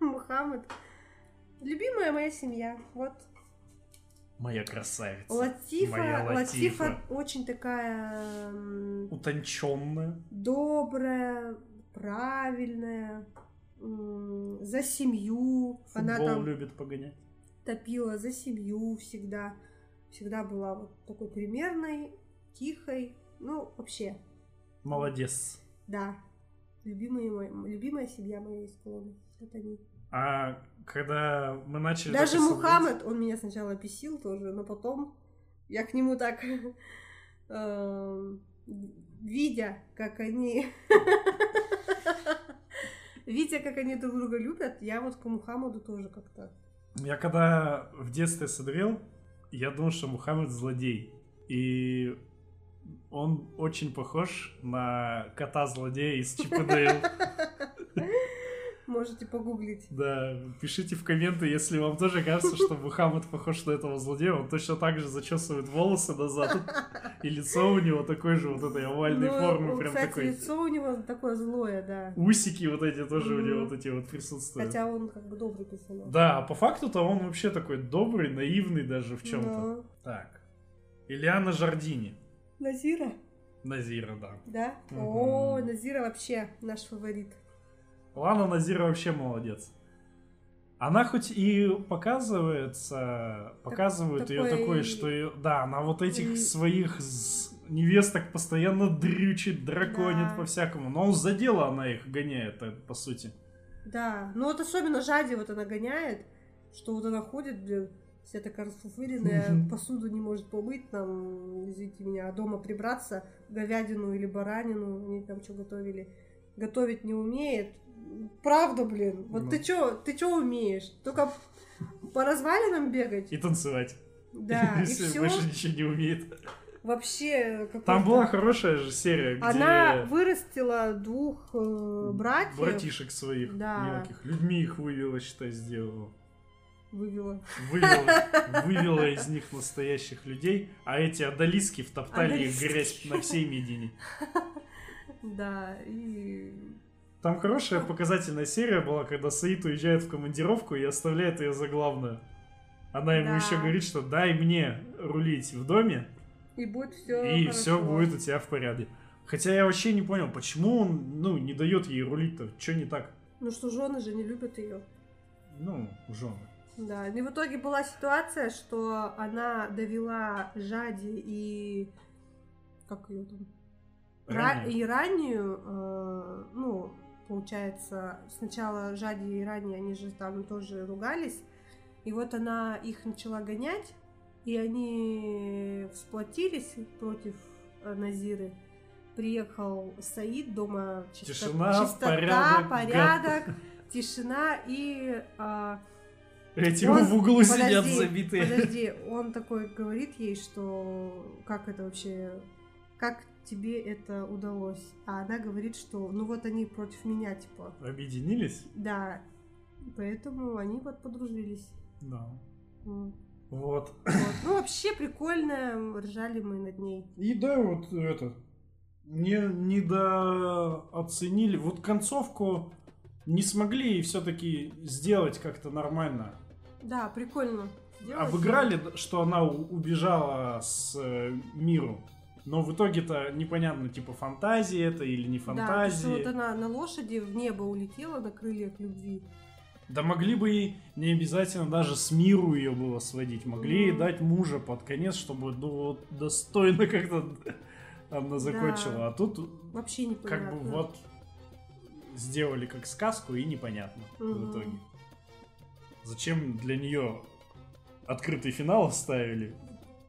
[SPEAKER 3] Мухаммед. Любимая моя семья. Вот
[SPEAKER 4] Моя красавица.
[SPEAKER 3] Латифа,
[SPEAKER 4] Моя
[SPEAKER 3] Латифа.
[SPEAKER 4] Латифа.
[SPEAKER 3] очень такая м,
[SPEAKER 4] Утонченная.
[SPEAKER 3] добрая, правильная, м, за семью. Она
[SPEAKER 4] Футбол
[SPEAKER 3] там
[SPEAKER 4] любит погонять.
[SPEAKER 3] топила за семью всегда. Всегда была вот такой примерной, тихой. Ну, вообще,
[SPEAKER 4] Молодец.
[SPEAKER 3] да. Любимые мои, любимая семья моей склонны. Это они.
[SPEAKER 4] А когда мы начали...
[SPEAKER 3] Даже
[SPEAKER 4] записывать-
[SPEAKER 3] Мухаммед, он меня сначала бесил тоже, но потом я к нему так, эм, видя, как они... Видя, как они друг друга любят, я вот к Мухаммаду тоже как-то...
[SPEAKER 4] Я когда в детстве смотрел, я думал, что Мухаммед злодей. И он очень похож на кота-злодея из Чип и Дейл.
[SPEAKER 3] Можете погуглить.
[SPEAKER 4] Да, пишите в комменты, если вам тоже кажется, что Мухаммед похож на этого злодея. Он точно так же зачесывает волосы назад. И лицо у него такой же вот этой овальной
[SPEAKER 3] Ну,
[SPEAKER 4] формы,
[SPEAKER 3] он,
[SPEAKER 4] прям
[SPEAKER 3] кстати,
[SPEAKER 4] такой.
[SPEAKER 3] лицо у него такое злое, да.
[SPEAKER 4] Усики вот эти тоже у него
[SPEAKER 3] Мгм.
[SPEAKER 4] вот эти вот присутствуют.
[SPEAKER 3] Хотя он как бы добрый персонаж. Ну,
[SPEAKER 4] Да, а по факту-то он вообще такой добрый, наивный даже в чем-то.
[SPEAKER 3] Но
[SPEAKER 4] Так. Ильяна Жардини.
[SPEAKER 3] Назира?
[SPEAKER 4] Назира, да.
[SPEAKER 3] Да?
[SPEAKER 4] Мгм.
[SPEAKER 3] О, Назира вообще наш фаворит.
[SPEAKER 4] Лана Назира вообще молодец. Она хоть и показывается, показывают ее
[SPEAKER 3] такой-
[SPEAKER 4] такой, что её- да, она вот этих
[SPEAKER 3] М.
[SPEAKER 4] своих з- невесток постоянно дрючит, драконит
[SPEAKER 3] Да.
[SPEAKER 4] по-всякому, но за дело она их гоняет, э, по сути.
[SPEAKER 3] Да, ну вот особенно Жади вот она гоняет, что вот она ходит, блин, вся такая расфуфыренная,
[SPEAKER 4] Мгм.
[SPEAKER 3] посуду не может помыть, там, извините меня, а дома прибраться, говядину или баранину, они там что готовили, готовить не умеет. Правда, блин, вот
[SPEAKER 4] Ну.
[SPEAKER 3] ты чё, ты чё умеешь? Только по развалинам бегать?
[SPEAKER 4] И танцевать.
[SPEAKER 3] Да, и
[SPEAKER 4] Если
[SPEAKER 3] все.
[SPEAKER 4] больше ничего не умеет.
[SPEAKER 3] Вообще, какой-то-
[SPEAKER 4] Там была хорошая же серия, где
[SPEAKER 3] Она вырастила двух э, братьев,
[SPEAKER 4] братишек своих
[SPEAKER 3] Да.
[SPEAKER 4] мелких, людьми их вывела, считай, сделала.
[SPEAKER 3] вывела.
[SPEAKER 4] вывела, вывела из них настоящих людей, а эти адалиски втоптали их грязь
[SPEAKER 3] Адалиски.
[SPEAKER 4] на всей Медине.
[SPEAKER 3] Да, и
[SPEAKER 4] Там хорошая показательная серия была, когда Саид уезжает в командировку и оставляет ее за главную. Она ему
[SPEAKER 3] Да.
[SPEAKER 4] еще говорит, что дай мне рулить в доме,
[SPEAKER 3] И будет все.
[SPEAKER 4] и все будет у тебя в порядке. Хотя я вообще не понял, почему он ну, не дает ей рулить-то, что не так?
[SPEAKER 3] Ну что, жены же не любят ее.
[SPEAKER 4] Ну, жена.
[SPEAKER 3] Да. ну И в итоге была ситуация, что она довела Жади и как ее там Ра-
[SPEAKER 4] Ранее.
[SPEAKER 3] и раннюю, э, ну получается сначала Жади и ранее они же там тоже ругались, и вот она их начала гонять, и они всплотились против э, Назиры. Приехал Саид дома чисто-
[SPEAKER 4] Тишина,
[SPEAKER 3] чистота,
[SPEAKER 4] порядок,
[SPEAKER 3] порядок, тишина и а,
[SPEAKER 4] Эти
[SPEAKER 3] Он-
[SPEAKER 4] в углу сидят
[SPEAKER 3] подожди,
[SPEAKER 4] забитые.
[SPEAKER 3] подожди, он такой говорит ей, что как это вообще, как тебе это удалось, а она говорит, что ну вот они против меня типа,
[SPEAKER 4] Объединились?
[SPEAKER 3] да, поэтому они вот подружились.
[SPEAKER 4] Да.
[SPEAKER 3] Вот.
[SPEAKER 4] Вот.
[SPEAKER 3] Вот. Ну вообще прикольно, ржали мы над ней.
[SPEAKER 4] И да, вот это. Не, недооценили. Вот концовку не смогли все-таки сделать как-то нормально.
[SPEAKER 3] Да, прикольно. Сделать.
[SPEAKER 4] Обыграли, что она у- убежала с э, миру. Но в итоге-то непонятно, типа фантазии это или не
[SPEAKER 3] Да, то, что
[SPEAKER 4] фантазии.
[SPEAKER 3] вот она на лошади в небо улетела на крыльях любви.
[SPEAKER 4] Да могли бы и не обязательно даже с миру ее было сводить. Могли ей
[SPEAKER 3] Мгм.
[SPEAKER 4] дать мужа под конец, чтобы ну, вот достойно как-то э, она закончила. А тут
[SPEAKER 3] Вообще непонятно.
[SPEAKER 4] как бы вот сделали как сказку и непонятно в
[SPEAKER 3] Мгм.
[SPEAKER 4] итоге. Зачем для нее открытый финал оставили?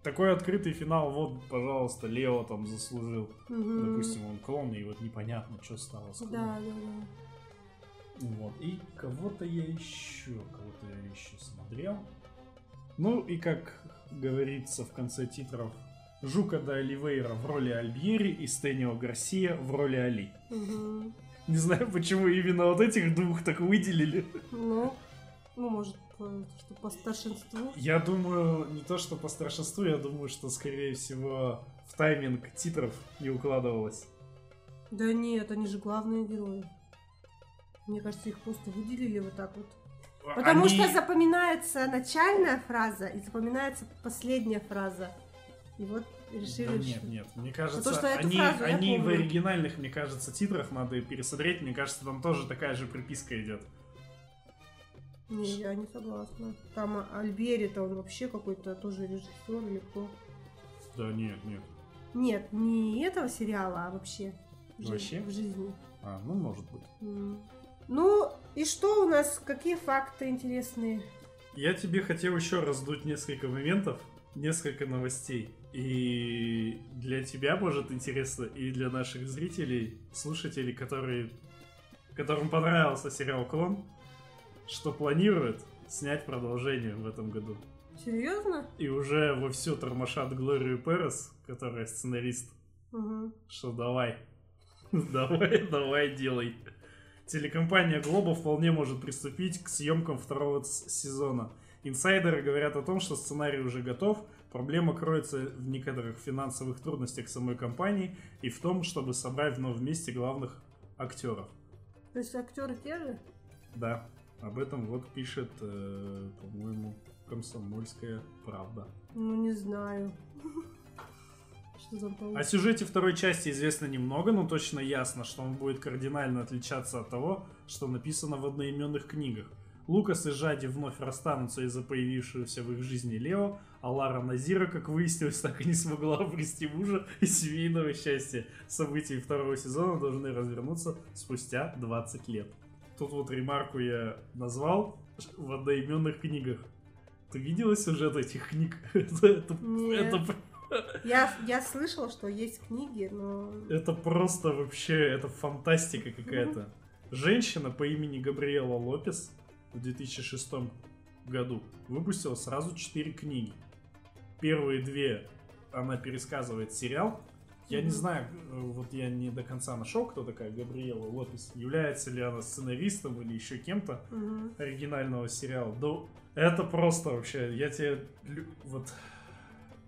[SPEAKER 4] Такой открытый финал, вот, пожалуйста, Лео там заслужил.
[SPEAKER 3] Мгм.
[SPEAKER 4] Допустим, он клон, и вот непонятно, что стало с клоном.
[SPEAKER 3] Да, да, да.
[SPEAKER 4] Вот. И кого-то я еще, кого-то я еще смотрел. Ну и как говорится в конце титров, Жука да Оливейра в роли Альбьери и Стэнио Гарсия в роли Али.
[SPEAKER 3] Мгм.
[SPEAKER 4] Не знаю, почему именно вот этих двух так выделили.
[SPEAKER 3] Ну, ну, может, по- что по старшинству.
[SPEAKER 4] Я думаю, не то что по старшинству, я думаю, что скорее всего в тайминг титров не укладывалось.
[SPEAKER 3] Да нет, они же главные герои. Мне кажется, их просто выделили вот так вот. Потому
[SPEAKER 4] Они-
[SPEAKER 3] что запоминается начальная фраза и запоминается последняя фраза. И вот решили,
[SPEAKER 4] Да нет,
[SPEAKER 3] что-
[SPEAKER 4] нет, мне кажется,
[SPEAKER 3] что эту
[SPEAKER 4] они,
[SPEAKER 3] фразу я
[SPEAKER 4] они в
[SPEAKER 3] помню.
[SPEAKER 4] оригинальных, мне кажется, титрах надо и пересмотреть, мне кажется, там тоже такая же приписка идет.
[SPEAKER 3] Не, я не согласна. Там а, Альбери-то он вообще какой-то тоже режиссер или кто.
[SPEAKER 4] Да нет, нет.
[SPEAKER 3] Нет, не этого сериала, а вообще. в жи-
[SPEAKER 4] Вообще?
[SPEAKER 3] В жизни.
[SPEAKER 4] А, ну может быть.
[SPEAKER 3] М. Ну, и что у нас? Какие факты интересные?
[SPEAKER 4] Я тебе хотел еще раздуть несколько моментов, несколько новостей. И для тебя, может, интересно, и для наших зрителей, слушателей, которые, которым понравился сериал «Клон», что планируют снять продолжение в этом году.
[SPEAKER 3] Серьезно?
[SPEAKER 4] И уже вовсю тормошат Глорию Перес, которая сценарист,
[SPEAKER 3] Угу.
[SPEAKER 4] что давай, давай, давай, делай. Телекомпания Глоба вполне может приступить к съемкам второго с- сезона. Инсайдеры говорят о том, что сценарий уже готов, проблема кроется в некоторых финансовых трудностях самой компании и в том, чтобы собрать вновь вместе главных актеров.
[SPEAKER 3] То есть актеры те же?
[SPEAKER 4] Да, об этом вот пишет, э, по-моему, комсомольская правда.
[SPEAKER 3] Ну, не знаю. Что за паук?
[SPEAKER 4] О сюжете второй части известно немного, но точно ясно, что он будет кардинально отличаться от того, что написано в одноименных книгах. Лукас и Жади вновь расстанутся из-за появившегося в их жизни Лео, а Лара Назира, как выяснилось, так и не смогла обрести мужа и семейного счастья. События второго сезона должны развернуться спустя 20 лет. Тут вот ремарку я назвал в одноименных книгах. Ты видела сюжет этих книг? Это, это-
[SPEAKER 3] Нет.
[SPEAKER 4] это
[SPEAKER 3] Я, я слышала, что есть книги, но...
[SPEAKER 4] Это просто вообще, это фантастика какая-то. Женщина по имени Габриэла Лопес в 2006 году выпустила сразу четыре книги. Первые две она пересказывает сериал. Я не
[SPEAKER 3] Мгм.
[SPEAKER 4] знаю, э, вот я не до конца нашел, кто такая Габриэла Лопес. Является ли она сценаристом или еще кем-то
[SPEAKER 3] Мгм.
[SPEAKER 4] оригинального сериала. Да, это просто вообще, я тебе... лю- Вот...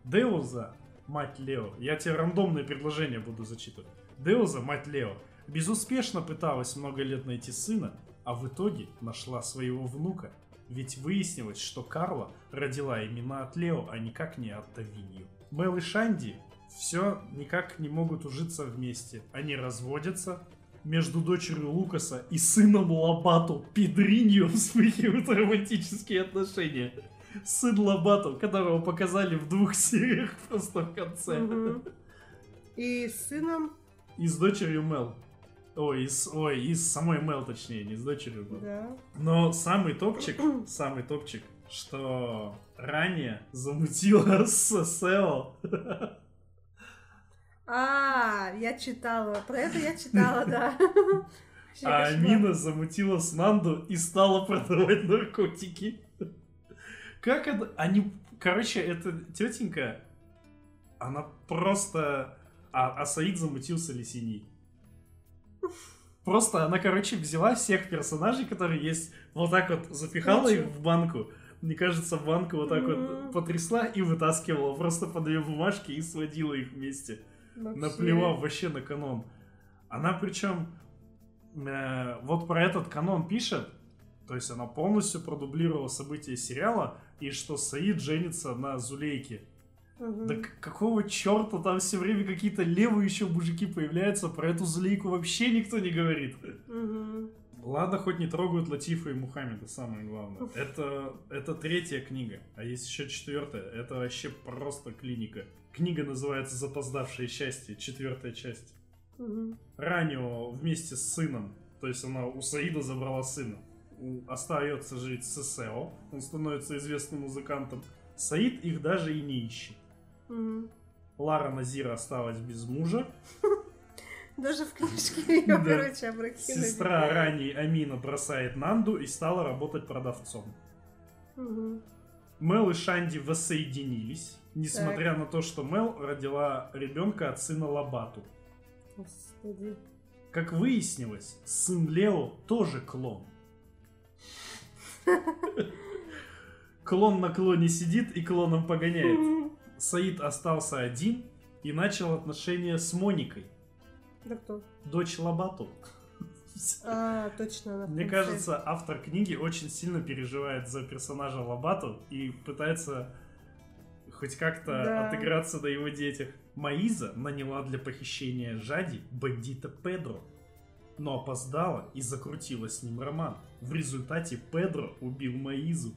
[SPEAKER 4] Деуза, мать Лео, я тебе рандомные предложения буду зачитывать. Деуза, мать Лео, безуспешно пыталась много лет найти сына, а в итоге нашла своего внука. Ведь выяснилось, что Карла родила именно от Лео, а никак не от Тавинью. Мел и Шанди все никак не могут ужиться вместе. Они разводятся, между дочерью Лукаса и сыном Лобато Педриньо вспыхивают романтические отношения. Сын Лобато, которого показали в двух сериях просто в конце.
[SPEAKER 3] Мгм. И с сыном,
[SPEAKER 4] И с дочерью Мел. Ой, и с, ой, и с самой Мел, точнее, не с дочерью Мел.
[SPEAKER 3] да.
[SPEAKER 4] Но самый топчик, самый топчик, что ранее замутила с Сео.
[SPEAKER 3] А, я читала. Про это я читала, да. Вообще кошмар.
[SPEAKER 4] А Амина замутила с Нанду и стала продавать наркотики. Как это... Они... Короче, эта тетенька, она просто... А, а Саид замутился лисиней. Просто она, короче, взяла всех персонажей, которые есть, вот так вот запихала их в банку. Мне кажется, банку вот так
[SPEAKER 3] Мгм.
[SPEAKER 4] вот потрясла и вытаскивала просто по две бумажки и сводила их вместе
[SPEAKER 3] Вообще.
[SPEAKER 4] наплевав вообще на канон. Она причем э, вот про этот канон пишет, то есть она полностью продублировала события сериала, и что Саид женится на Зулейке.
[SPEAKER 3] Мгм.
[SPEAKER 4] Да к- какого черта там все время какие-то левые еще мужики появляются, про эту Зулейку вообще никто не говорит.
[SPEAKER 3] Мгм.
[SPEAKER 4] Ладно, хоть не трогают Латифа и Мухаммеда, самое главное. Это, это третья книга, а есть еще четвертая. Это вообще просто клиника. Книга называется «Запоздавшее счастье», четвертая часть.
[SPEAKER 3] Мгм.
[SPEAKER 4] Ранила вместе с сыном, то есть она у Саида забрала сына. У- Остается жить с Сео, он становится известным музыкантом. Саид их даже и не ищет.
[SPEAKER 3] Мгм.
[SPEAKER 4] Лара Назира осталась без мужа,
[SPEAKER 3] Даже в книжке ее,
[SPEAKER 4] Да.
[SPEAKER 3] короче, опрокинули.
[SPEAKER 4] сестра ранней Амина бросает Нанду и стала работать продавцом.
[SPEAKER 3] Мгм.
[SPEAKER 4] Мел и Шанди воссоединились, несмотря на то, что Мел родила ребенка от сына Лабату.
[SPEAKER 3] Господи.
[SPEAKER 4] Как выяснилось, сын Лео тоже клон. Клон на клоне сидит и клоном погоняет.
[SPEAKER 3] Мгм.
[SPEAKER 4] Саид остался один и начал отношения с Моникой,
[SPEAKER 3] Да кто?
[SPEAKER 4] дочь Лабату.
[SPEAKER 3] А, точно. она в
[SPEAKER 4] Мне
[SPEAKER 3] конце.
[SPEAKER 4] кажется, автор книги очень сильно переживает за персонажа Лабату и пытается хоть как-то
[SPEAKER 3] Да.
[SPEAKER 4] отыграться на его детях. Маиза наняла для похищения Жади бандита Педро, но опоздала и закрутила с ним роман. В результате Педро убил Маизу.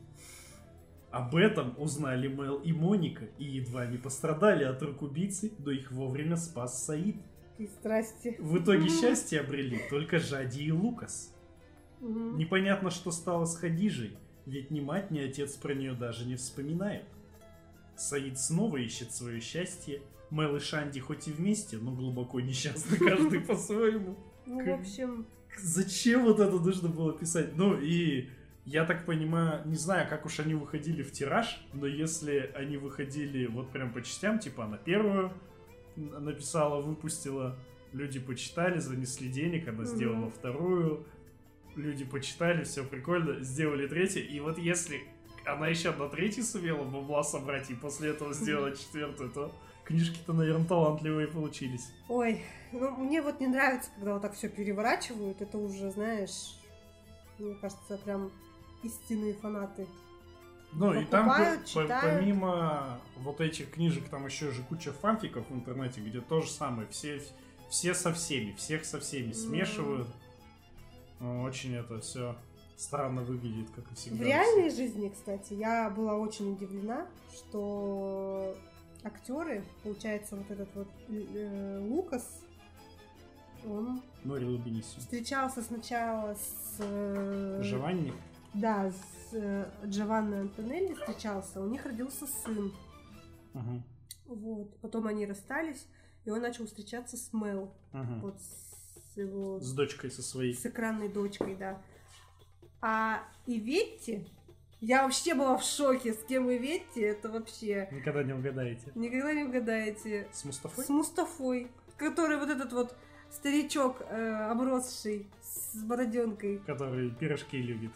[SPEAKER 4] Об этом узнали Мел и Моника и едва не пострадали от рук убийцы, но их вовремя спас Саид.
[SPEAKER 3] И страсти.
[SPEAKER 4] В итоге счастье обрели только Жади и Лукас.
[SPEAKER 3] Мгм.
[SPEAKER 4] Непонятно, что стало с Хадижей, ведь ни мать, ни отец про нее даже не вспоминают. Саид снова ищет свое счастье. Мел и Шанди хоть и вместе, но глубоко несчастны каждый по-своему.
[SPEAKER 3] Ну, в
[SPEAKER 4] как-
[SPEAKER 3] общем,
[SPEAKER 4] Зачем вот это нужно было писать? Ну и я так понимаю, не знаю, как уж они выходили в тираж, но если они выходили вот прям по частям, типа она первую н- написала, выпустила, люди почитали, занесли денег, она сделала
[SPEAKER 3] Мгм.
[SPEAKER 4] вторую, люди почитали, все прикольно, сделали третью, и вот если она еще на третью сумела бабла собрать и после этого сделала четвертую, то книжки-то, наверное, талантливые получились.
[SPEAKER 3] ой, ну мне вот не нравится, когда вот так все переворачивают. Это уже, знаешь, мне кажется, прям истинные фанаты.
[SPEAKER 4] Ну и там
[SPEAKER 3] Покупают,
[SPEAKER 4] по- по-
[SPEAKER 3] читают.
[SPEAKER 4] помимо вот этих книжек, там еще же куча фанфиков в интернете, где то же самое. Все, все со всеми, всех со всеми смешивают. Ну, Очень это все странно выглядит, как и всегда.
[SPEAKER 3] В реальной жизни, кстати, я была очень удивлена, что актеры, получается, вот этот вот э, Лукас, он
[SPEAKER 4] Море Лубенисио.
[SPEAKER 3] встречался сначала с... э,
[SPEAKER 4] Желание.
[SPEAKER 3] Да, с э, Джованной Антонелли встречался, у них родился сын.
[SPEAKER 4] Мгм.
[SPEAKER 3] Вот. Потом они расстались, и он начал встречаться с Мел.
[SPEAKER 4] Мгм.
[SPEAKER 3] Вот с его...
[SPEAKER 4] С дочкой со своей.
[SPEAKER 3] С экранной дочкой, да. А Иветти... Я вообще была в шоке, с кем Иветти, это вообще...
[SPEAKER 4] Никогда не угадаете.
[SPEAKER 3] Никогда не угадаете.
[SPEAKER 4] С Мустафой?
[SPEAKER 3] С Мустафой, который вот этот вот старичок э, обросший с бороденкой.
[SPEAKER 4] Который пирожки любит.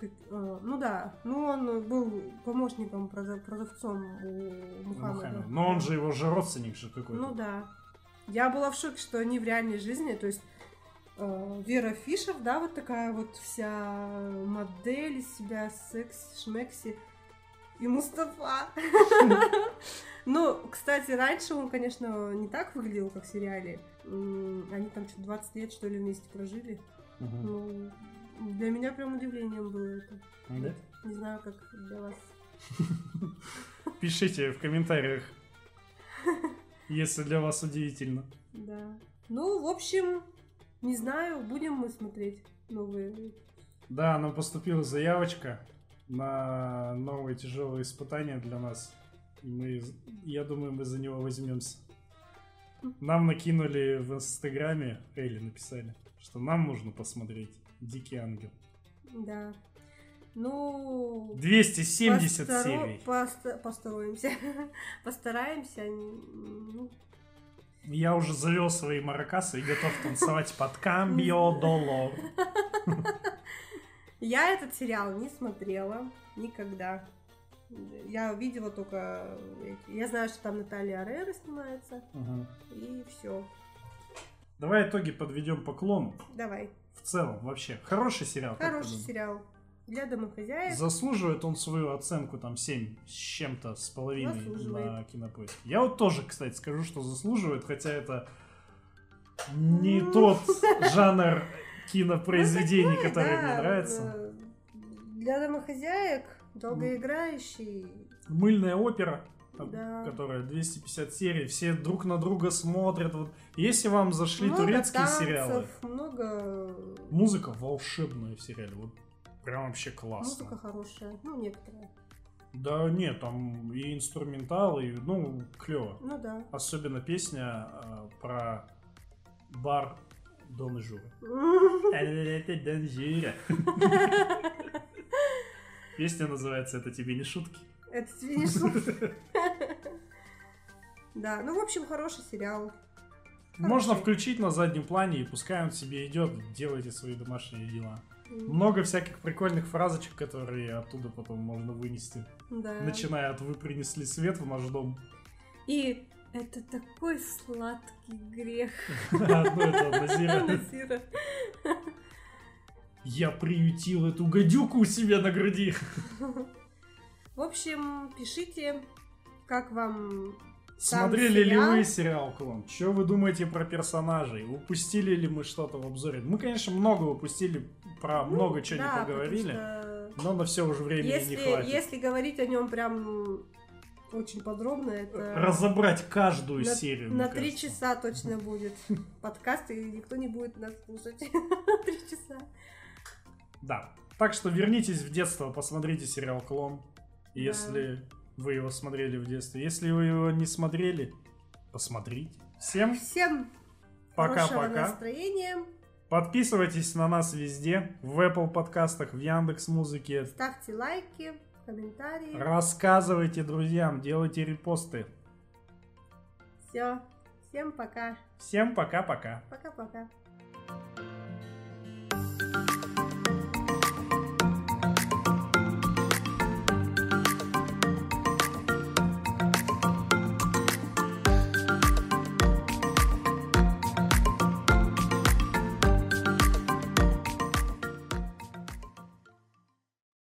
[SPEAKER 3] Как, э, ну да, ну он был помощником, продав- продавцом у Мухаммеда.
[SPEAKER 4] Мухаммед. Но он же его же родственник же какой-то.
[SPEAKER 3] Ну да. Я была в шоке, что они в реальной жизни, то есть э, Вера Фишер, да, вот такая вот вся модель из себя, секс, шмекси. И Мустафа. Ну, кстати, раньше он, конечно, не так выглядел, как в сериале. М, Они там что-то 20 лет, что ли, вместе прожили.
[SPEAKER 4] Мгм.
[SPEAKER 3] Ну, для меня прям удивлением было это.
[SPEAKER 4] Да?
[SPEAKER 3] Не знаю, как для вас.
[SPEAKER 4] Пишите в комментариях, если для вас удивительно.
[SPEAKER 3] Да. Ну, в общем, не знаю, будем мы смотреть новые.
[SPEAKER 4] Да, нам поступила заявочка на новые тяжелые испытания для нас. И мы, я думаю, мы за него возьмемся. Нам накинули в Инстаграме, Элли написали, что нам нужно посмотреть «Дикий ангел».
[SPEAKER 3] Да. Ну...
[SPEAKER 4] 270
[SPEAKER 3] постаро-
[SPEAKER 4] серий.
[SPEAKER 3] поста- Постараемся. Постараемся. Ну,
[SPEAKER 4] Я уже завел свои маракасы и готов танцевать под камбио долор.
[SPEAKER 3] Я этот сериал не смотрела никогда. Я видела только... эти- Я знаю, что там Наталья Арера снимается.
[SPEAKER 4] Мгм.
[SPEAKER 3] И все.
[SPEAKER 4] Давай итоги подведем по клону.
[SPEAKER 3] Давай.
[SPEAKER 4] В целом, вообще. Хороший сериал. как ты
[SPEAKER 3] Хороший
[SPEAKER 4] думаешь?
[SPEAKER 3] сериал. Для домохозяев.
[SPEAKER 4] Заслуживает он свою оценку там 7 с чем-то с половиной
[SPEAKER 3] Заслуживает.
[SPEAKER 4] на кинопоиске. Я вот тоже, кстати, скажу, что заслуживает, хотя это не
[SPEAKER 3] Ну.
[SPEAKER 4] тот жанр кинопроизведений,
[SPEAKER 3] Ну,
[SPEAKER 4] который
[SPEAKER 3] да,
[SPEAKER 4] мне нравится.
[SPEAKER 3] э, Для домохозяек, долгоиграющий.
[SPEAKER 4] Мыльная опера, там,
[SPEAKER 3] Да.
[SPEAKER 4] которая 250 серий, все друг на друга смотрят. Вот, если вам зашли
[SPEAKER 3] Много
[SPEAKER 4] турецкие
[SPEAKER 3] танцев,
[SPEAKER 4] сериалы,
[SPEAKER 3] Много...
[SPEAKER 4] музыка волшебная в сериале, вот прям вообще классно.
[SPEAKER 3] Музыка хорошая. Ну, некоторая.
[SPEAKER 4] Да нет, там и инструментал, и ну клево.
[SPEAKER 3] Ну да.
[SPEAKER 4] Особенно песня э, про бар Дон Журы. Это Дон Жура. Песня называется «Это тебе не шутки».
[SPEAKER 3] Это тебе не шутка. Да, ну, в общем, хороший сериал.
[SPEAKER 4] Можно
[SPEAKER 3] Хороший.
[SPEAKER 4] включить на заднем плане и пускай он себе идет, делайте свои домашние дела. Много всяких прикольных фразочек, которые оттуда потом можно вынести.
[SPEAKER 3] Да.
[SPEAKER 4] Начиная от «Вы принесли свет в наш дом».
[SPEAKER 3] И это такой сладкий грех.
[SPEAKER 4] Одно это однозначно.
[SPEAKER 3] Назира.
[SPEAKER 4] Я приютил эту гадюку у себя на груди.
[SPEAKER 3] В общем, пишите, как вам Там
[SPEAKER 4] Смотрели ли
[SPEAKER 3] сериал?
[SPEAKER 4] вы сериал «Клон»? Что вы думаете про персонажей? Упустили ли мы что-то в обзоре? Мы, конечно, много упустили,
[SPEAKER 3] Ну,
[SPEAKER 4] про А, много чего
[SPEAKER 3] да,
[SPEAKER 4] не поговорили,
[SPEAKER 3] потому что
[SPEAKER 4] но на все уже времени не
[SPEAKER 3] Если,
[SPEAKER 4] хватит.
[SPEAKER 3] если говорить о нем прям очень подробно, это
[SPEAKER 4] Разобрать каждую
[SPEAKER 3] э, на,
[SPEAKER 4] серию.
[SPEAKER 3] на
[SPEAKER 4] мне
[SPEAKER 3] три
[SPEAKER 4] кажется.
[SPEAKER 3] часа точно будет подкаст, и никто не будет нас слушать. Три часа.
[SPEAKER 4] Да. Так что вернитесь в детство, посмотрите сериал «Клон», если вы его смотрели в детстве. Если вы его не смотрели, посмотрите. Всем
[SPEAKER 3] Всем хорошего
[SPEAKER 4] пока-пока.
[SPEAKER 3] настроения.
[SPEAKER 4] Подписывайтесь на нас везде. В Apple подкастах, в Яндекс Музыке,
[SPEAKER 3] Ставьте лайки, комментарии.
[SPEAKER 4] Рассказывайте друзьям, делайте репосты.
[SPEAKER 3] Все. Всем пока.
[SPEAKER 4] Всем пока-пока.
[SPEAKER 3] Пока-пока.